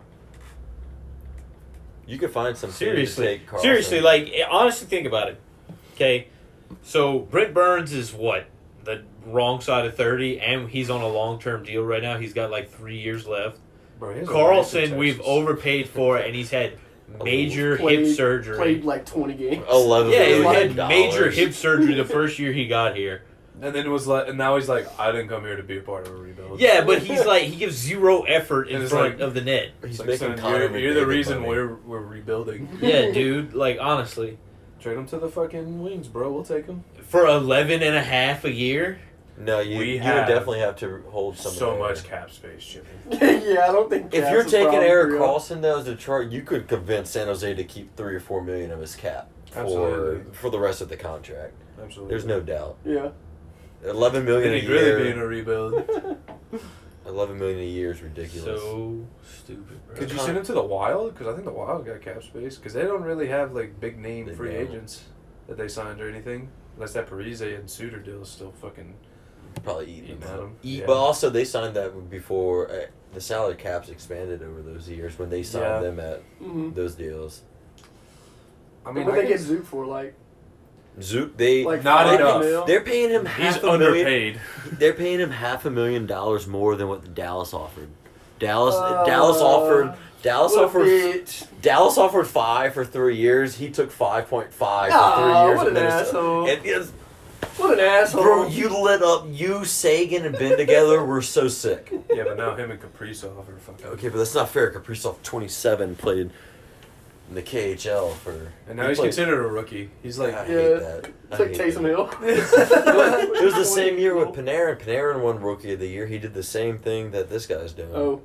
[SPEAKER 6] You could find some team to
[SPEAKER 1] Seriously,
[SPEAKER 6] take Carlson.
[SPEAKER 1] seriously, like eh, honestly, think about it. Okay, so Brent Burns is what the wrong side of thirty, and he's on a long term deal right now. He's got like three years left.
[SPEAKER 2] Bro, he has a right
[SPEAKER 1] Carlson,
[SPEAKER 2] to
[SPEAKER 1] we've
[SPEAKER 2] Texas.
[SPEAKER 1] overpaid for, and he's
[SPEAKER 2] (laughs)
[SPEAKER 1] had major
[SPEAKER 3] Played-
[SPEAKER 1] hip surgery.
[SPEAKER 3] Played like 20 games.
[SPEAKER 6] (laughs) eleven.
[SPEAKER 1] yeah, he
[SPEAKER 6] million
[SPEAKER 1] had major
[SPEAKER 6] dollars.
[SPEAKER 1] hip surgery the first year he got here.
[SPEAKER 2] And then it was like, and now he's like, I didn't come here to be a part of a rebuild.
[SPEAKER 1] Yeah, but he's like he gives zero effort
[SPEAKER 2] And
[SPEAKER 1] in
[SPEAKER 2] it's
[SPEAKER 1] front
[SPEAKER 2] like-
[SPEAKER 1] of the net.
[SPEAKER 6] He's
[SPEAKER 2] It's like,
[SPEAKER 6] making
[SPEAKER 2] son,
[SPEAKER 6] Connor
[SPEAKER 2] you're, you're the
[SPEAKER 6] McDavid
[SPEAKER 2] reason
[SPEAKER 6] money.
[SPEAKER 2] we're we're rebuilding.
[SPEAKER 1] Yeah, dude. Like honestly,
[SPEAKER 2] Trade him to the fucking wings, bro. We'll take him.
[SPEAKER 1] for 11 and a half a year.
[SPEAKER 6] No, you
[SPEAKER 2] We
[SPEAKER 6] you would
[SPEAKER 2] have
[SPEAKER 6] definitely have to hold some. of
[SPEAKER 2] so
[SPEAKER 6] that.
[SPEAKER 2] much cap space, Jimmy.
[SPEAKER 3] (laughs) yeah, I don't think.
[SPEAKER 6] If
[SPEAKER 3] Cavs
[SPEAKER 6] you're
[SPEAKER 3] is
[SPEAKER 6] taking
[SPEAKER 3] probably
[SPEAKER 6] Eric
[SPEAKER 3] real.
[SPEAKER 6] Carlson though as Detroit, you could convince San Jose to keep three or four million of his cap for
[SPEAKER 2] Absolutely.
[SPEAKER 6] for the rest of the contract.
[SPEAKER 2] Absolutely.
[SPEAKER 6] There's no doubt.
[SPEAKER 3] Yeah.
[SPEAKER 6] Eleven million
[SPEAKER 2] Then
[SPEAKER 6] a
[SPEAKER 2] he'd really be in
[SPEAKER 6] year.
[SPEAKER 2] a
[SPEAKER 6] (laughs)
[SPEAKER 2] rebuild.
[SPEAKER 6] Eleven million a year is ridiculous.
[SPEAKER 1] So stupid, bro.
[SPEAKER 2] Could you send him to the Wild? Because I think the Wild got cap space. Because they don't really have like big name
[SPEAKER 6] They
[SPEAKER 2] free
[SPEAKER 6] don't.
[SPEAKER 2] agents that they signed or anything. Unless that Parise and Suter deal is still fucking
[SPEAKER 6] Probably eating
[SPEAKER 2] eating
[SPEAKER 6] them.
[SPEAKER 2] at
[SPEAKER 6] up.
[SPEAKER 2] them.
[SPEAKER 6] Eat- But also, they signed that before uh, the salary caps expanded over those years when they signed
[SPEAKER 2] Yeah.
[SPEAKER 6] them at
[SPEAKER 3] Mm-hmm.
[SPEAKER 6] those deals.
[SPEAKER 2] I
[SPEAKER 3] I mean,
[SPEAKER 2] mean,
[SPEAKER 3] what
[SPEAKER 2] I
[SPEAKER 3] they get
[SPEAKER 2] guess
[SPEAKER 3] Zook for like
[SPEAKER 6] Zook, they
[SPEAKER 3] like
[SPEAKER 2] Not
[SPEAKER 3] five
[SPEAKER 2] enough.
[SPEAKER 3] mil?
[SPEAKER 6] they're paying him half
[SPEAKER 2] he's
[SPEAKER 6] a million. (laughs)
[SPEAKER 2] underpaid.
[SPEAKER 6] They're paying him half a million dollars more than what Dallas offered. Dallas
[SPEAKER 3] Uh,
[SPEAKER 6] Dallas offered Dallas
[SPEAKER 3] What a
[SPEAKER 6] offered
[SPEAKER 3] bitch.
[SPEAKER 6] Dallas offered five for three years. He took five point five for three
[SPEAKER 3] Aw,
[SPEAKER 6] years.
[SPEAKER 3] what
[SPEAKER 6] in
[SPEAKER 3] an
[SPEAKER 6] Minnesota.
[SPEAKER 3] asshole.
[SPEAKER 6] And it's-
[SPEAKER 3] What an asshole.
[SPEAKER 6] bro, you lit up. You Sagan and Ben together were so sick.
[SPEAKER 2] yeah, but now him and Kaprizov are fucking.
[SPEAKER 6] Okay, but that's not fair. Kaprizov twenty seven played in the KHL for.
[SPEAKER 2] And now
[SPEAKER 6] he
[SPEAKER 2] he's
[SPEAKER 6] played-
[SPEAKER 2] considered a rookie. He's like,
[SPEAKER 3] Yeah.
[SPEAKER 6] I hate that. I
[SPEAKER 3] It's like
[SPEAKER 6] hate
[SPEAKER 3] Taysom
[SPEAKER 6] that.
[SPEAKER 3] Hill.
[SPEAKER 6] (laughs) It was the same year with Panarin. Panarin won Rookie of the Year. He did the same thing that this guy's doing.
[SPEAKER 3] (laughs) Oh,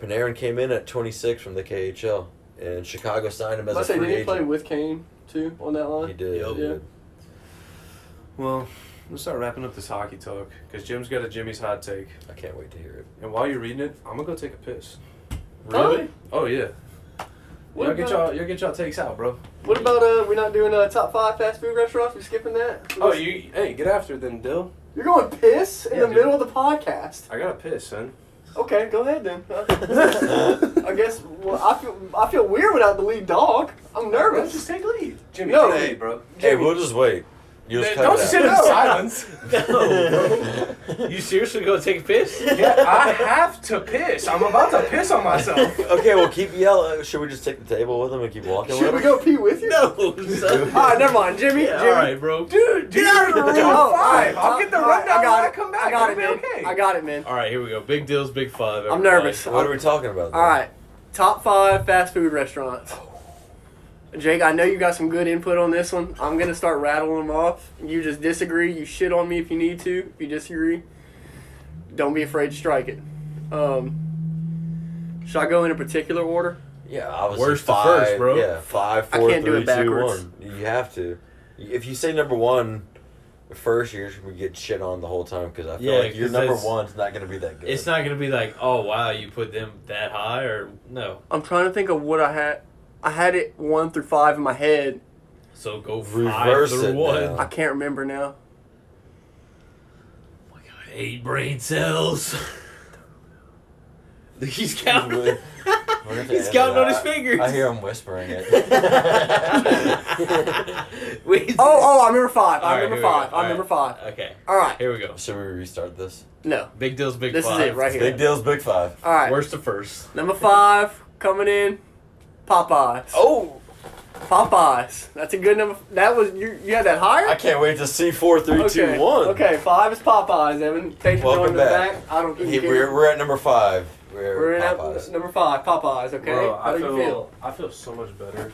[SPEAKER 6] Panarin came in at 26 from the KHL, and Chicago signed him as
[SPEAKER 3] I
[SPEAKER 6] a
[SPEAKER 3] say,
[SPEAKER 6] free
[SPEAKER 3] did he play
[SPEAKER 6] agent.
[SPEAKER 3] with Kane too on that
[SPEAKER 6] He
[SPEAKER 3] line?
[SPEAKER 6] did.
[SPEAKER 1] Yup.
[SPEAKER 6] he did.
[SPEAKER 2] well, let's start wrapping up this hockey talk because Jim's got a Jimmy's hot take.
[SPEAKER 6] I can't wait to hear it.
[SPEAKER 2] And while you're reading it, I'm gonna go take a piss.
[SPEAKER 3] Really?
[SPEAKER 2] Oh yeah.
[SPEAKER 3] What
[SPEAKER 2] y'all get
[SPEAKER 3] about-
[SPEAKER 2] y'all, y'all get y'all takes out, bro.
[SPEAKER 3] What about uh? We're not doing uh top five fast food restaurants. We're skipping that.
[SPEAKER 2] Oh, you hey, get after it then, Dill.
[SPEAKER 3] You're going piss
[SPEAKER 2] Yeah,
[SPEAKER 3] in the
[SPEAKER 2] dude.
[SPEAKER 3] middle of the podcast.
[SPEAKER 2] I gotta piss, son.
[SPEAKER 3] Okay, go ahead then. (laughs) I guess well, I feel I feel weird without the lead dog. I'm nervous.
[SPEAKER 2] Just take lead, Jimmy.
[SPEAKER 3] No.
[SPEAKER 2] take lead, bro.
[SPEAKER 6] Hey, we'll just wait. You just cut
[SPEAKER 2] Don't
[SPEAKER 6] it out.
[SPEAKER 2] sit in
[SPEAKER 3] No.
[SPEAKER 2] silence.
[SPEAKER 1] (laughs) No, bro. you seriously go take a piss?
[SPEAKER 2] (laughs)
[SPEAKER 1] (laughs)
[SPEAKER 2] yeah, I have to piss. I'm about to piss on
[SPEAKER 3] (laughs)
[SPEAKER 2] myself.
[SPEAKER 6] okay, well, keep yelling. Should we just take the table with him and keep walking
[SPEAKER 3] Should we
[SPEAKER 6] with him?
[SPEAKER 3] go pee with you?
[SPEAKER 1] No. son.
[SPEAKER 3] All right, never mind, Jimmy.
[SPEAKER 1] Yeah,
[SPEAKER 3] Jimmy.
[SPEAKER 1] all right, bro.
[SPEAKER 2] Dude, dude, get out of the room.
[SPEAKER 3] Oh,
[SPEAKER 2] Five.
[SPEAKER 3] all
[SPEAKER 2] I'll
[SPEAKER 3] right,
[SPEAKER 2] get the
[SPEAKER 3] all right,
[SPEAKER 2] rundown
[SPEAKER 3] I got
[SPEAKER 2] when I
[SPEAKER 3] it.
[SPEAKER 2] come back.
[SPEAKER 3] I got it,
[SPEAKER 2] It'll
[SPEAKER 3] man.
[SPEAKER 2] be okay.
[SPEAKER 3] I got it, man.
[SPEAKER 1] All right, here we go. Big deals, big five.
[SPEAKER 3] I'm
[SPEAKER 1] everybody.
[SPEAKER 3] nervous.
[SPEAKER 6] What are we talking about?
[SPEAKER 3] All right, top five fast food restaurants. Jake, I know you got some good input on this one. I'm gonna start rattling them off. You just disagree. You shit on me if you need to. If you disagree, don't be afraid to strike it.
[SPEAKER 6] then?
[SPEAKER 3] Um, should I go in a particular order?
[SPEAKER 6] Yeah, obviously
[SPEAKER 2] Worst to
[SPEAKER 6] five,
[SPEAKER 2] first, bro.
[SPEAKER 6] Yeah, five,
[SPEAKER 3] I
[SPEAKER 6] four,
[SPEAKER 3] can't do
[SPEAKER 6] three,
[SPEAKER 3] it
[SPEAKER 6] two,
[SPEAKER 3] backwards.
[SPEAKER 6] one. You have to. If you say number one, the first year we get shit on the whole time because I feel
[SPEAKER 1] Yeah,
[SPEAKER 6] like your
[SPEAKER 1] 'cause
[SPEAKER 6] number
[SPEAKER 1] it's-
[SPEAKER 6] one's not gonna be that good. (laughs)
[SPEAKER 1] It's not gonna be like, oh wow, you put them that high, or no.
[SPEAKER 3] I'm trying to think of what I had. I had it one through five in my head.
[SPEAKER 1] So go five
[SPEAKER 6] Reverse
[SPEAKER 1] through
[SPEAKER 6] it
[SPEAKER 1] one.
[SPEAKER 6] now.
[SPEAKER 3] I can't remember now.
[SPEAKER 1] Oh my God, eight brain cells. (laughs)
[SPEAKER 2] (laughs)
[SPEAKER 1] He's counting.
[SPEAKER 6] We're gonna have to
[SPEAKER 1] He's
[SPEAKER 6] edit
[SPEAKER 1] counting on
[SPEAKER 6] it.
[SPEAKER 1] his
[SPEAKER 6] I-
[SPEAKER 1] fingers.
[SPEAKER 6] I hear him whispering it.
[SPEAKER 1] (laughs) Wait.
[SPEAKER 3] Oh, oh, I remember five.
[SPEAKER 1] All
[SPEAKER 3] I
[SPEAKER 1] right, here
[SPEAKER 3] remember
[SPEAKER 1] we go.
[SPEAKER 3] five.
[SPEAKER 1] All
[SPEAKER 3] I remember
[SPEAKER 1] right.
[SPEAKER 3] five.
[SPEAKER 1] Okay,
[SPEAKER 3] All right.
[SPEAKER 1] here we go.
[SPEAKER 6] Should we restart this?
[SPEAKER 3] No,
[SPEAKER 1] Big deals, big
[SPEAKER 3] this is
[SPEAKER 1] five.
[SPEAKER 3] it right
[SPEAKER 6] Big
[SPEAKER 3] here.
[SPEAKER 6] deals, big five.
[SPEAKER 3] All right.
[SPEAKER 1] Worst to first.
[SPEAKER 3] Number five coming in, Popeyes.
[SPEAKER 6] Oh,
[SPEAKER 3] Popeyes. That's a good number. That was you. You had that higher.
[SPEAKER 6] I can't wait to see four, three, two, one.
[SPEAKER 3] okay. Okay. Five is Popeyes. Evan, take the throwing
[SPEAKER 6] Welcome
[SPEAKER 3] to the
[SPEAKER 6] back.
[SPEAKER 3] back. I don't
[SPEAKER 6] Hey,
[SPEAKER 3] care.
[SPEAKER 6] we're, we're at number five. We're,
[SPEAKER 3] We're in at
[SPEAKER 6] Popeyes.
[SPEAKER 3] number five, Popeyes. Okay.
[SPEAKER 2] Bro,
[SPEAKER 3] How
[SPEAKER 2] I
[SPEAKER 3] do
[SPEAKER 2] feel,
[SPEAKER 3] you feel?
[SPEAKER 2] I feel so much better,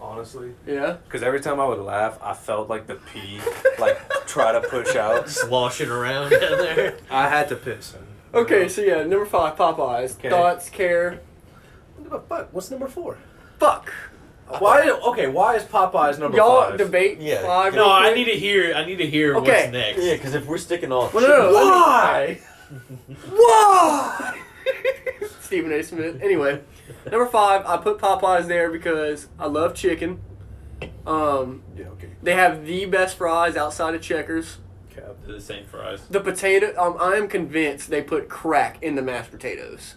[SPEAKER 2] honestly.
[SPEAKER 3] Yeah.
[SPEAKER 2] Because every time I would laugh, I felt like the pee, like try to push out.
[SPEAKER 1] Sloshing around down there.
[SPEAKER 2] I had to piss.
[SPEAKER 3] Okay. So yeah, number five, Popeyes.
[SPEAKER 2] Okay.
[SPEAKER 3] Thoughts, care.
[SPEAKER 2] But fuck, what's number four?
[SPEAKER 3] Fuck.
[SPEAKER 2] Why? Okay, why is Popeyes number
[SPEAKER 3] Y'all
[SPEAKER 2] five?
[SPEAKER 3] debate
[SPEAKER 6] Yeah.
[SPEAKER 1] (laughs)
[SPEAKER 3] five.
[SPEAKER 1] No,
[SPEAKER 3] real
[SPEAKER 1] I
[SPEAKER 3] quick?
[SPEAKER 1] need to hear. I need to hear
[SPEAKER 3] Okay.
[SPEAKER 1] what's next.
[SPEAKER 6] Yeah, because if we're sticking on,
[SPEAKER 3] Well, no, no, no.
[SPEAKER 2] Why?
[SPEAKER 3] Why? (laughs) Stephen A. Smith. Anyway, number five, I put Popeyes there because I love chicken. Um,
[SPEAKER 2] Yeah, okay.
[SPEAKER 3] they have the best fries outside of Checkers.
[SPEAKER 2] Cap.
[SPEAKER 1] The same fries.
[SPEAKER 3] The potato, um, I am convinced they put crack in the mashed potatoes.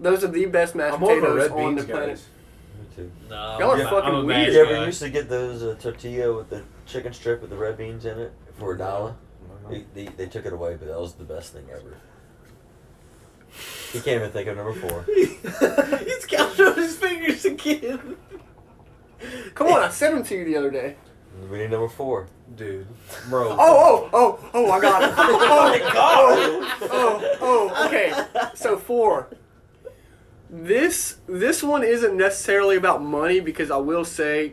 [SPEAKER 3] Those are the best mashed
[SPEAKER 2] I'm over
[SPEAKER 3] potatoes
[SPEAKER 2] red
[SPEAKER 3] on
[SPEAKER 2] beans,
[SPEAKER 3] the planet.
[SPEAKER 2] guys.
[SPEAKER 6] Me too.
[SPEAKER 1] No,
[SPEAKER 3] Y'all are
[SPEAKER 1] I'm a-
[SPEAKER 3] fucking
[SPEAKER 1] I'm a
[SPEAKER 3] weird.
[SPEAKER 1] bad
[SPEAKER 6] You ever
[SPEAKER 1] guy.
[SPEAKER 6] used to get those uh, tortilla with the chicken strip with the red beans in it for a dollar? They, they, they took it away, but that was the best thing ever. He can't even think of number four.
[SPEAKER 1] (laughs) He's counting on his fingers again.
[SPEAKER 3] Come on, I sent them to you the other day.
[SPEAKER 6] We need number four.
[SPEAKER 2] Dude, bro.
[SPEAKER 3] Oh, oh, oh, oh, I
[SPEAKER 6] (laughs)
[SPEAKER 3] got it. Oh,
[SPEAKER 6] my God.
[SPEAKER 3] Oh, oh, okay. So four. This this one isn't necessarily about money because I will say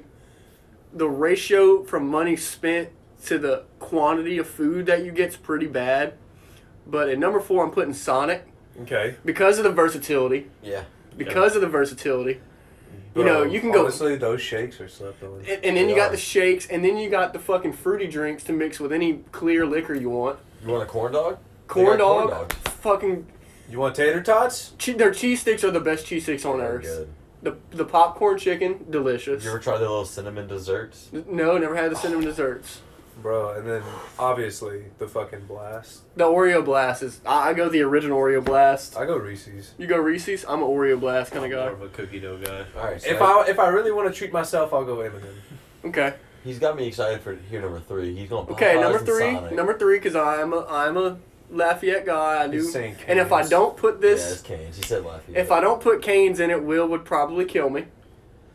[SPEAKER 3] the ratio from money spent to the quantity of food that you get's pretty bad. But at number four I'm putting Sonic
[SPEAKER 2] Okay.
[SPEAKER 3] because of the versatility.
[SPEAKER 6] Yeah.
[SPEAKER 3] Because of the versatility. You know, you can go
[SPEAKER 2] Honestly, those shakes are slept on.
[SPEAKER 3] and, and then you got the shakes and then you got the fucking fruity drinks to mix with any clear liquor you want.
[SPEAKER 6] You want a corn dog? They
[SPEAKER 3] Corn
[SPEAKER 6] got corn
[SPEAKER 3] dog,
[SPEAKER 6] dogs.
[SPEAKER 3] fucking
[SPEAKER 2] you want tater tots?
[SPEAKER 3] che- their cheese sticks are the best cheese sticks on
[SPEAKER 6] They're
[SPEAKER 3] earth.
[SPEAKER 6] Good.
[SPEAKER 3] The the popcorn chicken, delicious.
[SPEAKER 6] You ever try the little cinnamon desserts?
[SPEAKER 3] No, never had the cinnamon desserts.
[SPEAKER 2] Bro, and then obviously the fucking blast.
[SPEAKER 3] The Oreo blast is. I, I go the original Oreo blast.
[SPEAKER 2] I go Reese's.
[SPEAKER 3] You go Reese's. I'm an Oreo blast kind
[SPEAKER 1] I'm
[SPEAKER 3] of
[SPEAKER 1] more of a cookie dough guy.
[SPEAKER 6] All right. So
[SPEAKER 2] If I if I really want to treat myself, I'll go Eminem.
[SPEAKER 3] guy. Okay.
[SPEAKER 6] he's got me excited for here number three. He's going.
[SPEAKER 3] Okay.
[SPEAKER 6] Popeyes
[SPEAKER 3] number
[SPEAKER 6] and
[SPEAKER 3] three.
[SPEAKER 6] Sonic.
[SPEAKER 3] Number three, because I'm a I'm a Lafayette guy. I do.
[SPEAKER 2] He's saying
[SPEAKER 3] And if I
[SPEAKER 2] Canes.
[SPEAKER 3] don't put
[SPEAKER 6] Yeah, it's
[SPEAKER 3] this,
[SPEAKER 6] Canes. He said Lafayette.
[SPEAKER 3] if I don't put canes in it, Will would probably kill me.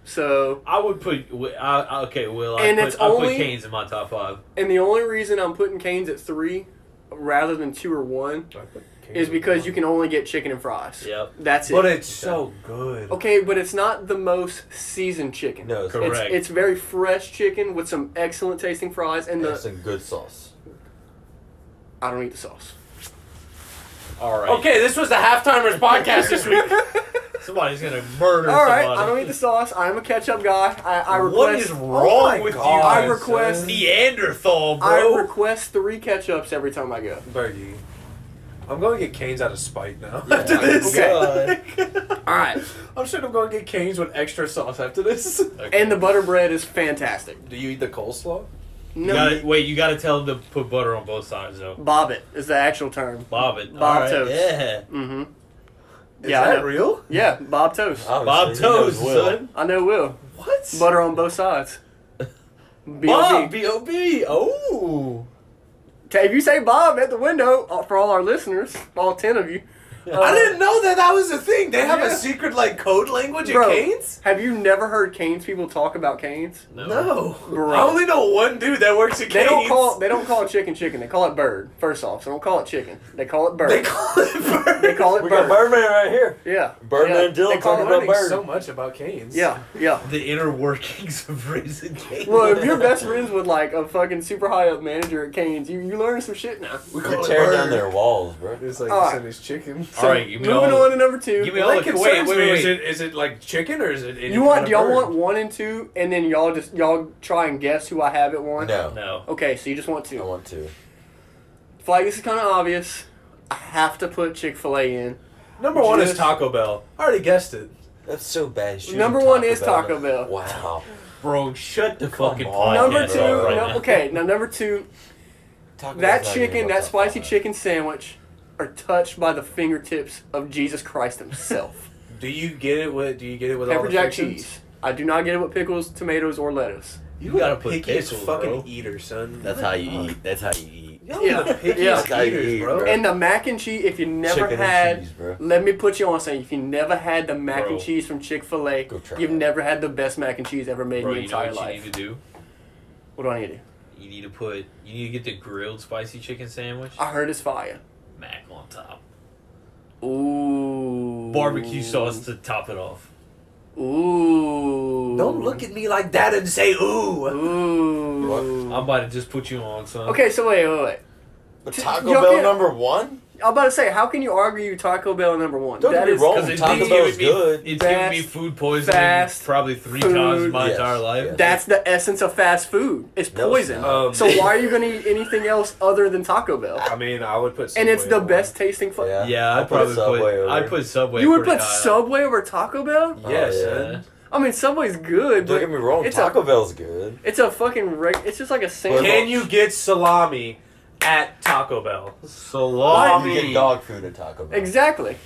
[SPEAKER 3] So,
[SPEAKER 1] I would put. Wi- I, I- okay, Will. I
[SPEAKER 3] And
[SPEAKER 1] put,
[SPEAKER 3] it's
[SPEAKER 1] I
[SPEAKER 3] only-
[SPEAKER 1] put Canes in my top five.
[SPEAKER 3] and the only reason I'm putting canes at three, rather than two or one,
[SPEAKER 2] I put Canes
[SPEAKER 3] is
[SPEAKER 2] in
[SPEAKER 3] because
[SPEAKER 2] one.
[SPEAKER 3] you can only get chicken and fries.
[SPEAKER 1] Yep.
[SPEAKER 3] That's it.
[SPEAKER 2] But it's so good.
[SPEAKER 3] Okay, but it's not the most seasoned chicken.
[SPEAKER 6] no, it's,
[SPEAKER 1] Correct.
[SPEAKER 6] it's,
[SPEAKER 3] It's, it's very fresh chicken with some excellent tasting fries and the
[SPEAKER 6] some good sauce.
[SPEAKER 3] I don't eat the sauce.
[SPEAKER 1] All right.
[SPEAKER 2] Okay, this was the halftimers podcast this week.
[SPEAKER 3] (laughs)
[SPEAKER 1] Somebody's gonna murder.
[SPEAKER 3] All right,
[SPEAKER 1] somebody.
[SPEAKER 3] I don't eat the sauce. I'm a ketchup guy. I, I request.
[SPEAKER 1] What is
[SPEAKER 2] (laughs) Oh
[SPEAKER 1] wrong
[SPEAKER 2] my
[SPEAKER 1] with
[SPEAKER 2] God,
[SPEAKER 3] I
[SPEAKER 2] son.
[SPEAKER 3] request-
[SPEAKER 1] you, Neanderthal,
[SPEAKER 3] I
[SPEAKER 1] bro?
[SPEAKER 3] request three ketchups every time I go.
[SPEAKER 2] Bergie. I'm going to get canes out of spite now.
[SPEAKER 6] Yeah,
[SPEAKER 2] after
[SPEAKER 1] (laughs)
[SPEAKER 2] this.
[SPEAKER 6] okay.
[SPEAKER 3] All right,
[SPEAKER 2] I'm sure I'm going to get canes with extra sauce after this.
[SPEAKER 3] and the butter bread is fantastic.
[SPEAKER 2] Do you eat the coleslaw?
[SPEAKER 1] You
[SPEAKER 3] No,
[SPEAKER 1] gotta, wait, you gotta tell them to put butter on both sides though.
[SPEAKER 3] bobbit is the actual term.
[SPEAKER 1] Bob it.
[SPEAKER 3] Bob
[SPEAKER 1] All right,
[SPEAKER 3] toast.
[SPEAKER 1] Yeah.
[SPEAKER 3] Mm-hmm.
[SPEAKER 2] Is
[SPEAKER 3] Yeah, I
[SPEAKER 2] that
[SPEAKER 3] know.
[SPEAKER 2] real?
[SPEAKER 3] Yeah, bob toast.
[SPEAKER 6] Uh.
[SPEAKER 1] Bob
[SPEAKER 6] Obviously, he knows
[SPEAKER 1] toast,
[SPEAKER 6] Will.
[SPEAKER 1] son.
[SPEAKER 3] I know will
[SPEAKER 2] What?
[SPEAKER 3] butter on both sides. B.O.B.
[SPEAKER 1] Bob. B O B. Oh.
[SPEAKER 3] Ta- If you say Bob at the window, uh, for all our listeners, all ten of you,
[SPEAKER 2] I didn't know that that was a thing. They have
[SPEAKER 3] Yeah.
[SPEAKER 2] a secret like code language
[SPEAKER 3] Uh, Bro.
[SPEAKER 2] at Canes.
[SPEAKER 3] have you never heard Canes people talk about Canes?
[SPEAKER 2] No,
[SPEAKER 3] Bro.
[SPEAKER 2] I only know one dude that works at
[SPEAKER 3] They
[SPEAKER 2] Canes.
[SPEAKER 3] don't call they don't call it chicken chicken. They call it bird. First off, so don't call it chicken. They call it bird.
[SPEAKER 2] They call it bird.
[SPEAKER 3] They call it
[SPEAKER 6] We
[SPEAKER 3] bird.
[SPEAKER 6] got Birdman right here.
[SPEAKER 3] Yeah.
[SPEAKER 6] Birdman
[SPEAKER 3] yeah.
[SPEAKER 6] and Dylan
[SPEAKER 3] They call
[SPEAKER 6] talking
[SPEAKER 3] it
[SPEAKER 6] about
[SPEAKER 2] learning
[SPEAKER 3] bird.
[SPEAKER 6] bird.
[SPEAKER 2] so much about Canes.
[SPEAKER 3] Yeah, yeah.
[SPEAKER 1] The inner workings of raising Canes.
[SPEAKER 3] Well, if you're best friends with like a fucking super high up manager at Canes, you, you learn some shit now.
[SPEAKER 2] we
[SPEAKER 6] You're tearing down their walls, bro.
[SPEAKER 2] It's like
[SPEAKER 3] Alright.
[SPEAKER 2] send his chicken.
[SPEAKER 3] So
[SPEAKER 5] all right, give me
[SPEAKER 3] moving
[SPEAKER 5] all-
[SPEAKER 3] on to number two.
[SPEAKER 5] give me all
[SPEAKER 2] Well,
[SPEAKER 5] the
[SPEAKER 2] that concerns
[SPEAKER 5] wait, wait,
[SPEAKER 2] me.
[SPEAKER 5] wait.
[SPEAKER 2] Is it is it like chicken or is it? any
[SPEAKER 3] you want?
[SPEAKER 2] kind
[SPEAKER 3] Do
[SPEAKER 2] of
[SPEAKER 3] y'all
[SPEAKER 2] bird?
[SPEAKER 3] want one and two, and then y'all just y'all try and guess who I have at one?
[SPEAKER 6] No,
[SPEAKER 5] No.
[SPEAKER 3] Okay, so you just want
[SPEAKER 6] I
[SPEAKER 3] two.
[SPEAKER 6] want to.
[SPEAKER 3] I feel like this is kind of obvious. I have to put Chick Fil A in.
[SPEAKER 2] Number one is
[SPEAKER 3] Just-
[SPEAKER 2] Taco Bell. I already guessed it.
[SPEAKER 6] That's so bad. She's
[SPEAKER 3] Number
[SPEAKER 6] using
[SPEAKER 3] one is Taco Bell.
[SPEAKER 6] Wow.
[SPEAKER 5] Bro, shut the
[SPEAKER 6] Come
[SPEAKER 5] fucking
[SPEAKER 6] on,
[SPEAKER 5] podcast
[SPEAKER 3] number
[SPEAKER 6] yeah,
[SPEAKER 3] two.
[SPEAKER 6] bro,
[SPEAKER 5] off right
[SPEAKER 3] no-
[SPEAKER 5] now.
[SPEAKER 3] okay, now number two.
[SPEAKER 6] Taco
[SPEAKER 3] That
[SPEAKER 6] Bell's not even
[SPEAKER 3] chicken,
[SPEAKER 6] on
[SPEAKER 3] that
[SPEAKER 6] top
[SPEAKER 3] spicy
[SPEAKER 6] five.
[SPEAKER 3] chicken sandwich, are touched by the fingertips of Jesus Christ
[SPEAKER 6] (laughs)
[SPEAKER 3] Himself.
[SPEAKER 2] Do you get it with? Do you get it with all
[SPEAKER 3] Pepper
[SPEAKER 2] the
[SPEAKER 3] jack
[SPEAKER 2] fictions?
[SPEAKER 3] cheese. I do not get it with pickles, tomatoes, or lettuce.
[SPEAKER 2] You,
[SPEAKER 5] You
[SPEAKER 2] gotta
[SPEAKER 5] gotta
[SPEAKER 2] the
[SPEAKER 5] put
[SPEAKER 2] pickiest
[SPEAKER 5] pickles,
[SPEAKER 2] fucking
[SPEAKER 5] bro.
[SPEAKER 2] eater, son.
[SPEAKER 6] That's how you eat. That's how you eat.
[SPEAKER 2] Y'all yeah.
[SPEAKER 3] Yeah.
[SPEAKER 2] the
[SPEAKER 3] Yeah.
[SPEAKER 2] pickiest
[SPEAKER 6] Gotta
[SPEAKER 2] eaters,
[SPEAKER 6] eat,
[SPEAKER 2] bro.
[SPEAKER 6] bro.
[SPEAKER 3] And the mac and cheese, if you never
[SPEAKER 6] Chicken and
[SPEAKER 3] had,
[SPEAKER 6] cheese, bro.
[SPEAKER 3] let me put you on something. If you never had the mac
[SPEAKER 5] Bro.
[SPEAKER 3] and cheese from Chick Fil A,
[SPEAKER 6] Go try
[SPEAKER 3] you've
[SPEAKER 6] it.
[SPEAKER 3] never had the best mac and cheese ever made
[SPEAKER 5] Bro,
[SPEAKER 3] in your
[SPEAKER 5] you know
[SPEAKER 3] entire
[SPEAKER 5] what you
[SPEAKER 3] life.
[SPEAKER 5] need to do?
[SPEAKER 3] What do I need to do?
[SPEAKER 5] You need to put, you need to get the grilled spicy chicken sandwich,
[SPEAKER 3] I heard it's fire.
[SPEAKER 5] mac on top,
[SPEAKER 3] Ooh.
[SPEAKER 5] barbecue sauce to top it off.
[SPEAKER 3] Ooh.
[SPEAKER 2] Don't look at me like that and say ooh.
[SPEAKER 3] Ooh.
[SPEAKER 5] I'm about to just put you on, son.
[SPEAKER 3] Okay, so wait, wait, wait.
[SPEAKER 6] But
[SPEAKER 3] T-
[SPEAKER 6] Taco
[SPEAKER 3] y'all
[SPEAKER 6] Bell
[SPEAKER 3] can't-
[SPEAKER 6] number one?
[SPEAKER 3] I'm about to say, how can you argue Taco Bell number one?
[SPEAKER 6] Don't get
[SPEAKER 3] That
[SPEAKER 6] me
[SPEAKER 3] is
[SPEAKER 6] wrong.
[SPEAKER 5] 'Cause it's
[SPEAKER 6] Taco
[SPEAKER 5] giving
[SPEAKER 6] Bell's
[SPEAKER 5] me-
[SPEAKER 6] good.
[SPEAKER 5] It's giving me
[SPEAKER 3] Fast-
[SPEAKER 5] food poisoning
[SPEAKER 3] fast
[SPEAKER 5] probably three
[SPEAKER 3] food.
[SPEAKER 5] times in my
[SPEAKER 6] Yes,
[SPEAKER 5] entire life.
[SPEAKER 6] yes.
[SPEAKER 3] That's the essence of fast food. It's
[SPEAKER 6] No, it's
[SPEAKER 3] poison.
[SPEAKER 6] not.
[SPEAKER 2] Um,
[SPEAKER 6] (laughs)
[SPEAKER 3] so why are you gonna eat anything else other than Taco Bell?
[SPEAKER 2] I mean, I would put.
[SPEAKER 3] And it's
[SPEAKER 2] Subway
[SPEAKER 3] the
[SPEAKER 2] on.
[SPEAKER 3] best tasting. Fu-
[SPEAKER 6] Yeah.
[SPEAKER 5] Yeah,
[SPEAKER 6] I'll
[SPEAKER 5] I'd
[SPEAKER 6] put
[SPEAKER 5] probably
[SPEAKER 6] Subway
[SPEAKER 5] put.
[SPEAKER 6] over.
[SPEAKER 5] I'd put Subway.
[SPEAKER 3] you would
[SPEAKER 5] pretty
[SPEAKER 3] put
[SPEAKER 5] high.
[SPEAKER 3] Subway over Taco Bell?
[SPEAKER 6] Oh,
[SPEAKER 2] Yes,
[SPEAKER 6] yeah.
[SPEAKER 2] son.
[SPEAKER 3] I mean, Subway's good,
[SPEAKER 6] Don't
[SPEAKER 3] but
[SPEAKER 6] get me wrong.
[SPEAKER 3] it's
[SPEAKER 6] Taco
[SPEAKER 3] a
[SPEAKER 6] Bell's good.
[SPEAKER 3] it's a fucking reg- it's just like a sandwich.
[SPEAKER 2] Can you get salami at Taco Bell?
[SPEAKER 5] salami.
[SPEAKER 6] You get dog food at Taco Bell.
[SPEAKER 3] Exactly.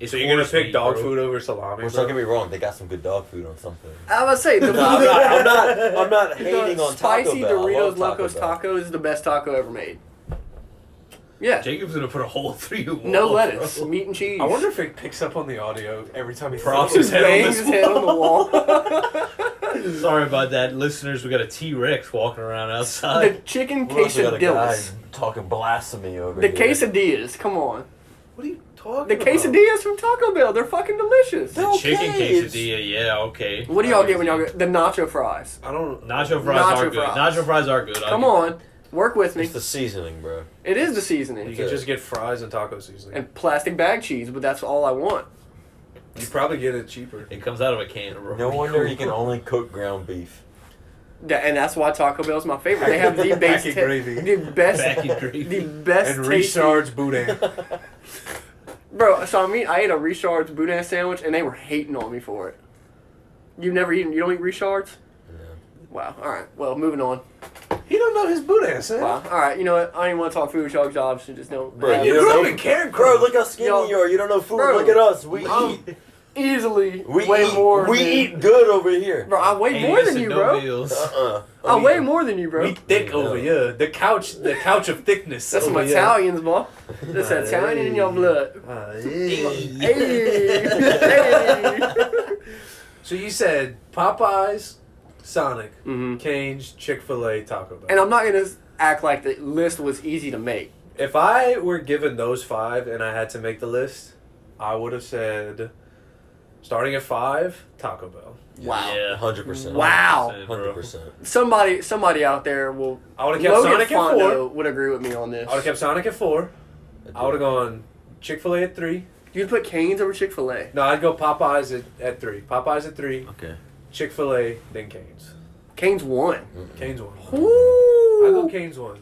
[SPEAKER 5] It's
[SPEAKER 2] So you're gonna
[SPEAKER 5] horse
[SPEAKER 2] pick
[SPEAKER 5] meat,
[SPEAKER 2] dog
[SPEAKER 5] bro.
[SPEAKER 2] food over salami?
[SPEAKER 6] Which
[SPEAKER 2] bro?
[SPEAKER 6] don't get me wrong, they got some good dog food on something.
[SPEAKER 3] I was say
[SPEAKER 6] (laughs)
[SPEAKER 3] the,
[SPEAKER 6] No, I'm not. I'm not.
[SPEAKER 3] (laughs)
[SPEAKER 6] I'm not hating on Taco
[SPEAKER 3] spicy
[SPEAKER 6] Bell. I
[SPEAKER 3] Doritos
[SPEAKER 6] love Taco
[SPEAKER 3] Locos
[SPEAKER 6] Bell.
[SPEAKER 3] Taco is the best taco ever made. Yeah,
[SPEAKER 5] Jacob's gonna put a whole three. (laughs)
[SPEAKER 3] no lettuce, meat and cheese.
[SPEAKER 2] I wonder if it picks up on the audio every time he
[SPEAKER 5] Props
[SPEAKER 2] says
[SPEAKER 5] his head on
[SPEAKER 3] Bangs
[SPEAKER 5] this
[SPEAKER 3] his head on the wall.
[SPEAKER 5] Sorry about that, listeners. We got a T Rex walking around
[SPEAKER 3] the
[SPEAKER 5] outside.
[SPEAKER 3] chicken
[SPEAKER 6] We also got a guy
[SPEAKER 3] quesadillas.
[SPEAKER 6] talking blasphemy over
[SPEAKER 3] The
[SPEAKER 6] here.
[SPEAKER 3] quesadillas, come on.
[SPEAKER 2] What are you talking
[SPEAKER 3] The
[SPEAKER 2] about?
[SPEAKER 3] quesadillas from Taco Bell, they're fucking delicious.
[SPEAKER 6] No.
[SPEAKER 5] Chicken
[SPEAKER 6] Okay, it's-
[SPEAKER 5] quesadilla, yeah, okay.
[SPEAKER 3] What do y'all get when y'all get the nacho fries?
[SPEAKER 2] I don't.
[SPEAKER 5] Nacho fries are
[SPEAKER 3] Nacho
[SPEAKER 5] good.
[SPEAKER 3] fries.
[SPEAKER 5] Nacho fries are good. I'll
[SPEAKER 3] Come
[SPEAKER 5] give-
[SPEAKER 3] on, work with me.
[SPEAKER 6] It's the seasoning, bro.
[SPEAKER 3] It is the
[SPEAKER 2] You
[SPEAKER 3] seasoning
[SPEAKER 2] can just get fries and taco seasoning.
[SPEAKER 3] and plastic bag cheese, but that's all I want.
[SPEAKER 2] you probably get it cheaper.
[SPEAKER 5] It comes out of a can. bro.
[SPEAKER 6] No wonder
[SPEAKER 5] (laughs)
[SPEAKER 6] you can only cook ground beef.
[SPEAKER 3] Tha- And that's why Taco Bell's my favorite. They have the best,
[SPEAKER 2] Packet
[SPEAKER 3] ta-
[SPEAKER 2] gravy.
[SPEAKER 3] the best,
[SPEAKER 5] Packet gravy.
[SPEAKER 3] the best
[SPEAKER 2] and
[SPEAKER 3] tasty-
[SPEAKER 2] recharge boudin.
[SPEAKER 3] Bro, so I mean, I ate a Richard's boudin sandwich, and they were hating on me for it. You've never eaten? You don't eat Richards? Wow. All right. Well, moving on.
[SPEAKER 2] (laughs) he don't know his boudin, son.
[SPEAKER 3] Wow. All right. You know what? I don't even want to talk food with y'all because so just don't.
[SPEAKER 6] Bro,
[SPEAKER 3] have
[SPEAKER 2] You
[SPEAKER 6] Yeah.
[SPEAKER 2] grew up in Karen
[SPEAKER 6] Bro,
[SPEAKER 2] Crow.
[SPEAKER 6] look how skinny
[SPEAKER 3] Yo,
[SPEAKER 6] you are. You don't know food.
[SPEAKER 3] bro.
[SPEAKER 6] look at us. We
[SPEAKER 3] I'm-
[SPEAKER 6] eat.
[SPEAKER 3] easily
[SPEAKER 6] We
[SPEAKER 3] way
[SPEAKER 6] eat.
[SPEAKER 3] more.
[SPEAKER 6] we
[SPEAKER 3] than-
[SPEAKER 6] eat good over here.
[SPEAKER 3] Bro, I weigh
[SPEAKER 5] Ain't
[SPEAKER 3] more than
[SPEAKER 5] missing
[SPEAKER 3] you,
[SPEAKER 5] no
[SPEAKER 3] bro.
[SPEAKER 5] meals.
[SPEAKER 3] (laughs)
[SPEAKER 6] Uh-uh.
[SPEAKER 3] I
[SPEAKER 6] We-
[SPEAKER 3] weigh more than you, bro.
[SPEAKER 2] We thick
[SPEAKER 6] Yeah.
[SPEAKER 2] over here. The couch, the couch of thickness.
[SPEAKER 3] That's some
[SPEAKER 2] over here.
[SPEAKER 3] Italians, boy. That's Italian in your blood.
[SPEAKER 2] Ah, yeah.
[SPEAKER 3] Hey. hey.
[SPEAKER 2] So you said Popeyes, Sonic,
[SPEAKER 3] Mhm.
[SPEAKER 2] Cane's, Chick Fil A, Taco Bell.
[SPEAKER 3] And I'm not gonna act like the list was easy to make.
[SPEAKER 2] if I were given those five and I had to make the list, I would have said, starting at five, Taco Bell.
[SPEAKER 3] Wow.
[SPEAKER 5] Yeah.
[SPEAKER 6] 100%.
[SPEAKER 3] Wow.
[SPEAKER 5] 100%, bro.
[SPEAKER 6] 100%.
[SPEAKER 3] Somebody, somebody out there will.
[SPEAKER 2] I would have kept
[SPEAKER 3] Logan
[SPEAKER 2] Sonic at four.
[SPEAKER 3] Fondo would agree with me on this.
[SPEAKER 2] I would have kept Sonic at four. I would have gone Chick Fil A at three.
[SPEAKER 3] You'd put Canes over Chick Fil A.
[SPEAKER 2] No, I'd go Popeyes at, at three. Popeyes at three.
[SPEAKER 6] Okay.
[SPEAKER 2] Chick Fil A, then Cane's.
[SPEAKER 3] Canes won.
[SPEAKER 2] Cane's one. I go
[SPEAKER 3] Ooh.
[SPEAKER 2] Cane's one.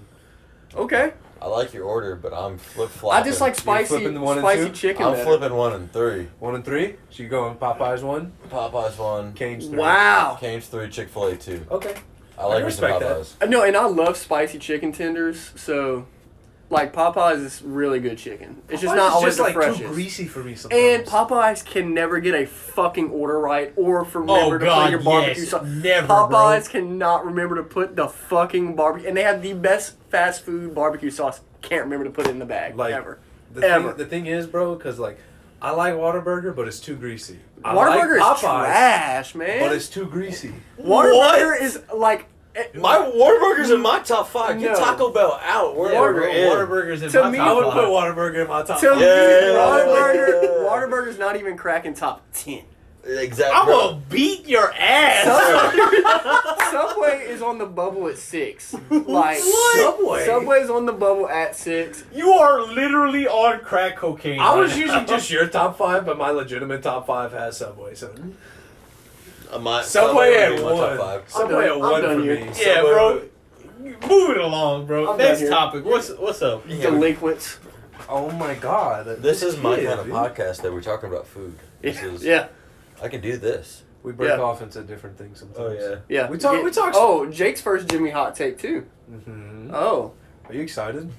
[SPEAKER 3] Okay.
[SPEAKER 6] I like your order, but I'm flip flopping.
[SPEAKER 3] I just like spicy,
[SPEAKER 2] flipping the one and
[SPEAKER 3] spicy
[SPEAKER 2] two?
[SPEAKER 3] chicken.
[SPEAKER 6] I'm
[SPEAKER 3] better.
[SPEAKER 6] flipping one and three.
[SPEAKER 2] One and three. So you're going Popeyes one,
[SPEAKER 6] Popeyes one,
[SPEAKER 2] Cane's three.
[SPEAKER 3] Wow.
[SPEAKER 6] Cane's three, Chick Fil A two.
[SPEAKER 3] Oh,
[SPEAKER 2] Okay.
[SPEAKER 6] I like me some
[SPEAKER 2] respect that.
[SPEAKER 6] Popeyes.
[SPEAKER 3] Uh, No, and I love spicy chicken tenders. So, like Popeyes is really good chicken. It's just
[SPEAKER 2] Popeyes
[SPEAKER 3] not
[SPEAKER 2] is
[SPEAKER 3] always
[SPEAKER 2] just,
[SPEAKER 3] the
[SPEAKER 2] like
[SPEAKER 3] freshest.
[SPEAKER 2] too greasy for me sometimes.
[SPEAKER 3] and Popeyes can never get a fucking order right, or for remember
[SPEAKER 5] Oh,
[SPEAKER 3] to put
[SPEAKER 5] God,
[SPEAKER 3] your barbecue
[SPEAKER 5] yes.
[SPEAKER 3] sauce.
[SPEAKER 5] Never, bro.
[SPEAKER 3] Popeyes cannot remember to put the fucking barbecue, and they have the best fast food barbecue sauce. Can't remember to put it in the bag
[SPEAKER 2] Like,
[SPEAKER 3] ever.
[SPEAKER 2] the
[SPEAKER 3] ever.
[SPEAKER 2] Thing, the thing is, bro, because like I like Whataburger, but it's too greasy. I
[SPEAKER 3] Waterburger
[SPEAKER 2] like Popeyes,
[SPEAKER 3] is trash, man.
[SPEAKER 2] but it's too greasy.
[SPEAKER 3] Waterburger is like eh,
[SPEAKER 6] My Warburgers in my top five.
[SPEAKER 3] No.
[SPEAKER 6] Get Taco Bell out. We're
[SPEAKER 3] Water-
[SPEAKER 6] in.
[SPEAKER 5] Waterburgers in
[SPEAKER 3] To
[SPEAKER 5] my
[SPEAKER 3] me-
[SPEAKER 2] I
[SPEAKER 5] top
[SPEAKER 2] would
[SPEAKER 5] five.
[SPEAKER 2] put Whataburger in my top.
[SPEAKER 3] to
[SPEAKER 2] five.
[SPEAKER 3] me.
[SPEAKER 6] Yeah.
[SPEAKER 3] Waterburger, Waterburger's not even cracking top ten.
[SPEAKER 6] Exactly.
[SPEAKER 5] I'm gonna beat your ass.
[SPEAKER 3] Subway is on the bubble at six. Like
[SPEAKER 6] Subway?
[SPEAKER 3] Subway's on the bubble at six.
[SPEAKER 5] you are literally on crack cocaine.
[SPEAKER 2] I was
[SPEAKER 5] right
[SPEAKER 2] usually
[SPEAKER 5] now.
[SPEAKER 2] just your top five, but my legitimate top five has Subway. So
[SPEAKER 6] Uh, my-
[SPEAKER 2] Subway
[SPEAKER 6] would
[SPEAKER 2] at
[SPEAKER 6] be my top
[SPEAKER 2] one.
[SPEAKER 6] five.
[SPEAKER 2] Subway
[SPEAKER 3] done-
[SPEAKER 2] at
[SPEAKER 3] I'm
[SPEAKER 2] one
[SPEAKER 3] done
[SPEAKER 2] for
[SPEAKER 3] here.
[SPEAKER 2] me.
[SPEAKER 5] yeah,
[SPEAKER 2] Subway
[SPEAKER 5] bro.
[SPEAKER 2] would-
[SPEAKER 5] Move it along, bro.
[SPEAKER 3] uh, I'm done
[SPEAKER 5] Next
[SPEAKER 3] here.
[SPEAKER 5] topic. What's what's
[SPEAKER 6] (laughs)
[SPEAKER 5] up?
[SPEAKER 6] Yeah, we-
[SPEAKER 3] Delinquents.
[SPEAKER 2] Oh my god.
[SPEAKER 6] This is my
[SPEAKER 2] kid,
[SPEAKER 6] kind of
[SPEAKER 2] dude.
[SPEAKER 6] podcast that we're talking about food. This
[SPEAKER 3] (laughs)
[SPEAKER 6] is,
[SPEAKER 3] Yeah,
[SPEAKER 6] I can do this.
[SPEAKER 2] We break
[SPEAKER 3] Yeah.
[SPEAKER 2] off into different things sometimes.
[SPEAKER 3] yeah.
[SPEAKER 2] We talk-
[SPEAKER 3] Yeah.
[SPEAKER 2] we talk-
[SPEAKER 3] Oh, Jake's first Jimmy hot take too.
[SPEAKER 2] hmm
[SPEAKER 3] Oh,
[SPEAKER 2] Are you excited?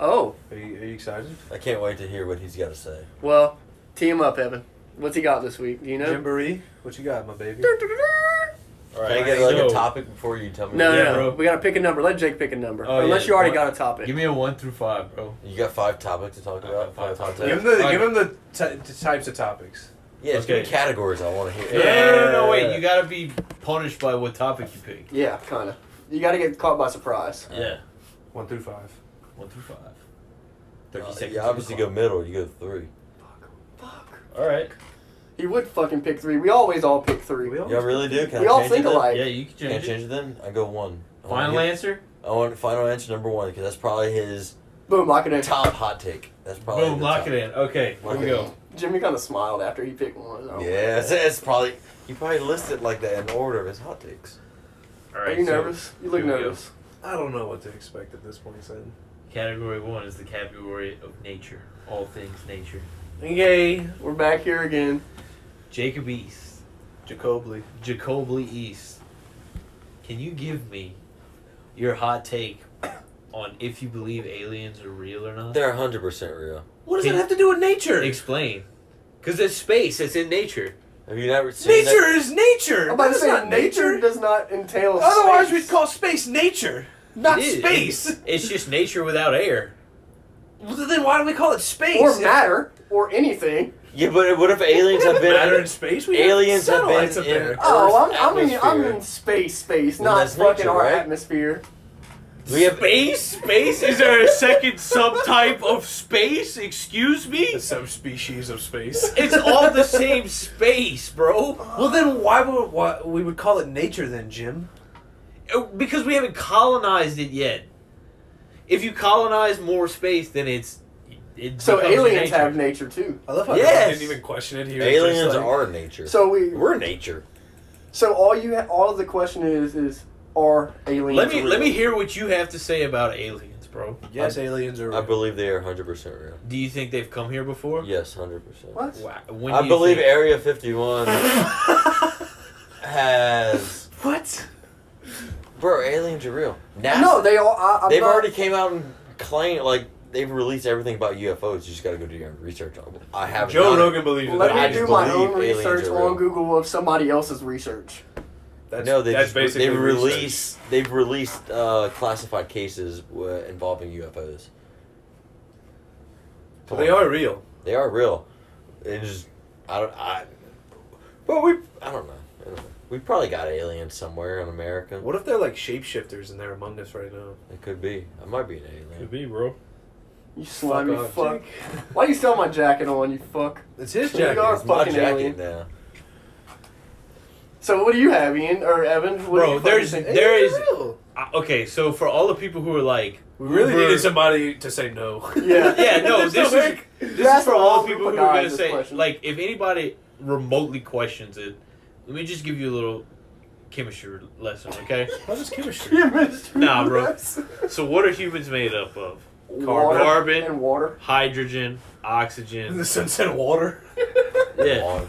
[SPEAKER 3] oh.
[SPEAKER 2] Are you, are you excited?
[SPEAKER 6] I can't wait to hear what he's got to say.
[SPEAKER 3] Well, tee him up, Evan. What's he got this week? Do you know?
[SPEAKER 2] Jamboree, what you got, my baby?
[SPEAKER 5] All
[SPEAKER 6] Can I get like
[SPEAKER 5] so-
[SPEAKER 6] a topic before you tell me?
[SPEAKER 3] No,
[SPEAKER 5] Yeah,
[SPEAKER 3] no,
[SPEAKER 5] bro.
[SPEAKER 3] no. We gotta pick a number. Let Jake pick a number.
[SPEAKER 5] Oh,
[SPEAKER 3] Unless
[SPEAKER 5] yeah.
[SPEAKER 3] you already
[SPEAKER 5] What?
[SPEAKER 3] got a topic.
[SPEAKER 5] Give me a one through five, bro.
[SPEAKER 6] You got five topics to talk
[SPEAKER 5] I
[SPEAKER 6] about.
[SPEAKER 5] got five
[SPEAKER 6] Five
[SPEAKER 5] topics.
[SPEAKER 2] Give
[SPEAKER 6] topics.
[SPEAKER 2] him the,
[SPEAKER 5] Like-
[SPEAKER 2] give him the ty- t- types of topics.
[SPEAKER 6] Yeah, just give me
[SPEAKER 5] Okay.
[SPEAKER 6] categories. I want to
[SPEAKER 5] Yeah,
[SPEAKER 6] hear.
[SPEAKER 5] no, no, no, wait. You gotta be punished by what topic you pick.
[SPEAKER 3] yeah, kind of. You gotta get caught by surprise.
[SPEAKER 5] Yeah,
[SPEAKER 2] One through five.
[SPEAKER 5] one through five.
[SPEAKER 6] Uh,
[SPEAKER 5] Thirty seconds.
[SPEAKER 6] you
[SPEAKER 5] on the
[SPEAKER 6] obviously go
[SPEAKER 5] clock.
[SPEAKER 6] middle. You go three.
[SPEAKER 3] Fuck.
[SPEAKER 5] All right.
[SPEAKER 3] He would fucking pick three. We always all pick three.
[SPEAKER 2] We all-
[SPEAKER 6] Y'all really do. Can
[SPEAKER 3] We
[SPEAKER 6] I
[SPEAKER 3] all
[SPEAKER 6] change
[SPEAKER 3] think
[SPEAKER 6] it then?
[SPEAKER 3] alike.
[SPEAKER 5] Yeah, you can
[SPEAKER 6] Can I
[SPEAKER 5] change it.
[SPEAKER 6] change it then? I go one. I wanna
[SPEAKER 5] Final
[SPEAKER 6] hear-
[SPEAKER 5] answer.
[SPEAKER 6] I want final answer number one because that's probably his
[SPEAKER 3] Boom, lock it in.
[SPEAKER 6] top hot take. That's probably
[SPEAKER 5] Boom,
[SPEAKER 6] Oh, the
[SPEAKER 5] lock
[SPEAKER 6] top.
[SPEAKER 5] it in. Okay, here
[SPEAKER 6] Lock
[SPEAKER 5] we
[SPEAKER 6] it
[SPEAKER 5] go.
[SPEAKER 3] Jimmy kind of smiled after he picked one. Oh.
[SPEAKER 6] Yeah, it's, it's probably you probably listed like that in order of his hot takes.
[SPEAKER 5] All
[SPEAKER 3] Are
[SPEAKER 5] right.
[SPEAKER 3] you
[SPEAKER 5] so
[SPEAKER 3] nervous? You look
[SPEAKER 5] here we go.
[SPEAKER 3] nervous.
[SPEAKER 2] I don't know what to expect at this point, son.
[SPEAKER 5] Category one is the category of nature. All things nature.
[SPEAKER 2] Yay.
[SPEAKER 3] We're back here again.
[SPEAKER 5] Jacob East.
[SPEAKER 2] Jacobly.
[SPEAKER 5] Jacobly East. Can you give me your hot take on if you believe aliens are real or not?
[SPEAKER 6] They're hundred percent real.
[SPEAKER 2] What
[SPEAKER 5] does that have
[SPEAKER 2] to do with nature?
[SPEAKER 5] Explain. Because it's space, it's in nature.
[SPEAKER 6] Have you never seen that-
[SPEAKER 2] Nature is nature.
[SPEAKER 3] I'm about to
[SPEAKER 2] That's
[SPEAKER 3] say
[SPEAKER 2] not
[SPEAKER 3] nature,
[SPEAKER 2] nature.
[SPEAKER 3] does not entail.
[SPEAKER 2] Otherwise,
[SPEAKER 3] space.
[SPEAKER 2] we'd call space nature, not
[SPEAKER 5] It is.
[SPEAKER 2] space.
[SPEAKER 5] (laughs) It's just nature without air.
[SPEAKER 2] Well, then why do we call it space?
[SPEAKER 3] or matter or anything.
[SPEAKER 6] Yeah, but what if aliens have been
[SPEAKER 2] matter in space. We
[SPEAKER 6] aliens
[SPEAKER 2] have
[SPEAKER 6] have been
[SPEAKER 2] satellites up
[SPEAKER 6] in
[SPEAKER 2] there.
[SPEAKER 3] Oh,
[SPEAKER 6] Earth's
[SPEAKER 3] I'm, I'm in I'm in
[SPEAKER 6] atmosphere.
[SPEAKER 3] space, space,
[SPEAKER 6] Well,
[SPEAKER 3] not
[SPEAKER 6] that's
[SPEAKER 3] fucking
[SPEAKER 6] nature,
[SPEAKER 3] our
[SPEAKER 6] right?
[SPEAKER 3] atmosphere.
[SPEAKER 6] We have
[SPEAKER 5] Space? Space? Is there a second subtype of space? Excuse me?
[SPEAKER 2] The subspecies of space.
[SPEAKER 5] It's all the same (laughs) space, bro.
[SPEAKER 2] well, then why would why, we would call it nature then, Jim?
[SPEAKER 5] Uh, Because we haven't colonized it yet. If you colonize more space, then it's. It
[SPEAKER 3] So
[SPEAKER 5] becomes
[SPEAKER 3] aliens
[SPEAKER 5] nature.
[SPEAKER 3] have nature too.
[SPEAKER 2] I love how
[SPEAKER 5] Yes.
[SPEAKER 2] you didn't even question it here.
[SPEAKER 6] aliens are nature.
[SPEAKER 3] So we
[SPEAKER 6] we're nature.
[SPEAKER 3] so all you ha- all the question is is are aliens
[SPEAKER 5] Let me
[SPEAKER 3] real?
[SPEAKER 5] let me hear what you have to say about aliens, bro.
[SPEAKER 2] Yes, aliens are.
[SPEAKER 6] I believe they are hundred percent real.
[SPEAKER 5] Do you think they've come here before?
[SPEAKER 6] Yes, hundred percent.
[SPEAKER 3] What?
[SPEAKER 5] Wow. When do
[SPEAKER 6] I
[SPEAKER 5] you
[SPEAKER 6] believe
[SPEAKER 5] think-
[SPEAKER 6] Area
[SPEAKER 3] (laughs)
[SPEAKER 6] Fifty One has
[SPEAKER 3] What?
[SPEAKER 6] bro. Aliens are real. NASA,
[SPEAKER 3] No, they all. I, I'm
[SPEAKER 6] they've
[SPEAKER 3] not-
[SPEAKER 6] already came out and claimed like they've released everything about UFOs. You just got to go do your own research on. it. I have
[SPEAKER 2] Joe
[SPEAKER 6] not-
[SPEAKER 2] Rogan believes in
[SPEAKER 3] Let
[SPEAKER 6] I
[SPEAKER 3] me
[SPEAKER 2] that.
[SPEAKER 6] just
[SPEAKER 3] do my own
[SPEAKER 6] believe aliens
[SPEAKER 3] research
[SPEAKER 6] are
[SPEAKER 3] on
[SPEAKER 6] real.
[SPEAKER 3] Google of somebody else's research.
[SPEAKER 2] That's,
[SPEAKER 6] no, they
[SPEAKER 2] that's
[SPEAKER 6] just,
[SPEAKER 2] basically
[SPEAKER 6] they've
[SPEAKER 2] research.
[SPEAKER 6] released they've released uh, classified cases uh, involving UFOs.
[SPEAKER 2] So they are real.
[SPEAKER 6] They are real. It just I don't I Well we I don't know. I don't know. We probably got aliens somewhere in America.
[SPEAKER 2] What if they're like shapeshifters and they're among us right now?
[SPEAKER 6] It could be. I might be an alien.
[SPEAKER 5] Could be, bro.
[SPEAKER 3] You slimy
[SPEAKER 2] off,
[SPEAKER 3] fuck.
[SPEAKER 2] Jake.
[SPEAKER 3] Why do you still have my jacket on, you fuck?
[SPEAKER 2] It's his
[SPEAKER 3] Here we
[SPEAKER 2] jacket.
[SPEAKER 3] are.
[SPEAKER 6] It's my
[SPEAKER 3] fucking
[SPEAKER 6] jacket
[SPEAKER 3] alien.
[SPEAKER 6] now.
[SPEAKER 3] So what do you have, Ian or Evan? What do
[SPEAKER 5] Bro,
[SPEAKER 3] you fucking
[SPEAKER 5] there's-
[SPEAKER 3] think?
[SPEAKER 5] there-
[SPEAKER 2] Aliens
[SPEAKER 5] is-
[SPEAKER 2] are real.
[SPEAKER 5] I- okay, so for all the people who are like,
[SPEAKER 2] We really
[SPEAKER 5] Uber-
[SPEAKER 2] needed somebody to say no.
[SPEAKER 3] (laughs) Yeah.
[SPEAKER 5] (laughs) yeah,
[SPEAKER 3] (laughs)
[SPEAKER 5] no, this is this is
[SPEAKER 3] That's
[SPEAKER 5] for
[SPEAKER 3] the
[SPEAKER 5] all the
[SPEAKER 3] wrong
[SPEAKER 5] people
[SPEAKER 3] group
[SPEAKER 5] who
[SPEAKER 3] of
[SPEAKER 5] are gonna
[SPEAKER 3] guys, this
[SPEAKER 5] say,
[SPEAKER 3] question.
[SPEAKER 5] like, if anybody remotely questions it, let me just give you a little chemistry lesson,
[SPEAKER 3] (laughs)
[SPEAKER 5] okay?
[SPEAKER 2] What is (laughs) chemistry?
[SPEAKER 3] Yeah, Mr.
[SPEAKER 5] Nah, bro.
[SPEAKER 3] Rats.
[SPEAKER 5] so, what are humans made up of?
[SPEAKER 3] Water
[SPEAKER 5] Carbon.
[SPEAKER 3] and water.
[SPEAKER 5] Hydrogen,
[SPEAKER 2] In the
[SPEAKER 5] oxygen.
[SPEAKER 3] (laughs)
[SPEAKER 2] sunset water.
[SPEAKER 5] Yeah,
[SPEAKER 6] Water.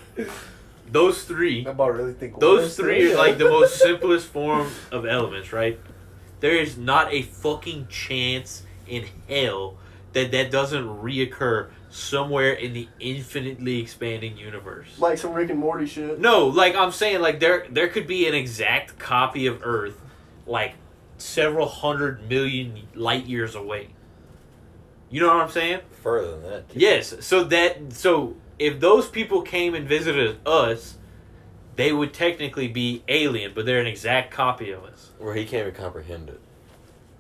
[SPEAKER 5] those three.
[SPEAKER 2] That bar really think
[SPEAKER 5] Those three
[SPEAKER 2] real.
[SPEAKER 5] are like the most simplest form of elements, right? There is not a fucking chance in hell that that doesn't reoccur somewhere in the infinitely expanding universe.
[SPEAKER 3] Like some Rick and Morty shit.
[SPEAKER 5] No, like I'm saying, like there there could be an exact copy of Earth, like several hundred million light years away. You know what I'm saying?
[SPEAKER 6] Further than that. too.
[SPEAKER 5] Yes. So that so if those people came and visited us, they would technically be alien, but they're an exact copy of us.
[SPEAKER 6] Where he can't even comprehend it.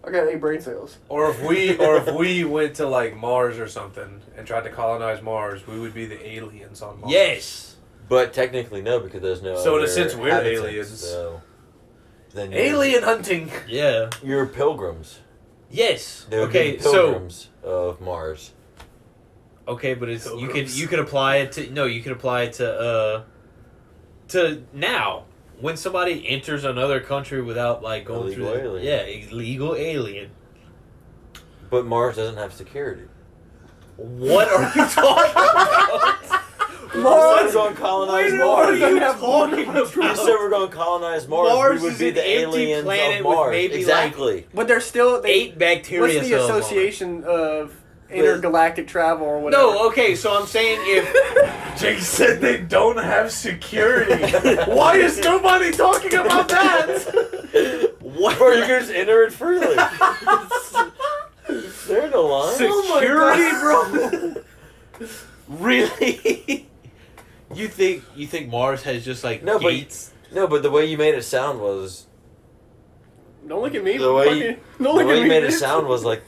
[SPEAKER 3] I got eight brain cells.
[SPEAKER 2] Or if we, or if we went to like Mars or something and tried to colonize Mars, we would be the aliens on Mars.
[SPEAKER 5] Yes.
[SPEAKER 6] But technically, no, because there's no.
[SPEAKER 2] So in a
[SPEAKER 6] other
[SPEAKER 2] sense, we're
[SPEAKER 6] habitants,
[SPEAKER 2] aliens.
[SPEAKER 6] So then you're-
[SPEAKER 2] Alien hunting.
[SPEAKER 5] Yeah.
[SPEAKER 6] You're pilgrims.
[SPEAKER 5] Yes.
[SPEAKER 6] They would be
[SPEAKER 5] okay.
[SPEAKER 6] the
[SPEAKER 5] So
[SPEAKER 6] pilgrims of Mars.
[SPEAKER 5] okay, but it's you could
[SPEAKER 2] Pilgrims.
[SPEAKER 5] you could apply it to no, you could apply it to uh to now when somebody enters another country without like going
[SPEAKER 6] Illegal
[SPEAKER 5] through the,
[SPEAKER 6] alien.
[SPEAKER 5] yeah illegal alien.
[SPEAKER 6] But Mars doesn't have security.
[SPEAKER 5] What are you talking
[SPEAKER 3] (laughs)
[SPEAKER 5] about?
[SPEAKER 6] Mars
[SPEAKER 3] Mars
[SPEAKER 6] on colonize
[SPEAKER 5] What are
[SPEAKER 6] Mars.
[SPEAKER 5] you talking
[SPEAKER 6] You said
[SPEAKER 5] about?
[SPEAKER 6] we're gonna colonize Mars.
[SPEAKER 5] Mars
[SPEAKER 6] we would
[SPEAKER 5] is
[SPEAKER 6] be
[SPEAKER 5] an
[SPEAKER 6] the
[SPEAKER 5] empty
[SPEAKER 6] aliens
[SPEAKER 5] planet
[SPEAKER 6] of
[SPEAKER 5] with
[SPEAKER 6] Mars.
[SPEAKER 5] maybe, like,
[SPEAKER 6] exactly.
[SPEAKER 3] But they're still they,
[SPEAKER 5] Eight bacteria
[SPEAKER 3] What's the
[SPEAKER 5] cells on it.
[SPEAKER 3] association of intergalactic travel or whatever?
[SPEAKER 5] No, okay, so I'm saying if
[SPEAKER 2] Jake said they don't have security. (laughs) Why is nobody talking about (laughs) that?
[SPEAKER 5] what
[SPEAKER 6] Bro, you can just enter
[SPEAKER 5] (laughs)
[SPEAKER 6] it freely. There's no line. Oh
[SPEAKER 5] Oh security, bro. really? (laughs) you think you think Mars has just like
[SPEAKER 6] No, but-
[SPEAKER 5] gates?
[SPEAKER 6] No, but the way you made it sound was
[SPEAKER 3] Don't look at me.
[SPEAKER 6] The way you-
[SPEAKER 3] fucking- don't
[SPEAKER 6] the
[SPEAKER 3] look at
[SPEAKER 6] way you
[SPEAKER 3] me.
[SPEAKER 6] made
[SPEAKER 3] (laughs)
[SPEAKER 6] it sound was like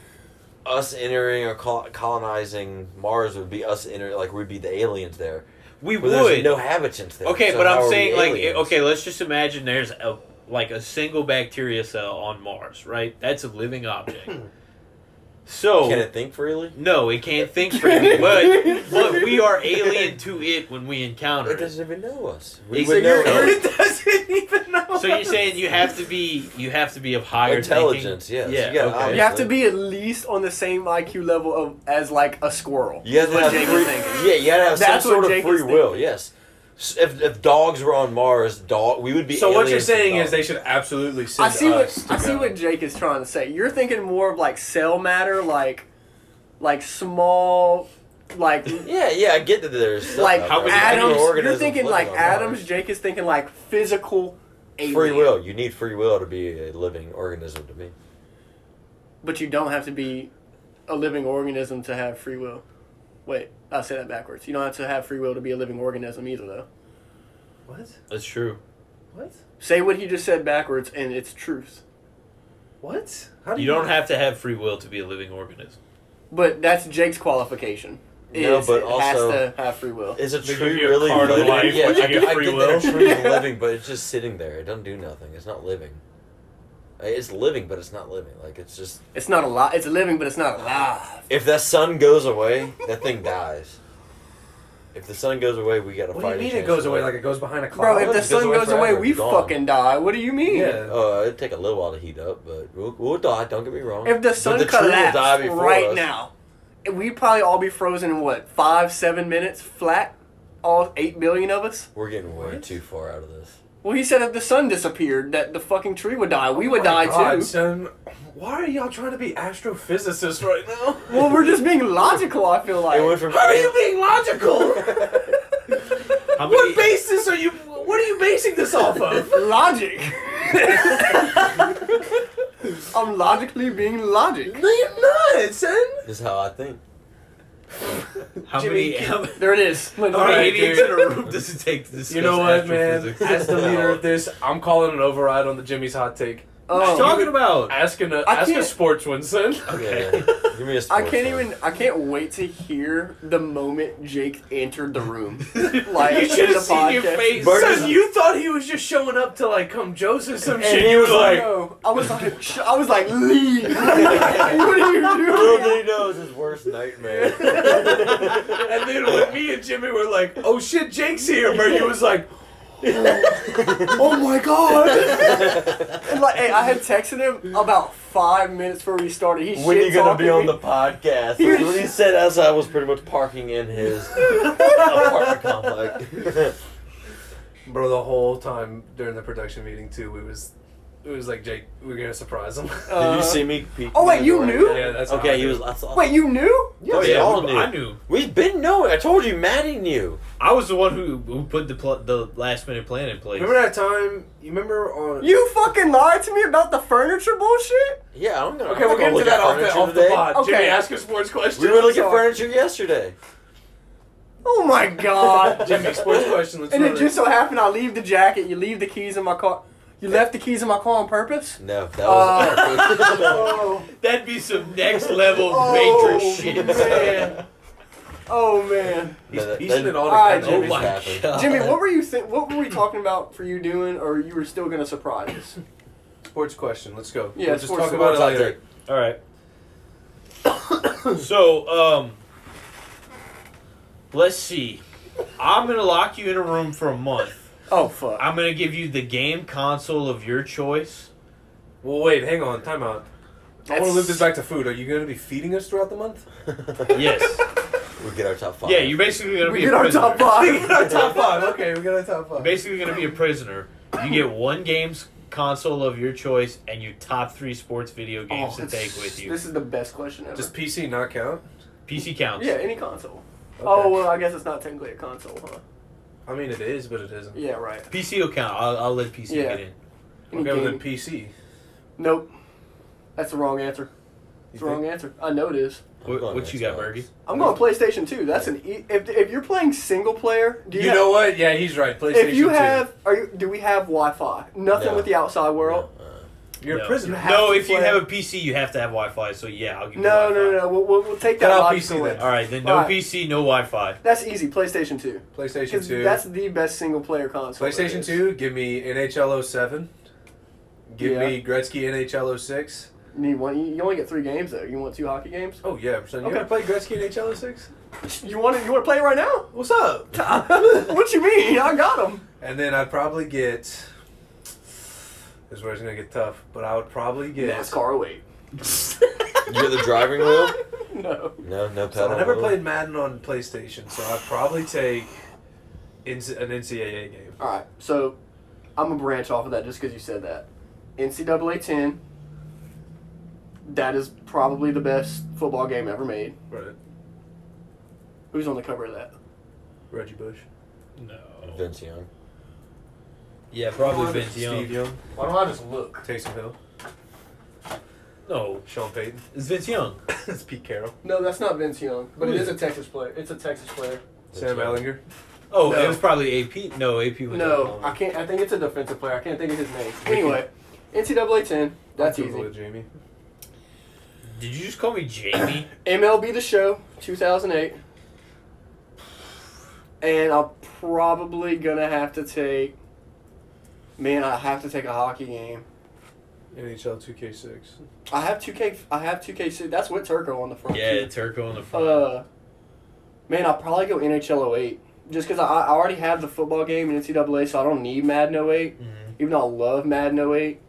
[SPEAKER 6] us entering or col- colonizing Mars would be us entering like we'd be the aliens there.
[SPEAKER 5] we
[SPEAKER 6] But there's
[SPEAKER 5] would.
[SPEAKER 6] no habitants there.
[SPEAKER 5] okay,
[SPEAKER 6] so
[SPEAKER 5] but
[SPEAKER 6] how are
[SPEAKER 5] I'm
[SPEAKER 6] we
[SPEAKER 5] saying like
[SPEAKER 6] aliens?
[SPEAKER 5] okay, let's just imagine there's a like a single bacteria cell on Mars, right? That's a living object. So
[SPEAKER 6] Hmm. Can it think freely?
[SPEAKER 5] no, it can't think for
[SPEAKER 6] (laughs)
[SPEAKER 5] it, but but we are alien to it when we encounter
[SPEAKER 6] It
[SPEAKER 5] it.
[SPEAKER 6] doesn't even know us. We
[SPEAKER 5] Exa-
[SPEAKER 6] would know
[SPEAKER 5] you're-
[SPEAKER 6] it.
[SPEAKER 5] you're-
[SPEAKER 3] it doesn't even know.
[SPEAKER 5] So you're saying you have to be you have to be of higher thinking?
[SPEAKER 6] intelligence. Yes.
[SPEAKER 5] Yeah,
[SPEAKER 6] you gotta-
[SPEAKER 5] okay.
[SPEAKER 3] You have to
[SPEAKER 6] obviously.
[SPEAKER 3] be at least on the same IQ level of, as like a squirrel.
[SPEAKER 6] You gotta
[SPEAKER 3] That's
[SPEAKER 6] have
[SPEAKER 3] what Jake was
[SPEAKER 6] free,
[SPEAKER 3] thinking.
[SPEAKER 6] yeah, you gotta have
[SPEAKER 3] That's
[SPEAKER 6] some
[SPEAKER 3] what
[SPEAKER 6] sort of
[SPEAKER 3] Jake
[SPEAKER 6] free
[SPEAKER 3] was
[SPEAKER 6] will.
[SPEAKER 3] thinking.
[SPEAKER 6] Yes, S- if, if dogs were on Mars, dog we would
[SPEAKER 2] (laughs)
[SPEAKER 6] be.
[SPEAKER 2] So what you're
[SPEAKER 6] aliens to
[SPEAKER 2] saying is
[SPEAKER 6] dogs.
[SPEAKER 2] they should absolutely send
[SPEAKER 3] I see
[SPEAKER 2] us
[SPEAKER 3] what
[SPEAKER 2] to
[SPEAKER 3] I see
[SPEAKER 2] go.
[SPEAKER 3] what Jake is trying to say. You're thinking more of like cell matter, like like small, like
[SPEAKER 6] Yeah, yeah, I get that there's stuff
[SPEAKER 3] like
[SPEAKER 6] out
[SPEAKER 5] How
[SPEAKER 6] there.
[SPEAKER 5] many
[SPEAKER 3] atoms. You're
[SPEAKER 6] microorganisms
[SPEAKER 3] thinking
[SPEAKER 6] living
[SPEAKER 3] like
[SPEAKER 6] on
[SPEAKER 3] atoms.
[SPEAKER 6] Mars.
[SPEAKER 3] Jake is thinking like physical. Alien.
[SPEAKER 6] Free will. You need free will to be a living organism to me.
[SPEAKER 3] but you don't have to be a living organism to have free will. Wait, I say that backwards. You don't have to have free will to be a living organism either, though.
[SPEAKER 2] What?
[SPEAKER 5] That's true.
[SPEAKER 2] What?
[SPEAKER 3] Say what he just said backwards, and it's truth.
[SPEAKER 2] What? How
[SPEAKER 5] You don't have to have free will to be a living organism.
[SPEAKER 3] But that's Jake's qualification.
[SPEAKER 6] No,
[SPEAKER 3] is
[SPEAKER 6] but
[SPEAKER 3] it
[SPEAKER 6] also-
[SPEAKER 3] has to have free will.
[SPEAKER 6] Is a
[SPEAKER 7] They
[SPEAKER 6] tree
[SPEAKER 7] give you a
[SPEAKER 6] really
[SPEAKER 7] card of
[SPEAKER 6] living?
[SPEAKER 7] life,
[SPEAKER 6] yeah,
[SPEAKER 7] but you
[SPEAKER 6] I,
[SPEAKER 7] get
[SPEAKER 6] I
[SPEAKER 7] free
[SPEAKER 6] get
[SPEAKER 7] will.
[SPEAKER 6] that a tree is living, but it's just sitting there. It doesn't do nothing. It's not living. Like, It's living, but it's not living. Like it's just
[SPEAKER 3] It's not alive. It's living, but it's not alive.
[SPEAKER 6] if that sun goes away, that thing dies. If the sun goes away, we gotta
[SPEAKER 2] What do
[SPEAKER 6] fight.
[SPEAKER 2] you
[SPEAKER 6] a
[SPEAKER 2] mean it
[SPEAKER 6] chance
[SPEAKER 2] goes
[SPEAKER 6] to
[SPEAKER 2] away?
[SPEAKER 6] live.
[SPEAKER 2] Like it goes behind a cloud?
[SPEAKER 3] Bro, if the
[SPEAKER 6] It goes
[SPEAKER 3] sun
[SPEAKER 6] away
[SPEAKER 3] goes away,
[SPEAKER 6] forever,
[SPEAKER 3] we
[SPEAKER 6] gone.
[SPEAKER 3] fucking die. What do you mean?
[SPEAKER 2] yeah.
[SPEAKER 6] Uh, it'd take a little while to heat up, but we'll, we'll die. Don't get me wrong.
[SPEAKER 3] If the
[SPEAKER 6] But
[SPEAKER 3] sun
[SPEAKER 6] tree will die
[SPEAKER 3] collapsed
[SPEAKER 6] before
[SPEAKER 3] right
[SPEAKER 6] us.
[SPEAKER 3] now, we'd probably all be frozen in what five, seven minutes flat. All eight billion of us.
[SPEAKER 6] we're getting way too far out of this.
[SPEAKER 3] Well, he said if the sun disappeared, that the fucking tree would die.
[SPEAKER 6] Oh
[SPEAKER 3] We would
[SPEAKER 2] My
[SPEAKER 3] die
[SPEAKER 2] God,
[SPEAKER 3] too.
[SPEAKER 2] son. Why are y'all trying to be astrophysicists right now?
[SPEAKER 3] Well, we're just being logical. I feel like.
[SPEAKER 6] It went from
[SPEAKER 2] How are
[SPEAKER 6] (laughs)
[SPEAKER 2] you being logical? (laughs)
[SPEAKER 5] How many,
[SPEAKER 2] what basis are you? What are you basing this off (laughs) of?
[SPEAKER 3] logic. (laughs) I'm logically being logic.
[SPEAKER 2] No, you're not, son.
[SPEAKER 6] is how I think.
[SPEAKER 5] how
[SPEAKER 2] Jimmy,
[SPEAKER 5] many, how many
[SPEAKER 3] There it is. Look,
[SPEAKER 2] All right,
[SPEAKER 5] idiots
[SPEAKER 2] dude.
[SPEAKER 5] in a room does it take to discuss
[SPEAKER 2] You know what, man?
[SPEAKER 5] astrophysics?
[SPEAKER 2] (laughs) As the leader of this, I'm calling an override on the Jimmy's hot take.
[SPEAKER 5] What are you
[SPEAKER 3] Um,
[SPEAKER 5] talking about?
[SPEAKER 2] Ask a
[SPEAKER 3] I
[SPEAKER 2] ask a
[SPEAKER 3] can't-
[SPEAKER 2] sports one,
[SPEAKER 3] (laughs)
[SPEAKER 2] son.
[SPEAKER 6] Okay. Give me a
[SPEAKER 3] I
[SPEAKER 6] sports
[SPEAKER 3] can't
[SPEAKER 6] one.
[SPEAKER 3] (laughs) even. I can't wait to hear the moment Jake entered the
[SPEAKER 6] (laughs)
[SPEAKER 3] room. Like
[SPEAKER 2] You should have seen your face,
[SPEAKER 6] Burgers-
[SPEAKER 2] son. You thought he was just showing up to like come Joseph some
[SPEAKER 6] And
[SPEAKER 2] shit.
[SPEAKER 6] he
[SPEAKER 2] You
[SPEAKER 6] was
[SPEAKER 2] were
[SPEAKER 3] (laughs)
[SPEAKER 6] like-
[SPEAKER 3] No, I was like, sh- I was like, leave. (laughs) what are you
[SPEAKER 6] Little
[SPEAKER 3] doing?
[SPEAKER 6] did he know it was his worst nightmare.
[SPEAKER 2] and then when me and Jimmy were like, "Oh shit, Jake's here," Bernie was like,
[SPEAKER 3] Oh my god! and like, hey, I had texted him about five minutes before we started. He
[SPEAKER 6] when you gonna
[SPEAKER 3] shit-talking
[SPEAKER 6] be on
[SPEAKER 3] me.
[SPEAKER 6] the podcast? That's what he said as I was pretty much parking in his apartment complex. (laughs)
[SPEAKER 2] "Bro, the whole time during the production meeting too, it was, it was like Jake, we are gonna surprise (laughs) him."
[SPEAKER 6] did
[SPEAKER 3] Uh,
[SPEAKER 6] you see me? peek
[SPEAKER 3] oh, wait,
[SPEAKER 6] through
[SPEAKER 3] you
[SPEAKER 6] the
[SPEAKER 3] knew?
[SPEAKER 6] window?
[SPEAKER 2] yeah, that's how I
[SPEAKER 6] Okay, he
[SPEAKER 2] do
[SPEAKER 6] was.
[SPEAKER 2] it.
[SPEAKER 6] I saw,
[SPEAKER 3] Wait, you knew?
[SPEAKER 6] Oh, yeah, all knew.
[SPEAKER 5] I knew.
[SPEAKER 6] We've been knowing. I told you, Maddie knew.
[SPEAKER 5] I was the one who, who put the pl- the last minute plan in place.
[SPEAKER 2] Remember that time? You remember on?
[SPEAKER 3] You fucking lied to me about the furniture bullshit?
[SPEAKER 6] Yeah, I'm gonna.
[SPEAKER 2] okay, we'll
[SPEAKER 6] I'm
[SPEAKER 2] get
[SPEAKER 6] gonna
[SPEAKER 2] into
[SPEAKER 6] look
[SPEAKER 2] that
[SPEAKER 6] at
[SPEAKER 2] off the,
[SPEAKER 6] furniture
[SPEAKER 2] off the
[SPEAKER 6] today.
[SPEAKER 2] pod.
[SPEAKER 3] Okay.
[SPEAKER 2] Jimmy, ask a sports question.
[SPEAKER 6] We were looking at
[SPEAKER 3] Sorry.
[SPEAKER 6] furniture yesterday.
[SPEAKER 3] Oh my
[SPEAKER 6] (laughs)
[SPEAKER 2] (laughs)
[SPEAKER 3] god.
[SPEAKER 2] Jimmy, (laughs) sports question. Let's
[SPEAKER 3] and
[SPEAKER 2] run
[SPEAKER 3] it
[SPEAKER 2] it.
[SPEAKER 3] just so happened I leave the jacket, you leave the keys in my car. You left the keys in my car on purpose?
[SPEAKER 6] No, that was.
[SPEAKER 2] Uh,
[SPEAKER 6] (laughs)
[SPEAKER 3] Oh,
[SPEAKER 5] That'd be some next level
[SPEAKER 3] Oh,
[SPEAKER 5] matrix shit.
[SPEAKER 3] man. Oh man,
[SPEAKER 2] (laughs) He's
[SPEAKER 6] That-
[SPEAKER 2] piecing
[SPEAKER 6] that-
[SPEAKER 2] it all
[SPEAKER 3] Alright,
[SPEAKER 2] together.
[SPEAKER 3] Jimmy.
[SPEAKER 6] Oh my God.
[SPEAKER 3] Jimmy, what were you th- what were we talking about for you doing, or you were still gonna surprise us?
[SPEAKER 2] Sports question. Let's go.
[SPEAKER 3] Yeah,
[SPEAKER 2] We'll just
[SPEAKER 3] sports
[SPEAKER 2] talk about it
[SPEAKER 6] Sports
[SPEAKER 2] later.
[SPEAKER 6] hot take.
[SPEAKER 5] All right. (coughs) so, um, let's see. I'm gonna lock you in a room for a month.
[SPEAKER 3] Oh fuck!
[SPEAKER 5] I'm gonna give you the game console of your choice.
[SPEAKER 2] Well, wait, hang on. Time out. I want
[SPEAKER 3] That's-
[SPEAKER 2] to live this back to food. Are you going to be feeding us throughout the month?
[SPEAKER 5] Yes.
[SPEAKER 6] We'll get our top five.
[SPEAKER 5] yeah, you're basically gonna
[SPEAKER 3] we
[SPEAKER 5] be
[SPEAKER 3] did
[SPEAKER 5] a
[SPEAKER 3] our
[SPEAKER 5] prisoner.
[SPEAKER 3] top five.
[SPEAKER 2] our top five. Okay, we got our top
[SPEAKER 5] You're
[SPEAKER 2] five.
[SPEAKER 5] basically gonna be a prisoner. You get one game's console of your choice and your top three sports video games to take with you.
[SPEAKER 3] Oh, This is the best question ever.
[SPEAKER 2] Does PC not count?
[SPEAKER 5] PC counts.
[SPEAKER 3] (laughs) yeah, any console.
[SPEAKER 2] Okay.
[SPEAKER 3] Oh well, I guess it's not technically a console, huh?
[SPEAKER 2] I mean, it is, but it isn't.
[SPEAKER 3] Yeah, right.
[SPEAKER 5] PC will count. I'll, I'll let PC
[SPEAKER 3] Yeah.
[SPEAKER 5] get in.
[SPEAKER 3] Any
[SPEAKER 2] Okay, well, then
[SPEAKER 3] game.
[SPEAKER 2] PC.
[SPEAKER 3] Nope, that's the wrong answer. It's the wrong answer. I know it is.
[SPEAKER 6] I'm
[SPEAKER 5] What-
[SPEAKER 6] going
[SPEAKER 5] what you got,
[SPEAKER 6] Xbox.
[SPEAKER 5] Bergie?
[SPEAKER 3] I'm going PlayStation 2. That's an e- if if you're playing single player, do
[SPEAKER 2] You,
[SPEAKER 3] you, have-
[SPEAKER 2] know what? Yeah, he's right. PlayStation
[SPEAKER 3] If you
[SPEAKER 2] 2.
[SPEAKER 3] have, are you, do we have Wi-Fi? Nothing
[SPEAKER 6] No.
[SPEAKER 3] with the outside world.
[SPEAKER 6] Yeah, uh,
[SPEAKER 2] You're
[SPEAKER 5] No.
[SPEAKER 2] a prisoner.
[SPEAKER 3] You have-
[SPEAKER 5] No,
[SPEAKER 3] to
[SPEAKER 5] if you
[SPEAKER 3] play-
[SPEAKER 5] have a PC, you have to have Wi-Fi. So yeah, I'll give you.
[SPEAKER 3] No,
[SPEAKER 5] Wi-Fi.
[SPEAKER 3] no, no, no. We'll, we'll, we'll take that
[SPEAKER 2] Cut out
[SPEAKER 3] logic
[SPEAKER 2] PC
[SPEAKER 3] away.
[SPEAKER 2] then.
[SPEAKER 5] All right, then no
[SPEAKER 3] Alright.
[SPEAKER 5] PC, no Wi-Fi.
[SPEAKER 3] That's easy. PlayStation Two.
[SPEAKER 2] PlayStation
[SPEAKER 3] Because
[SPEAKER 2] 2.
[SPEAKER 3] that's the best single player console. there
[SPEAKER 2] PlayStation
[SPEAKER 3] is.
[SPEAKER 2] 2, give me NHL 07. Give
[SPEAKER 3] Yeah.
[SPEAKER 2] me Gretzky NHL 06.
[SPEAKER 3] You need one. You you only get three games though. You want two hockey games? (laughs)
[SPEAKER 2] Oh, yeah. Son, you
[SPEAKER 3] Okay.
[SPEAKER 2] okay. play Gretzky NHL 06?
[SPEAKER 3] You want to? You want to play it right now?
[SPEAKER 2] What's
[SPEAKER 3] (laughs)
[SPEAKER 2] up?
[SPEAKER 3] what you mean? I got them.
[SPEAKER 2] (laughs) And then I'd probably get. This is where it's going to get tough, but I would probably get.
[SPEAKER 3] NASCAR away.
[SPEAKER 6] You're the driving wheel?
[SPEAKER 3] (laughs) No.
[SPEAKER 6] No, no pedal.
[SPEAKER 2] So I never
[SPEAKER 6] wheel.
[SPEAKER 2] played Madden on PlayStation, so I'd probably take in- an NCAA game.
[SPEAKER 3] All right. So I'm gonna branch off of that just because you said that. NCAA 10. That is probably the best football game ever made.
[SPEAKER 2] Right.
[SPEAKER 3] Who's on the cover of that?
[SPEAKER 2] Reggie Bush.
[SPEAKER 5] No.
[SPEAKER 6] Vince Young.
[SPEAKER 5] Yeah, probably Vince
[SPEAKER 2] Steve
[SPEAKER 5] Young.
[SPEAKER 2] Young.
[SPEAKER 3] Why don't I just look?
[SPEAKER 2] Taysom Hill.
[SPEAKER 5] No,
[SPEAKER 2] Sean Payton. (laughs)
[SPEAKER 5] it's Vince Young.
[SPEAKER 2] it's Pete Carroll.
[SPEAKER 3] No, that's not Vince Young, but
[SPEAKER 5] Who
[SPEAKER 3] it
[SPEAKER 5] is
[SPEAKER 3] is a Texas player. It's a Texas player.
[SPEAKER 6] Vince
[SPEAKER 2] Sam
[SPEAKER 6] Young.
[SPEAKER 2] Ellinger.
[SPEAKER 5] Oh,
[SPEAKER 3] No.
[SPEAKER 5] it was probably AP. No, AP was
[SPEAKER 3] No,
[SPEAKER 5] on
[SPEAKER 3] I can't. I think it's a defensive player. I can't think of his name. Anyway, NCAA 10. That's
[SPEAKER 2] I'll Google
[SPEAKER 3] easy.
[SPEAKER 2] it, Jamie.
[SPEAKER 5] Did you just call me
[SPEAKER 3] (coughs)
[SPEAKER 5] Jamie?
[SPEAKER 3] MLB The Show, 2008. And I'm probably gonna have to take. Man, I have to take a hockey game.
[SPEAKER 2] NHL 2K6.
[SPEAKER 3] I have 2K. I have 2K. That's what Turco on the front.
[SPEAKER 5] yeah, Turco on the front.
[SPEAKER 3] Uh, man, I'll probably go NHL 08. Just because I, I already have the football game in NCAA, so I don't need Madden 08.
[SPEAKER 5] Mhm.
[SPEAKER 3] Even though I love Madden 08.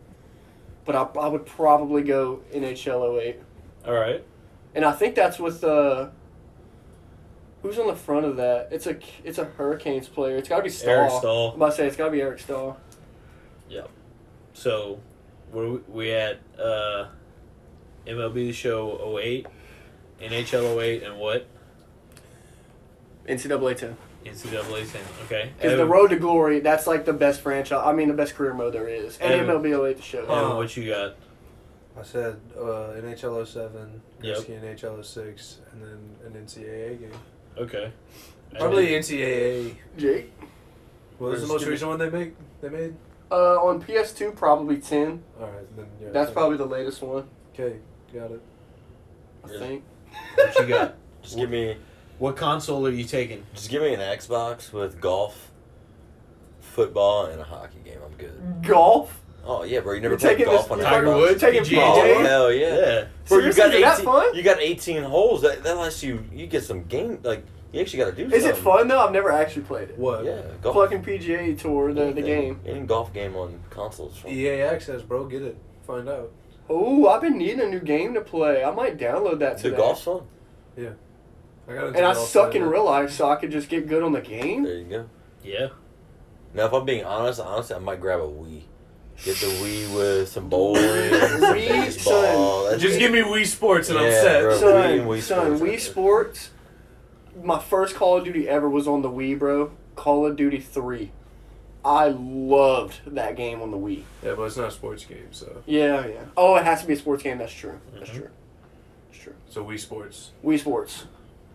[SPEAKER 3] But I, I would probably go NHL 08.
[SPEAKER 5] All right.
[SPEAKER 3] And I think that's with uh who's on the front of that? It's a it's a Hurricanes player. It's got to be Stahl.
[SPEAKER 5] Eric Stahl.
[SPEAKER 3] I'm about to say it's got to be Eric Stahl.
[SPEAKER 5] So, where we- we at? Uh, MLB The Show 08, NHL 08, and what?
[SPEAKER 3] NCAA 10.
[SPEAKER 5] NCAA 10. Okay.
[SPEAKER 3] Because the
[SPEAKER 5] Evan,
[SPEAKER 3] road to glory, that's like the best franchise. I mean, the best career mode there is. And
[SPEAKER 5] Evan.
[SPEAKER 3] MLB 08 to show.
[SPEAKER 5] Evan, what you got?
[SPEAKER 2] I said uh, NHL 07,
[SPEAKER 5] Yep.
[SPEAKER 2] Gretzky NHL 06, and then an NCAA game.
[SPEAKER 5] Okay.
[SPEAKER 2] Probably NCAA.
[SPEAKER 3] Jake.
[SPEAKER 2] What was the
[SPEAKER 5] Just
[SPEAKER 2] most
[SPEAKER 5] give me-
[SPEAKER 2] recent one they make? They made.
[SPEAKER 3] Uh, on PS2, probably 10.
[SPEAKER 2] All right, then yeah.
[SPEAKER 3] That's probably the latest one,
[SPEAKER 2] okay. Got it.
[SPEAKER 3] I
[SPEAKER 6] Yeah.
[SPEAKER 3] think.
[SPEAKER 5] What you got?
[SPEAKER 6] Just give me
[SPEAKER 5] What console are you taking?
[SPEAKER 6] just give me an Xbox with golf, football, and a hockey game. I'm good.
[SPEAKER 3] (laughs) Mm. Golf?
[SPEAKER 6] Oh yeah, bro. You never
[SPEAKER 3] You're
[SPEAKER 6] played
[SPEAKER 3] taking
[SPEAKER 6] golf
[SPEAKER 3] this-
[SPEAKER 6] on
[SPEAKER 3] you're
[SPEAKER 6] Xbox?
[SPEAKER 5] Tiger Woods,
[SPEAKER 3] taking
[SPEAKER 5] PGA
[SPEAKER 6] Oh
[SPEAKER 3] Jay?
[SPEAKER 5] Tour?
[SPEAKER 6] hell yeah.
[SPEAKER 5] Yeah.
[SPEAKER 6] Bro, you
[SPEAKER 3] Seriously,
[SPEAKER 6] got
[SPEAKER 3] is that
[SPEAKER 6] 18
[SPEAKER 3] fun?
[SPEAKER 6] You got 18 holes. That, that lets you you get some game like you actually got to do
[SPEAKER 3] Is
[SPEAKER 6] something.
[SPEAKER 3] it fun though? I've never actually played it.
[SPEAKER 2] What?
[SPEAKER 6] Yeah, golf.
[SPEAKER 3] Fucking PGA Tour, the, the game.
[SPEAKER 6] Any golf game on consoles. From.
[SPEAKER 2] EA access, bro. Get it. Find out.
[SPEAKER 3] Oh, I've been needing a new game to play. I might download that
[SPEAKER 6] Dude,
[SPEAKER 3] today.
[SPEAKER 6] golf's fun.
[SPEAKER 2] I got.
[SPEAKER 3] And I suck in real life, so I could just get good on the game.
[SPEAKER 6] There you go.
[SPEAKER 5] Yeah.
[SPEAKER 6] Now, if I'm being honest, honestly, I might grab a Wii. Get the Wii with some bowling,
[SPEAKER 3] son.
[SPEAKER 6] some baseball. That's-
[SPEAKER 2] Just give me Wii Sports and I'm
[SPEAKER 6] Yeah,
[SPEAKER 2] set.
[SPEAKER 6] bro. Wii
[SPEAKER 3] Son,
[SPEAKER 6] and Wii
[SPEAKER 3] son,
[SPEAKER 6] Sports.
[SPEAKER 3] Wii Sports. My first Call of Duty ever was on the Wii, bro. Call of Duty 3. I loved that game on the Wii.
[SPEAKER 2] Yeah, but it's not a sports game, so
[SPEAKER 3] Yeah, yeah. Oh, it has to be a sports game. That's true. That's
[SPEAKER 5] Mhm.
[SPEAKER 2] Mm-hmm.
[SPEAKER 3] true. That's true.
[SPEAKER 2] so Wii Sports.
[SPEAKER 3] Wii Sports.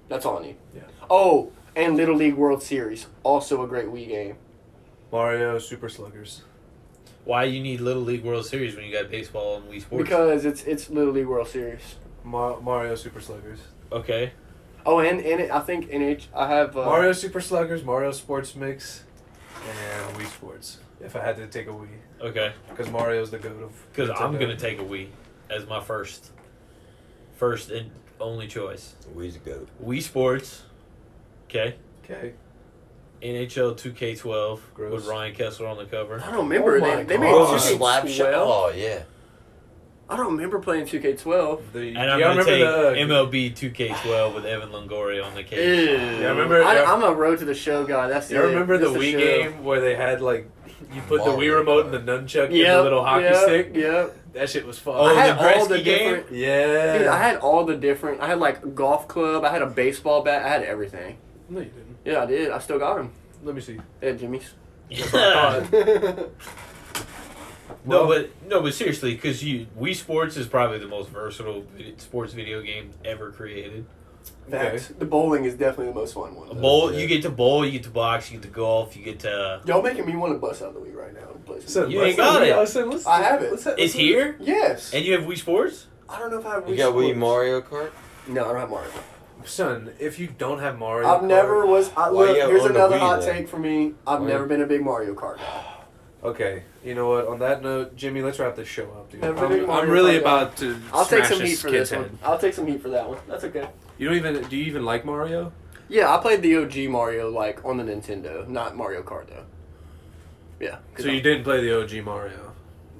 [SPEAKER 3] That's all I need.
[SPEAKER 2] Yeah.
[SPEAKER 3] Oh, and Little League World Series, also a great Wii game.
[SPEAKER 2] Mario Super Sluggers.
[SPEAKER 5] Why you need Little League World Series when you got baseball and Wii Sports?
[SPEAKER 3] Because it's it's Little League World Series.
[SPEAKER 2] Ma- Mario Super Sluggers.
[SPEAKER 5] okay.
[SPEAKER 3] Oh, and and it, I think NH. I have uh,
[SPEAKER 2] Mario Super Sluggers, Mario Sports Mix, and Wii Sports. If I had to take a Wii,
[SPEAKER 5] Okay,
[SPEAKER 2] because Mario's the goat of.
[SPEAKER 5] because I'm
[SPEAKER 2] Nintendo.
[SPEAKER 5] gonna take a Wii as my first, first and only choice.
[SPEAKER 6] Weezy goat.
[SPEAKER 5] Wii Sports. Okay.
[SPEAKER 2] Okay.
[SPEAKER 5] NHL 2K12
[SPEAKER 2] Gross.
[SPEAKER 5] with Ryan Kessler on the cover.
[SPEAKER 3] I don't remember.
[SPEAKER 6] Oh my
[SPEAKER 3] they, they made
[SPEAKER 6] God.
[SPEAKER 3] 2K12.
[SPEAKER 6] slap shot. Oh yeah.
[SPEAKER 3] I don't remember playing 2K12.
[SPEAKER 2] The,
[SPEAKER 5] And I'm
[SPEAKER 2] y'all
[SPEAKER 5] gonna
[SPEAKER 2] remember
[SPEAKER 5] take
[SPEAKER 2] the,
[SPEAKER 5] MLB 2K12 with Evan Longoria on the
[SPEAKER 3] Ew.
[SPEAKER 5] case.
[SPEAKER 2] Yeah, I remember-
[SPEAKER 3] I,
[SPEAKER 2] yeah.
[SPEAKER 3] am a road to the show guy. That's
[SPEAKER 2] You
[SPEAKER 3] it.
[SPEAKER 2] remember the
[SPEAKER 3] Just
[SPEAKER 2] Wii
[SPEAKER 3] show.
[SPEAKER 2] game where they had like you put the
[SPEAKER 6] Mario
[SPEAKER 2] Wii remote and the nunchuck in
[SPEAKER 3] Yep,
[SPEAKER 2] the little hockey
[SPEAKER 3] yep,
[SPEAKER 2] stick?
[SPEAKER 3] Yep.
[SPEAKER 2] That shit was fun.
[SPEAKER 5] Oh,
[SPEAKER 3] I
[SPEAKER 5] the
[SPEAKER 3] had all
[SPEAKER 5] Gretzky
[SPEAKER 3] the
[SPEAKER 5] game?
[SPEAKER 3] different.
[SPEAKER 2] yeah.
[SPEAKER 3] Dude, I had all the different. I had like golf club. I had a baseball bat. I had everything.
[SPEAKER 2] no, you didn't.
[SPEAKER 3] Yeah, I did. I still got them
[SPEAKER 2] Let me
[SPEAKER 3] (laughs)
[SPEAKER 2] see.
[SPEAKER 3] at Jimmy's.
[SPEAKER 5] (laughs) no, but no, but seriously, because you Wii Sports is probably the most versatile vid- sports video game ever created.
[SPEAKER 3] Facts. The bowling is definitely the most fun one.
[SPEAKER 5] A
[SPEAKER 3] though.
[SPEAKER 5] bowl,
[SPEAKER 6] yeah.
[SPEAKER 5] you get to bowl, you get to box, you get to golf, you get to.
[SPEAKER 3] Y'all making me want to bust out the Wii right now. and play some-
[SPEAKER 5] You ain't got it.
[SPEAKER 3] I have it.
[SPEAKER 5] It's here,
[SPEAKER 3] Yes.
[SPEAKER 5] and you have Wii Sports.
[SPEAKER 3] I don't know if I have
[SPEAKER 6] You got Wii
[SPEAKER 3] Sports.
[SPEAKER 6] Mario Kart.
[SPEAKER 3] No, I don't have Mario.
[SPEAKER 2] Son, if you don't have Mario,
[SPEAKER 3] I've
[SPEAKER 2] Kart-
[SPEAKER 3] never was. I,
[SPEAKER 6] Why
[SPEAKER 3] look,
[SPEAKER 6] you
[SPEAKER 3] here's
[SPEAKER 6] on the
[SPEAKER 3] another
[SPEAKER 6] Wii
[SPEAKER 3] hot
[SPEAKER 6] then?
[SPEAKER 3] take for me. I've
[SPEAKER 6] Why?
[SPEAKER 3] never been a big Mario Kart guy.
[SPEAKER 2] Okay, you know what? On that note, Jimmy, let's wrap this show up, dude.
[SPEAKER 3] Never
[SPEAKER 2] I'm,
[SPEAKER 3] did
[SPEAKER 2] I'm
[SPEAKER 3] Mario
[SPEAKER 2] really
[SPEAKER 3] Kart.
[SPEAKER 2] about to.
[SPEAKER 3] I'll take
[SPEAKER 2] smash
[SPEAKER 3] some heat for this
[SPEAKER 2] kid's
[SPEAKER 3] one. I'll take some heat for that one. That's okay.
[SPEAKER 2] You don't even. Do you even like Mario?
[SPEAKER 3] Yeah, I played the OG Mario like on the Nintendo, not Mario Kart though. Yeah.
[SPEAKER 2] So
[SPEAKER 3] 'cause
[SPEAKER 2] you
[SPEAKER 3] I'm-
[SPEAKER 2] didn't play the OG Mario.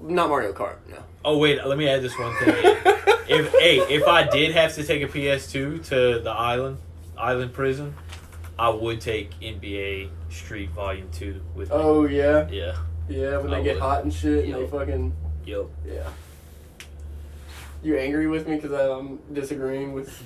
[SPEAKER 3] not Mario Kart? No.
[SPEAKER 5] Oh wait, let me add this one thing.
[SPEAKER 2] (laughs)
[SPEAKER 5] if hey, if I did have to take a PS2 to the island, island prison, I would take NBA Street Volume Two with me.
[SPEAKER 3] Oh yeah,
[SPEAKER 5] Yeah.
[SPEAKER 3] yeah. When
[SPEAKER 5] I
[SPEAKER 3] they get
[SPEAKER 5] would.
[SPEAKER 3] hot and shit, and they
[SPEAKER 5] Yep.
[SPEAKER 3] fucking
[SPEAKER 5] Yo.
[SPEAKER 3] yeah. You angry with me because I'm disagreeing with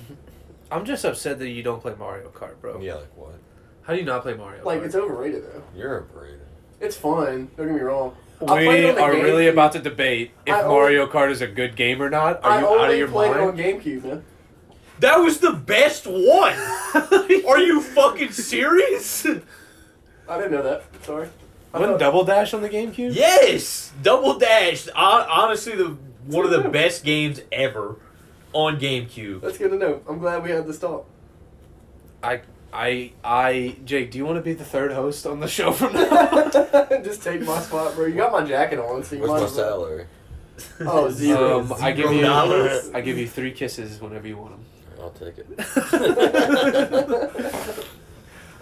[SPEAKER 2] I'm just upset that you don't play Mario Kart, bro.
[SPEAKER 3] Oh.
[SPEAKER 6] Yeah, like what?
[SPEAKER 2] How do you not play Mario?
[SPEAKER 3] like
[SPEAKER 2] Kart?
[SPEAKER 3] it's overrated though.
[SPEAKER 6] You're a braid.
[SPEAKER 3] It's fun. Don't get me wrong. I played
[SPEAKER 2] We
[SPEAKER 3] on the
[SPEAKER 2] are really
[SPEAKER 3] GameCube.
[SPEAKER 2] about to debate if
[SPEAKER 3] I only-
[SPEAKER 2] Mario Kart is a good game or not. Are
[SPEAKER 3] I
[SPEAKER 2] you
[SPEAKER 3] only
[SPEAKER 2] out of your
[SPEAKER 3] played
[SPEAKER 2] mind?
[SPEAKER 3] it on GameCube, man.
[SPEAKER 5] That was the best
[SPEAKER 3] (laughs)
[SPEAKER 5] one. Are you fucking serious?
[SPEAKER 3] I didn't know that. Sorry. I
[SPEAKER 2] Wasn't
[SPEAKER 3] thought-
[SPEAKER 2] Double Dash on the GameCube?
[SPEAKER 5] yes, Double Dash. hon- Honestly, the one of the best games ever on GameCube.
[SPEAKER 3] That's good to know. I'm glad we had
[SPEAKER 2] (laughs)
[SPEAKER 3] this talk.
[SPEAKER 2] I, I, Jake, do you want to be the third host on the show from now?
[SPEAKER 3] (laughs)
[SPEAKER 2] on?
[SPEAKER 3] Just take my spot, bro. You got my jacket on, so you
[SPEAKER 6] Where's
[SPEAKER 3] might
[SPEAKER 6] my
[SPEAKER 3] as well-
[SPEAKER 6] salary?
[SPEAKER 3] Oh, zero.
[SPEAKER 2] Um, I give
[SPEAKER 5] Zero
[SPEAKER 2] you,
[SPEAKER 3] (laughs)
[SPEAKER 5] dollars.
[SPEAKER 2] I give you three kisses whenever you want them.
[SPEAKER 6] I'll take it.
[SPEAKER 3] (laughs)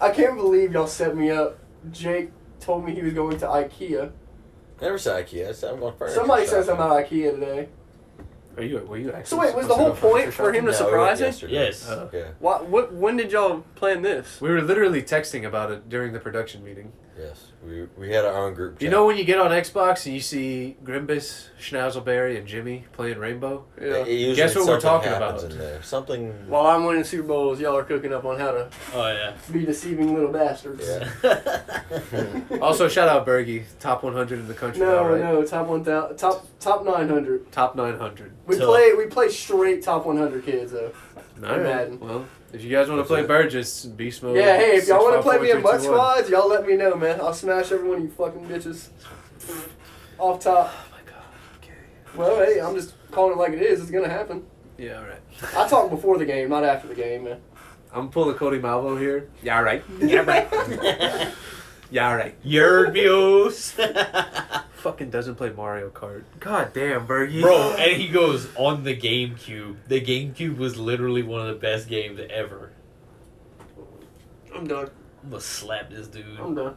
[SPEAKER 3] I can't believe y'all set me up. Jake told me he was going to IKEA.
[SPEAKER 6] Never said IKEA. I said I'm going first.
[SPEAKER 3] Somebody says I'm at IKEA today.
[SPEAKER 2] Are you? Were you actually?
[SPEAKER 3] So wait, was
[SPEAKER 2] supposed
[SPEAKER 3] the
[SPEAKER 2] to
[SPEAKER 3] whole
[SPEAKER 2] go furniture
[SPEAKER 3] point for
[SPEAKER 2] shopping?
[SPEAKER 3] him to surprise us?
[SPEAKER 5] Yes.
[SPEAKER 2] Oh.
[SPEAKER 6] Yeah.
[SPEAKER 3] Why, what? When did y'all plan this?
[SPEAKER 2] We were literally texting about it during the production meeting.
[SPEAKER 6] Yes. We we had our own group.
[SPEAKER 2] You
[SPEAKER 6] chat.
[SPEAKER 2] know when you get on Xbox and you see Grimbus, Schnauzleberry, and Jimmy playing Rainbow?
[SPEAKER 5] uh,
[SPEAKER 6] It-
[SPEAKER 3] Yeah.
[SPEAKER 6] it usually
[SPEAKER 2] Guess what we're
[SPEAKER 6] something
[SPEAKER 2] talking
[SPEAKER 6] happens
[SPEAKER 2] about.
[SPEAKER 6] In there. Something. (laughs)
[SPEAKER 3] While I'm winning Super Bowls, y'all are cooking up on how to
[SPEAKER 5] Oh yeah. (laughs)
[SPEAKER 3] be deceiving little bastards.
[SPEAKER 6] yeah.
[SPEAKER 3] (laughs)
[SPEAKER 2] Also, shout out Bergie, top 100 in the country
[SPEAKER 3] No,
[SPEAKER 2] now, right?
[SPEAKER 3] no, top one thousand, top top nine hundred.
[SPEAKER 2] Top 900.
[SPEAKER 3] We
[SPEAKER 5] Tough.
[SPEAKER 3] play we play straight top one hundred kids though.
[SPEAKER 2] All right.
[SPEAKER 3] Madden.
[SPEAKER 2] Well, if you guys want to
[SPEAKER 6] That's
[SPEAKER 2] play
[SPEAKER 6] it.
[SPEAKER 2] Burgess, Beast Mode.
[SPEAKER 3] yeah, hey, if y'all want to play me in butt
[SPEAKER 2] 654-4321.
[SPEAKER 3] squads, y'all let me know, man. I'll smash every one of you fucking bitches. Off top.
[SPEAKER 2] Oh my god. Okay.
[SPEAKER 3] Well, hey, I'm just calling it like it is. It's gonna happen.
[SPEAKER 2] Yeah, all right.
[SPEAKER 3] I talk before the game, not after the game, man.
[SPEAKER 2] I'm pulling Cody Malvo here. Yeah, all right. Yeah, all right. yeah, all right.
[SPEAKER 5] Your (laughs) views.
[SPEAKER 2] Fucking doesn't play Mario Kart. God damn, Bergie. (laughs)
[SPEAKER 5] Bro, and he goes on the GameCube. The GameCube was literally one of the best games ever.
[SPEAKER 3] I'm done.
[SPEAKER 5] I'm gonna slap this dude.
[SPEAKER 3] I'm done.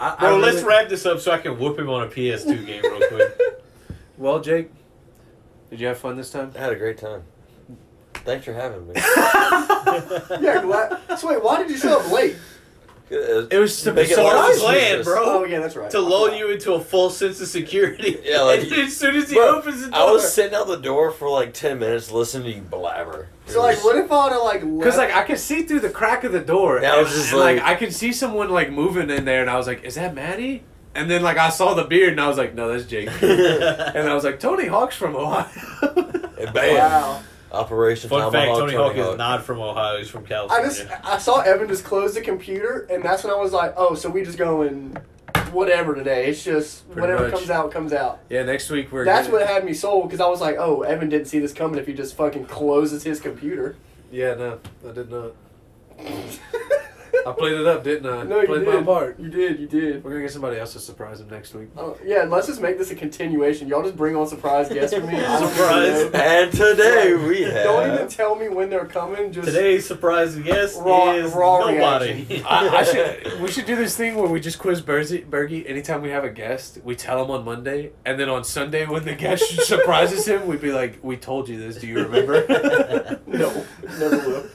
[SPEAKER 2] I, I
[SPEAKER 5] Bro,
[SPEAKER 2] really-
[SPEAKER 5] let's wrap this up so I can whoop him on a
[SPEAKER 3] (laughs)
[SPEAKER 5] PS2 game real quick.
[SPEAKER 2] Well, Jake, did you have fun this time?
[SPEAKER 6] I had a great time. Thanks for
[SPEAKER 5] (laughs)
[SPEAKER 6] having me.
[SPEAKER 3] Yeah, glad. So wait, why did you show up late?
[SPEAKER 6] It
[SPEAKER 2] It was to
[SPEAKER 6] Make it
[SPEAKER 2] bizarre
[SPEAKER 6] last.
[SPEAKER 5] Start playing, bro.
[SPEAKER 3] Oh yeah, that's right.
[SPEAKER 5] to lull you into a full sense of security.
[SPEAKER 6] (laughs) Yeah, like-
[SPEAKER 5] and then (laughs) as soon as he
[SPEAKER 6] Bro,
[SPEAKER 5] opens the door,
[SPEAKER 6] I was sitting out the door for like ten minutes listening to you blabber. It
[SPEAKER 3] So like,
[SPEAKER 6] was-
[SPEAKER 3] what if I were like?
[SPEAKER 2] Because like
[SPEAKER 3] left-
[SPEAKER 2] I could see through the crack of the door,
[SPEAKER 6] Yeah, I
[SPEAKER 2] and,
[SPEAKER 6] was just
[SPEAKER 2] and, like,
[SPEAKER 6] like-
[SPEAKER 2] I could see someone like moving in there, and I was like, "Is that Maddie?" And then like I saw the beard, and I was like, "No, that's Jake."
[SPEAKER 5] (laughs)
[SPEAKER 2] and I was like, "Tony Hawk's from Ohio." (laughs)
[SPEAKER 6] And bam!
[SPEAKER 3] Wow.
[SPEAKER 6] Operation
[SPEAKER 5] Fun
[SPEAKER 6] Tomahawk.
[SPEAKER 5] fact: Tony Hawk,
[SPEAKER 6] Tomahawk.
[SPEAKER 5] is not from Ohio; he's from
[SPEAKER 3] I
[SPEAKER 5] California.
[SPEAKER 3] just I saw Evan just close the computer, and that's when I was like, oh, so we just going whatever today. It's just
[SPEAKER 2] Pretty
[SPEAKER 3] whatever
[SPEAKER 2] much.
[SPEAKER 3] comes out comes out.
[SPEAKER 2] yeah, next week we're.
[SPEAKER 3] That's
[SPEAKER 2] gonna-
[SPEAKER 3] what had me sold because I was like, oh, Evan didn't see this coming if he just fucking closes his computer.
[SPEAKER 2] Yeah, no, I did not. I played it up, didn't I?
[SPEAKER 3] No, you
[SPEAKER 2] played
[SPEAKER 3] did.
[SPEAKER 2] my part.
[SPEAKER 3] You did. You did.
[SPEAKER 2] We're gonna get somebody else to surprise him next week.
[SPEAKER 3] Oh, yeah, let's just make this a continuation. Y'all just bring on surprise guests for me. I don't
[SPEAKER 6] (laughs)
[SPEAKER 3] even know.
[SPEAKER 6] and today we have.
[SPEAKER 3] Don't even tell me when they're coming. Just
[SPEAKER 1] Today's surprise guest
[SPEAKER 3] Raw-
[SPEAKER 1] is
[SPEAKER 5] (laughs)
[SPEAKER 3] raw
[SPEAKER 1] nobody.
[SPEAKER 2] I, I should. We should do this thing where we just quiz Bergie. Bergie anytime we have a guest, we tell him on Monday, and then on Sunday when the guest (laughs) surprises him, we'd be like, "We told you this. Do you remember?"
[SPEAKER 3] no, never will.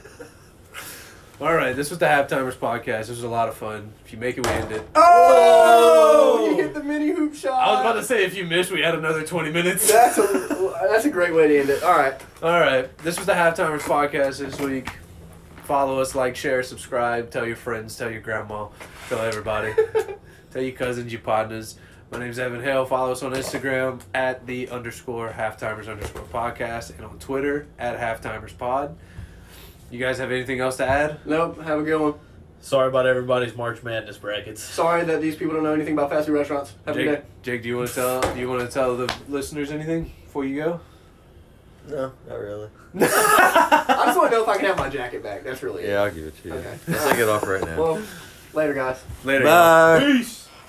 [SPEAKER 2] All right, this was the Halftimers podcast. This was a lot of fun. If you make it, we end it.
[SPEAKER 3] (laughs) Oh! You hit the mini hoop shot.
[SPEAKER 2] I was about to say, if you miss, we add another twenty minutes.
[SPEAKER 3] That's a that's a great way to end it. All right.
[SPEAKER 2] All right, this was the Halftimers podcast this week. Follow us, like, share, subscribe, tell your friends, tell your grandma, tell everybody, tell your cousins, your partners. My name's Evan Hale. Follow us on Instagram at the underscore halftimers underscore podcast and on Twitter at halftimers pod. You guys have anything else to add?
[SPEAKER 3] Nope. Have a good one.
[SPEAKER 1] Sorry about everybody's March Madness brackets.
[SPEAKER 3] Sorry that these people don't know anything about fast food restaurants. Have a good
[SPEAKER 2] Jake,
[SPEAKER 3] day.
[SPEAKER 2] Jake, do you want to tell do you want to tell the listeners anything before you go?
[SPEAKER 6] No, not really.
[SPEAKER 3] I just want to know if I can have my jacket back. That's really it.
[SPEAKER 6] I'll give it to you.
[SPEAKER 3] Okay.
[SPEAKER 6] Let's take it off right now.
[SPEAKER 3] Well, later, guys.
[SPEAKER 2] Later. y'all.
[SPEAKER 6] Bye.
[SPEAKER 1] Peace.